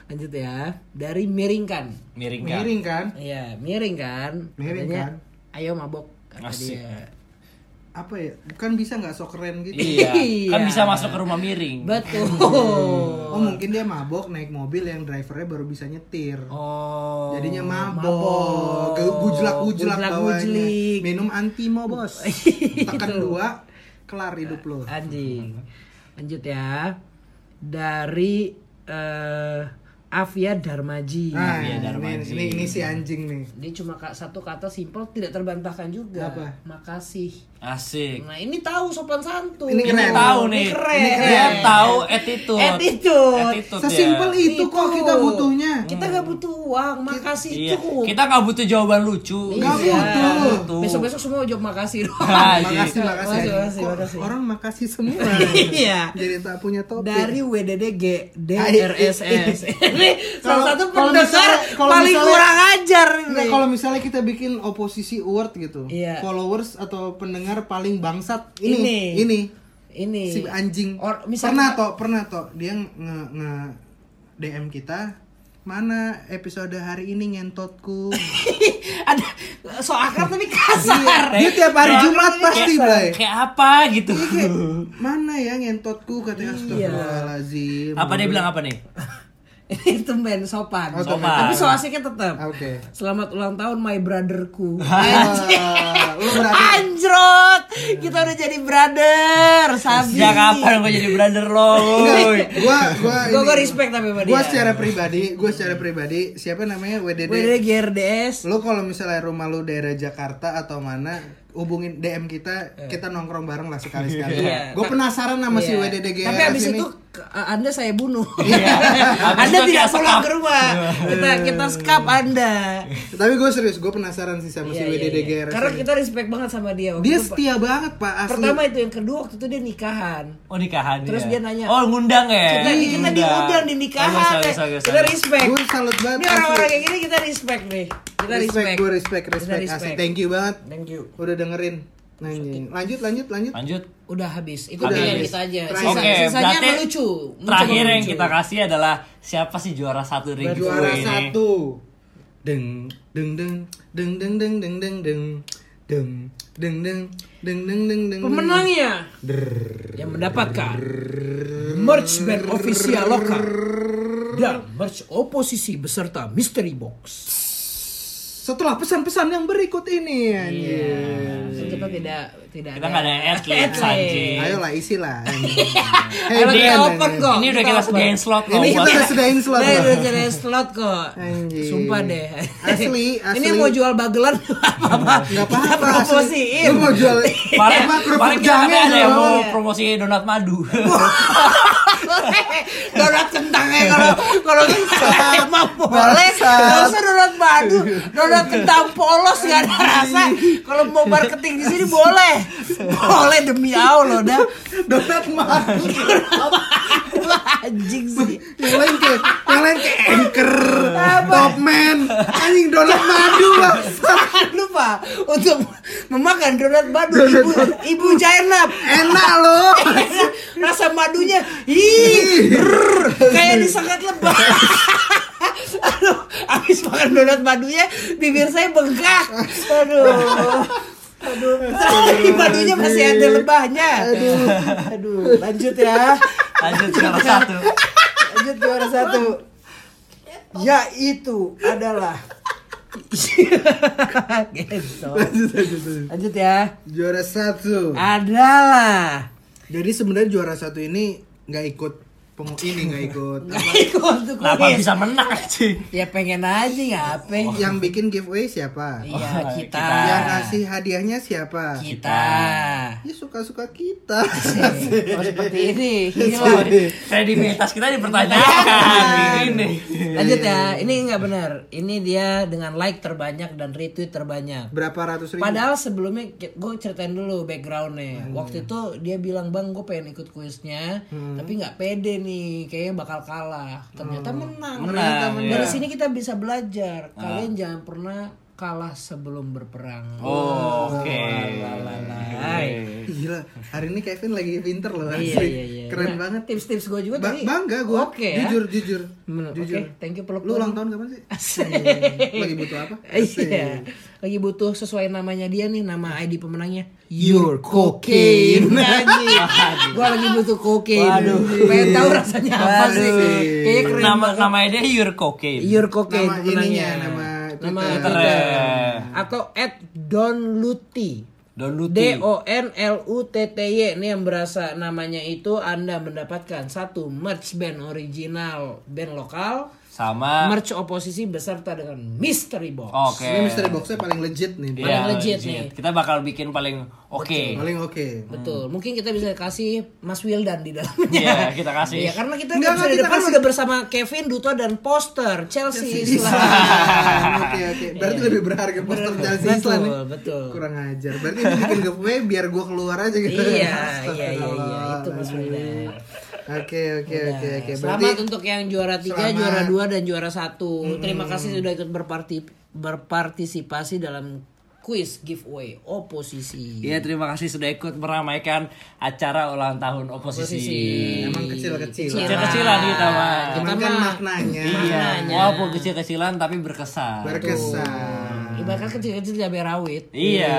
A: Lanjut ya. Dari miring kan.
E: Miring kan?
C: Miring kan?
A: Iya, miring kan.
C: Miring
A: Katanya,
C: kan?
A: Ayo mabok kata
E: Asik.
A: dia.
C: Apa ya? Bukan bisa nggak sok keren gitu.
E: Iya. Kan
A: Iya.
E: bisa masuk ke rumah
B: Hmm.
E: miring.
A: Betul.
C: Oh, mungkin dia mabok naik mobil yang drivernya baru bisa nyetir.
A: Oh.
C: Jadinya mabok, gujlak gujlak bawahnya.
A: Gujlak-gujlik. Iya.
C: Minum antimo bos. Tekan dua, kelar hidup lo.
A: Anjing. Lanjut ya. Dari eh Afia Darmaji.
C: Nah, ini,
A: iya,
C: ini, ini si anjing nih.
A: Dia cuma ka- satu kata simple tidak terbantahkan juga.
C: Apa?
A: Makasih.
E: Asik.
A: Nah, ini tahu sopan santun.
C: Ini
E: Ini
C: Keren. Iya.
E: tahu nih.
A: keren.
E: Dia tahu attitude.
A: Attitude.
E: dia.
C: Sesimpel itu kok kita butuhnya.
A: Kita nggak butuh uang, makasih
E: Iya.
A: cukup.
E: Kita nggak butuh jawaban lucu.
C: Nggak
A: Iya.
C: butuh.
E: Tuh.
A: Besok-besok semua jawab makasih doang.
E: Ah,
C: Makasih,
A: Iya.
C: makasih.
A: Makasih,
C: anjing.
A: makasih,
C: Kok
A: makasih.
C: Orang makasih semua.
A: Iya.
C: Jadi tak punya topik.
A: dari WDDG DRSS ini
C: Kalau-
A: salah satu
C: kalau
A: pendengar
C: misalnya- kalau
A: paling
C: misalnya-
A: kurang ajar ini
C: Nah, kalau misalnya kita bikin oposisi award gitu,
A: Iya.
C: followers atau pendengar paling bangsat
A: Ini.
C: ini, ini,
A: ini
C: si anjing.
A: Iya. Or-
C: pernah
A: misalnya-
C: toh, pernah toh dia nge, nge DM kita mana episode hari ini ngentotku.
A: ada so akrab tapi kasar Iya.
C: dia tiap hari Jumat pasti, Blay. Iya.
E: Kayak apa gitu.
C: Kayak, Mana ya
A: Iya.
C: ngentotku katanya astagfirullahalazim.
E: Apa dia bilang apa nih?
A: itu men sopan
C: Oh, Ah,
E: sopan.
A: tapi so asiknya tetap
C: Oke.
A: selamat ulang tahun my brotherku
C: Ah, lu berarti
A: anjrot kita udah jadi brother sabi
E: Sejak kapan gue jadi brother lo? woy?
C: Enggak, gua gua
A: gue
C: ini-
A: gue respect tapi sama
C: Gua
A: dia
C: secara pribadi, gua secara pribadi siapa namanya WDD.
A: WDDG RDS
C: Lu kalau misalnya rumah lu daerah Jakarta atau mana hubungin DM kita, kita nongkrong bareng lah
A: Eh.
C: sekali-sekali.
A: Iya.
C: Gua penasaran sama si
A: Iya.
C: WDD
A: Tapi abis
C: ini.
A: itu ke- Anda saya bunuh.
E: Iya. Abis
A: anda
E: itu
A: tidak
E: kita
A: pulang
E: skap.
A: ke rumah. Kita kita skap Anda.
C: Tapi gua serius, gua penasaran sih sama si
A: Iya,
C: WDD
A: iya, iya. Karena kita respect banget sama dia. Waktu
C: dia
A: itu,
C: setia banget, Pak, asli.
A: pertama itu yang kedua waktu itu dia nikahan.
E: Oh nikahan
A: Terus dia nanya,
E: Oh ngundang ya?
A: Kita, kita
E: Ngundang.
A: diundang di
E: Oh,
A: nikahan.
E: sorry,
A: eh.
E: sorry,
A: kita
E: sorry.
A: respect.
C: Gua salut banget.
A: Ini orang-orang
C: asli.
A: kayak gini kita respect nih. Kita respect.
C: respect, gua respect, respect,
A: Kita
C: asli.
A: respect.
C: Thank you banget
A: Thank you.
C: udah dengerin. Anjing. Lanjut, lanjut, lanjut.
E: Lanjut.
A: Udah habis. Itu
C: Udah
A: pilihan
C: habis.
A: kita aja.
C: Terakhir.
A: Sisa,
E: Oke,
A: sisanya
E: berarti
A: melucu. kan-
E: Terakhir yang kita kasih adalah siapa sih juara satu ring
C: Juara
E: ini?
C: satu. deng deng deng deng deng deng deng deng deng deng deng deng deng deng deng deng
A: Pemenangnya yang mendapatkan merch band official lokal dan merch oposisi beserta mystery box.
C: setelah pesan-pesan yang berikut ini
E: Iya.
F: kita tidak tidak
E: Kita nggak ada atlet anjing.
C: ayolah isilah
A: Ayo
C: Hey,
A: kita
C: Ben,
A: open
C: Ben.
A: kok.
E: Ini udah kita sediain slot loh.
C: ini kita
E: buat-
C: udah sedain slot
A: Nah,
C: loh.
A: udah jadi slot kok.
C: Anjing.
A: Sumpah deh.
C: Asli, asli.
A: Ini mau jual bagelan apa-apa. Kita
C: nggak apa-apa asli.
A: promosiin.
C: lu mau jual
A: Eh,
E: Paling,
C: apa, kerupuk
E: paling kita
C: jangan
E: ada yang
C: dong.
E: mau promosi donat madu.
A: donat kentang ya kalau kalau kentang mah boleh
C: Bangsat.
A: nggak usah donat madu donat kentang polos nggak ada rasa kalau mau marketing di sini boleh boleh demi allah dah
C: donat madu
A: anjing sih
C: yang lain kayak yang lain kayak anchor topman anjing donat madu bang
A: Jangan lupa untuk memakan donat madu ibu ibu Zainab
C: enak loh
A: rasa madunya ih rrrr, kayak disengat lebah aduh habis makan donat madunya bibir saya bengkak aduh aduh Tapi madunya masih ada lebahnya aduh aduh lanjut ya
E: Lanjut juara satu.
A: lanjut juara satu yaitu adalah Gitu. lanjut ya
C: juara satu
E: Ah.
A: adalah
C: jadi sebenarnya juara satu ini nggak ikut pengu ini nggak ikut
A: ikut
E: Kenapa
A: kuis.
E: bisa menang anjing?
A: ya pengen aja ngapain
C: yang bikin giveaway siapa
A: Iya Oh, kita.
C: yang kasih hadiahnya siapa
E: Iya.
A: Kita.
C: ya suka-suka kita
A: Oh, seperti ini. Iya. Hilang.
E: Kredibilitas kita dipertanyakan ini.
A: Lanjut ya. Ini nggak benar. Ini dia dengan like terbanyak dan retweet terbanyak.
C: berapa ratus ribu
A: Padahal sebelumnya gue ceritain dulu backgroundnya. Waktu itu dia bilang bang gue pengen ikut kuisnya, tapi nggak pede nih, kayaknya bakal kalah. Ternyata Hmm. menang. iya. Ah. Ternyata menang. Dari sini kita bisa belajar. Kalian jangan pernah kalah sebelum berperang.
E: Oh, Oke.
C: Eh, gila hari ini Kevin lagi pinter loh
A: Iya
C: asli.
A: iya iya. Nah,
C: keren banget
A: Tips-tips gue juga
C: Ba-
A: tadi.
C: bangga gue
A: Oke. ya.
C: jujur jujur
A: Hmm, Oke,
C: jujur
A: thank you peluk
C: lu ulang tahun kapan sih Iya, lagi butuh apa
A: Iya. Lagi butuh sesuai namanya dia nih, nama ID pemenangnya. Your cocaine. Gua lagi butuh cocaine. Waduh. Pengen tahu rasanya apa sih. Kayaknya keren.
E: Nama namanya dia Your Cocaine.
A: Your cocaine
C: Nama
A: pemenangnya.
C: ininya, nama
A: nama
C: Twitter.
A: Twitter. Atau at Don Luti.
E: Download
A: D O N L U T T Y ini yang berasa namanya itu Anda mendapatkan satu merch band original band lokal
E: sama
A: merch oposisi beserta dengan mystery box.
E: Oke.
C: ini mystery boxnya paling legit nih
E: Iya,
A: legit nih.
E: Kita bakal bikin paling oke.
C: paling oke
A: Betul. Mungkin kita bisa kasih Mas Wildan di dalamnya.
E: Hmm. Iya, kita kasih.
A: Iya, karena kita
C: Enggak,
A: episode
C: enggak, kita
A: depan
C: kasih.
A: udah bersama Kevin Duto dan poster Chelsea Islan.
C: oke oke berarti lebih berharga poster Chelsea Islan nih
A: Iya. betul, betul.
C: kurang ajar berarti ini bikin giveaway biar gua keluar aja gitu
A: iya, iya, iya, iya,
C: Astagfirullah.
A: itu Mas Wildan.
C: oke oke oke oke berarti
A: Nah, Selamat untuk yang juara 3,
C: Selamat. Hmm.
A: juara 2 dan juara 1. Terima kasih sudah ikut berparti berpartisipasi dalam kuis giveaway oposisi.
E: Iya, terima kasih sudah ikut meramaikan acara ulang tahun oposisi.
C: emang kecil-kecil
E: Kecil-kecilan kita, Mas.
A: Iya, Kita
C: cuman kan
A: mah
C: maknanya
E: Iya. Walaupun kecil-kecilan tapi berkesan.
C: berkesan
A: ibaratkan kecil-kecil cabai rawit.
E: iya.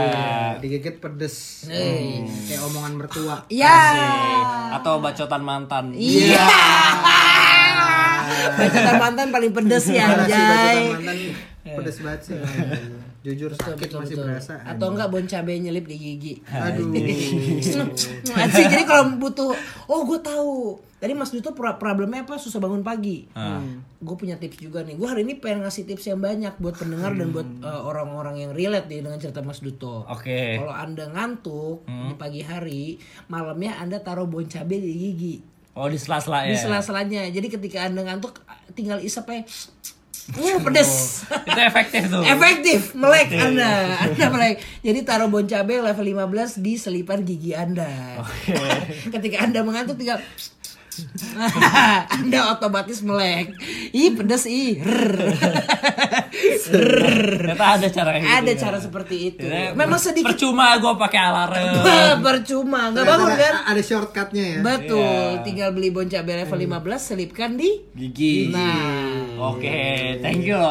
C: digigit pedes Hmm, kayak omongan mertua
A: Iya.
E: Atau bacotan mantan.
A: Iya. Bacotan mantan paling pedes ya,
C: Parah
A: anjay.
C: sih,
A: Iya.
C: bacotan mantan pedes banget sih jujur sakit masih berasa
A: Atau Nah, enggak bon cabai nyelip di gigi.
C: aduh
A: Anjing, jadi kalau butuh, oh gue tahu. Tadi Mas Duto pra- problemnya apa? Susah bangun pagi. Gue punya tips juga nih. Gue hari ini pengen ngasih tips yang banyak buat pendengar dan buat eh, orang-orang yang relate nih dengan cerita Mas Duto.
E: Oke.
A: Kalau anda ngantuk di pagi hari, malamnya anda taruh bon cabai di gigi.
E: Oh, di sela-sela ya.
A: Di sela-selanya. Jadi ketika anda ngantuk, tinggal isap aja. Uh, pedes.
E: Itu efektif tuh.
A: Efektif, melek Anda. Anda melek. Jadi taruh bon cabe level 15 di selipan gigi Anda. Ketika Anda mengantuk tinggal Anda otomatis melek. Ih, pedes ih. Rrrr. Rrrr.
E: Ternyata ada cara yang gitu
A: Ada
E: ya.
A: cara seperti itu.
E: Ternyata
A: Memang
E: Iya. per-
A: sedikit
E: Percuma gue pakai alarm.
A: percuma, nggak bangun
C: Ada-
A: kan? Nah.
C: ada
E: Iya.
C: shortcutnya ya
A: Betul, tinggal beli bon cabe level 15 selipkan di
E: Gigi.
A: Nah,
B: Oke, thank you loh.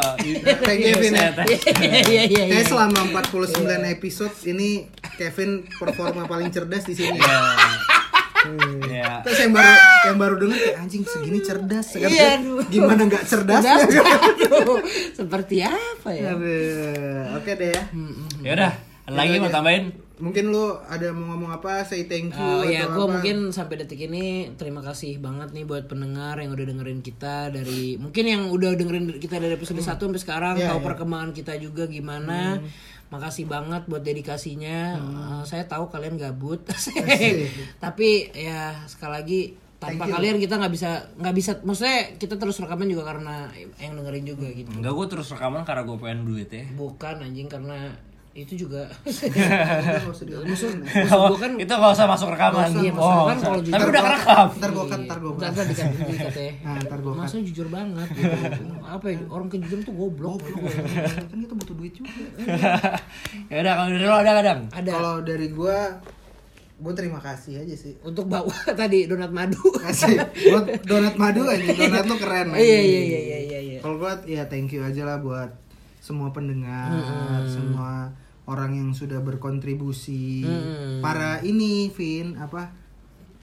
C: Thank you, Vin. ya.
A: Iya iya iya.
C: Kayak selama 49 episode ini Kevin performa paling cerdas di sini.
E: Iya.
B: Ya.
C: Terus yang baru yang baru denger kayak anjing segini cerdas. Sekarang
A: Iya, aduh.
C: gimana nggak cerdas?
A: Udah, aduh, Seperti apa ya?
C: Iya, Aduh, Oke deh ya.
B: Ya udah, ada lagi mau tambahin?
C: Mungkin lu ada mau ngomong apa? Say thank you
A: Oh ya,
C: atau
A: gue
C: apa?
A: mungkin sampai detik ini terima kasih banget nih buat pendengar yang udah dengerin kita dari mungkin yang udah dengerin kita dari episode 1 sampai sekarang tahu perkembangan kita juga gimana. Makasih banget buat dedikasinya. Eh, saya tahu kalian gabut, tapi ya sekali lagi tanpa kalian kita nggak bisa nggak bisa maksudnya kita terus rekaman juga karena yang dengerin juga gitu.
B: Enggak, gue terus rekaman karena gue pengen duit ya.
A: Bukan anjing karena itu juga
B: Oh, itu gak usah masuk rekaman. Oh,
A: kan kalau Iya.
B: tapi udah kerekam.
C: Ntar gue cut, ntar gue cut.
A: Ntar dikat- dikat ya.
C: Nah, ntar gue cut.
A: Masnya jujur banget gitu. Apa ya, orang kejujuran tuh goblok.
C: Kan kita butuh duit juga.
B: Ya udah, kalau dari lo ada kadang.
A: Ada
C: Kalau dari gue, gue terima kasih aja sih.
A: untuk bawa tadi donat madu.
C: Kasih. Buat donat madu aja, donat lu keren. aja.
A: Iya iya iya iya iya iya.
C: Kalau gue ya thank you aja lah buat semua pendengar, semua orang yang sudah berkontribusi, para ini, Vin apa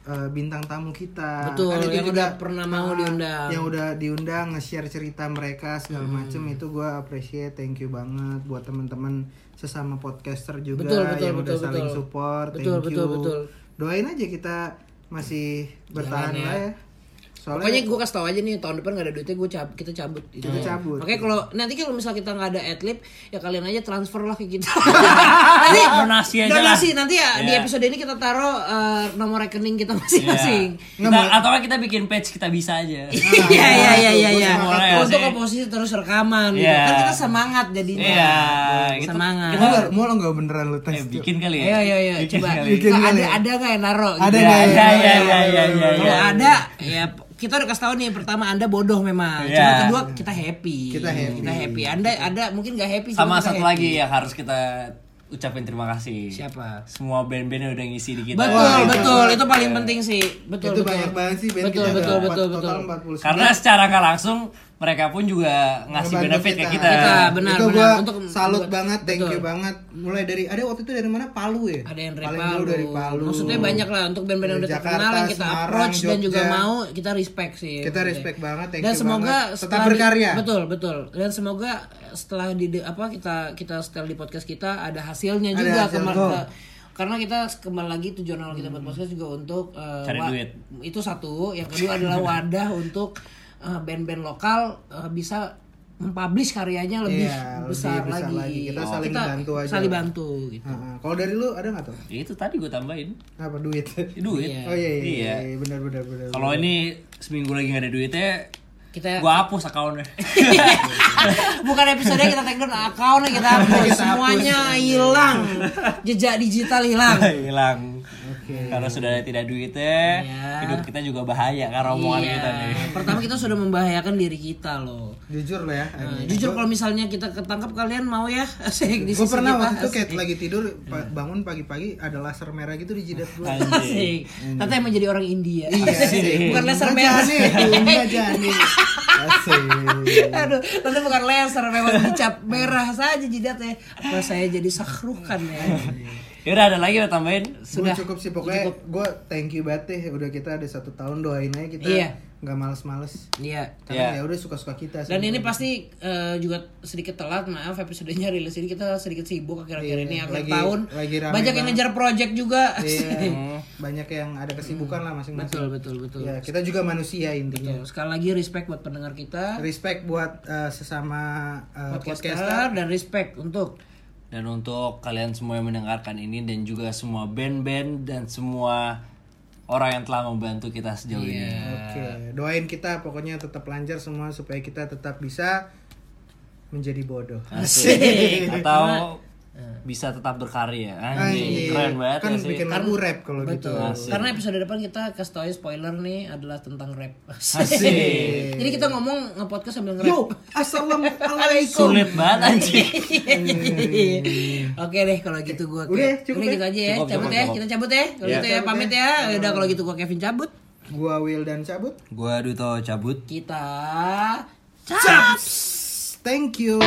C: eh, bintang tamu kita,
A: Betul,
C: Kan itu
A: yang
C: juga
A: udah pernah mau diundang.
C: yang udah diundang nge-share cerita mereka segala macem itu gue appreciate, thank you banget buat teman-teman sesama podcaster juga
A: Betul, betul,
C: yang udah
A: betul,
C: saling
A: betul.
C: support,
A: Betul,
C: thank
A: betul,
C: you.
A: betul.
C: Doain aja kita masih bertahan
A: Jalan ya.
C: lah ya. Soalnya
A: Pokoknya gue kasih tau aja nih tahun depan gak ada duitnya gue cabut kita cabut. Gitu.
C: Kita cabut.
A: Makanya kalau nanti kalau misal kita nggak ada adlib ya kalian aja transfer lah ke kita. nanti
B: Donasi aja lah.
A: donasi nanti ya di
B: Iya.
A: episode ini kita taruh eh, nomor rekening kita masing-masing.
B: Kita, atau kita bikin page kita bisa
A: Iya
B: aja.
A: iya iya iya iya.
B: Boleh ya,
A: Untuk
B: sih.
A: oposisi terus rekaman gitu.
B: Iya.
A: Kan kita semangat jadinya.
B: Iya, gitu.
A: Semangat.
C: Mau nggak- mau lo nggak beneran lo tes
B: Eh,
C: Jo?
B: bikin kali ya.
A: Ayo ayo ayo
B: Bikin
A: coba.
B: kali.
C: Bikin
A: Kak,
C: kali.
A: ada ada nggak yang naro?
C: Ada
A: gitu?
B: Ya,
C: nggak
B: ya, ya, ya, ya, ya,
A: Kalau
B: ya.
A: ada ya kita udah kasih tahu nih pertama Anda bodoh memang. Cuma
B: Iya.
A: kedua kita happy.
C: Kita happy.
A: Kita happy. Anda ada mungkin nggak happy cuma
B: Sama
A: kita
B: satu
A: happy.
B: lagi yang harus kita ucapin terima kasih.
A: Siapa?
B: Semua band-band yang udah ngisi di kita. gitu.
A: Betul
C: Wah, itu-
A: betul itu paling penting sih. Betul
C: itu
A: betul.
C: banyak banget sih band
A: Betul
C: kita
A: betul
C: ada
A: betul
C: empat-
A: betul.
C: total 49
B: Karena secara nggak langsung mereka pun juga ngasih
C: Ngebantu
B: benefit ke kita.
A: Kita, Iya. benar,
C: itu
A: benar.
C: gua
A: Untuk-
C: salut
A: buat-
C: banget thank
A: betul.
C: you banget mulai dari ada waktu itu dari mana Palu ya
A: Ada yang dari
C: Paling
A: Palu.
C: dulu dari Palu
A: Maksudnya banyak lah untuk band-band yang
C: Dari
A: udah
C: Jakarta,
A: terkenal yang kita
C: Semarang,
A: approach dan juga
C: Jogja.
A: mau kita respect sih.
C: kita
A: Maksudnya.
C: respect banget thank
A: dan
C: you
A: semoga
C: banget. tetap
A: setelah di-
C: berkarya
A: betul betul dan semoga setelah di di- apa kita kita setel di podcast kita ada hasilnya
C: Ada
A: juga
C: hasil,
A: kemar-
C: betul. Hmm.
A: ke- karena kita kembali lagi tujuan awal kita buat podcast juga untuk eh,
B: Cari
A: wa-
B: duit.
A: itu satu yang kedua adalah wadah untuk eh, band-band lokal eh, bisa mempublish karyanya lebih,
C: Iya, lebih
A: besar,
C: besar
A: lagi. Oh.
C: lagi. Kita saling bantu aja.
A: saling bantu gitu.
C: Heeh. kalau dari lu ada nggak tuh
B: Ya, itu tadi gue tambahin.
C: apa duit
B: Duit.
C: oh iya iya,
B: Iya.
C: iya, iya benar benar benar
B: Kalau ini seminggu lagi nggak ada duitnya,
A: kita
B: gue hapus akunnya.
A: bukan episode kita take down akunnya kita hapus semuanya hilang jejak digital hilang
B: Hilang. Kalau sudah tidak duitnya,
A: Iya.
B: hidup kita juga bahaya karena omongan
A: Iya.
B: kita nih.
A: Pertama kita sudah membahayakan diri kita loh.
C: jujur lah ya
A: Nah, jujur kalau misalnya kita ketangkap kalian mau ya asik di
C: gue
A: sisi Iya.
C: pernah
A: kita.
C: waktu itu kayak
A: asik.
C: lagi tidur pa- bangun pagi-pagi ada laser merah gitu di jidat gue
A: Asik. Tante emang jadi orang India.
C: Iya, Asik.
A: bukan laser
C: Bunda
A: merah.
C: Jani, Bunda Jani. Asik.
A: Aduh, tante bukan laser memang dicap merah saja jidatnya. Apa saya jadi sakrukan ya?
C: Iya.
B: Yaudah ada lagi mau tambahin?
A: Sudah.
C: Gua cukup sih pokoknya
A: Cukup.
C: gue thank you banget deh udah kita ada satu tahun doain aja kita
A: Iya.
C: nggak males-males
A: Iya.
C: karena
B: Iya.
C: ya udah suka-suka kita
A: Dan ini
C: sebenarnya.
A: pasti eh, juga sedikit telat, maaf episodenya rilis ini kita sedikit sibuk akhir-akhir
C: Iya,
A: ini akhir
C: lagi-
A: tahun.
C: lagi rame
A: banyak yang
C: banget.
A: ngejar project juga.
C: Iya,
A: Asik.
C: banyak yang ada kesibukan lah masing-masing
A: Betul, betul, betul.
C: ya kita juga manusia intinya
A: Betul. Sekali lagi respect buat pendengar kita,
C: respect buat eh, sesama eh,
A: podcaster,
C: podcaster
A: dan respect untuk
B: Dan untuk kalian semua yang mendengarkan ini dan juga semua band-band dan semua orang yang telah membantu kita sejauh ini.
A: Iya.
C: Oke,
B: Nah.
C: doain kita pokoknya tetap lancar semua supaya kita tetap bisa menjadi bodoh.
B: Asik. Atau bisa tetap berkarya. Anjing, keren banget
C: kan
B: ya sih.
C: bikin lagu rap kalau gitu.
B: Asik.
A: karena episode depan kita kasih tau ya spoiler nih adalah tentang rap.
B: Asik.
A: Jadi kita ngomong nge-podcast sambil
C: Yo,
A: nge-rap.
C: assalamualaikum.
B: Sulit banget anjing.
A: Oke deh kalau gitu gua
C: Udah ya, cukup ya?
A: gitu aja ya.
B: Cukup,
A: cabut
B: cukup,
A: ya,
B: cukup.
A: kita cabut ya. Kalau
B: Iya.
A: gitu ya pamit ya. Udah kalau gitu gua Kevin cabut.
C: Gua Will dan cabut.
B: Gua Duto cabut.
A: Kita
C: Caps. Thank you.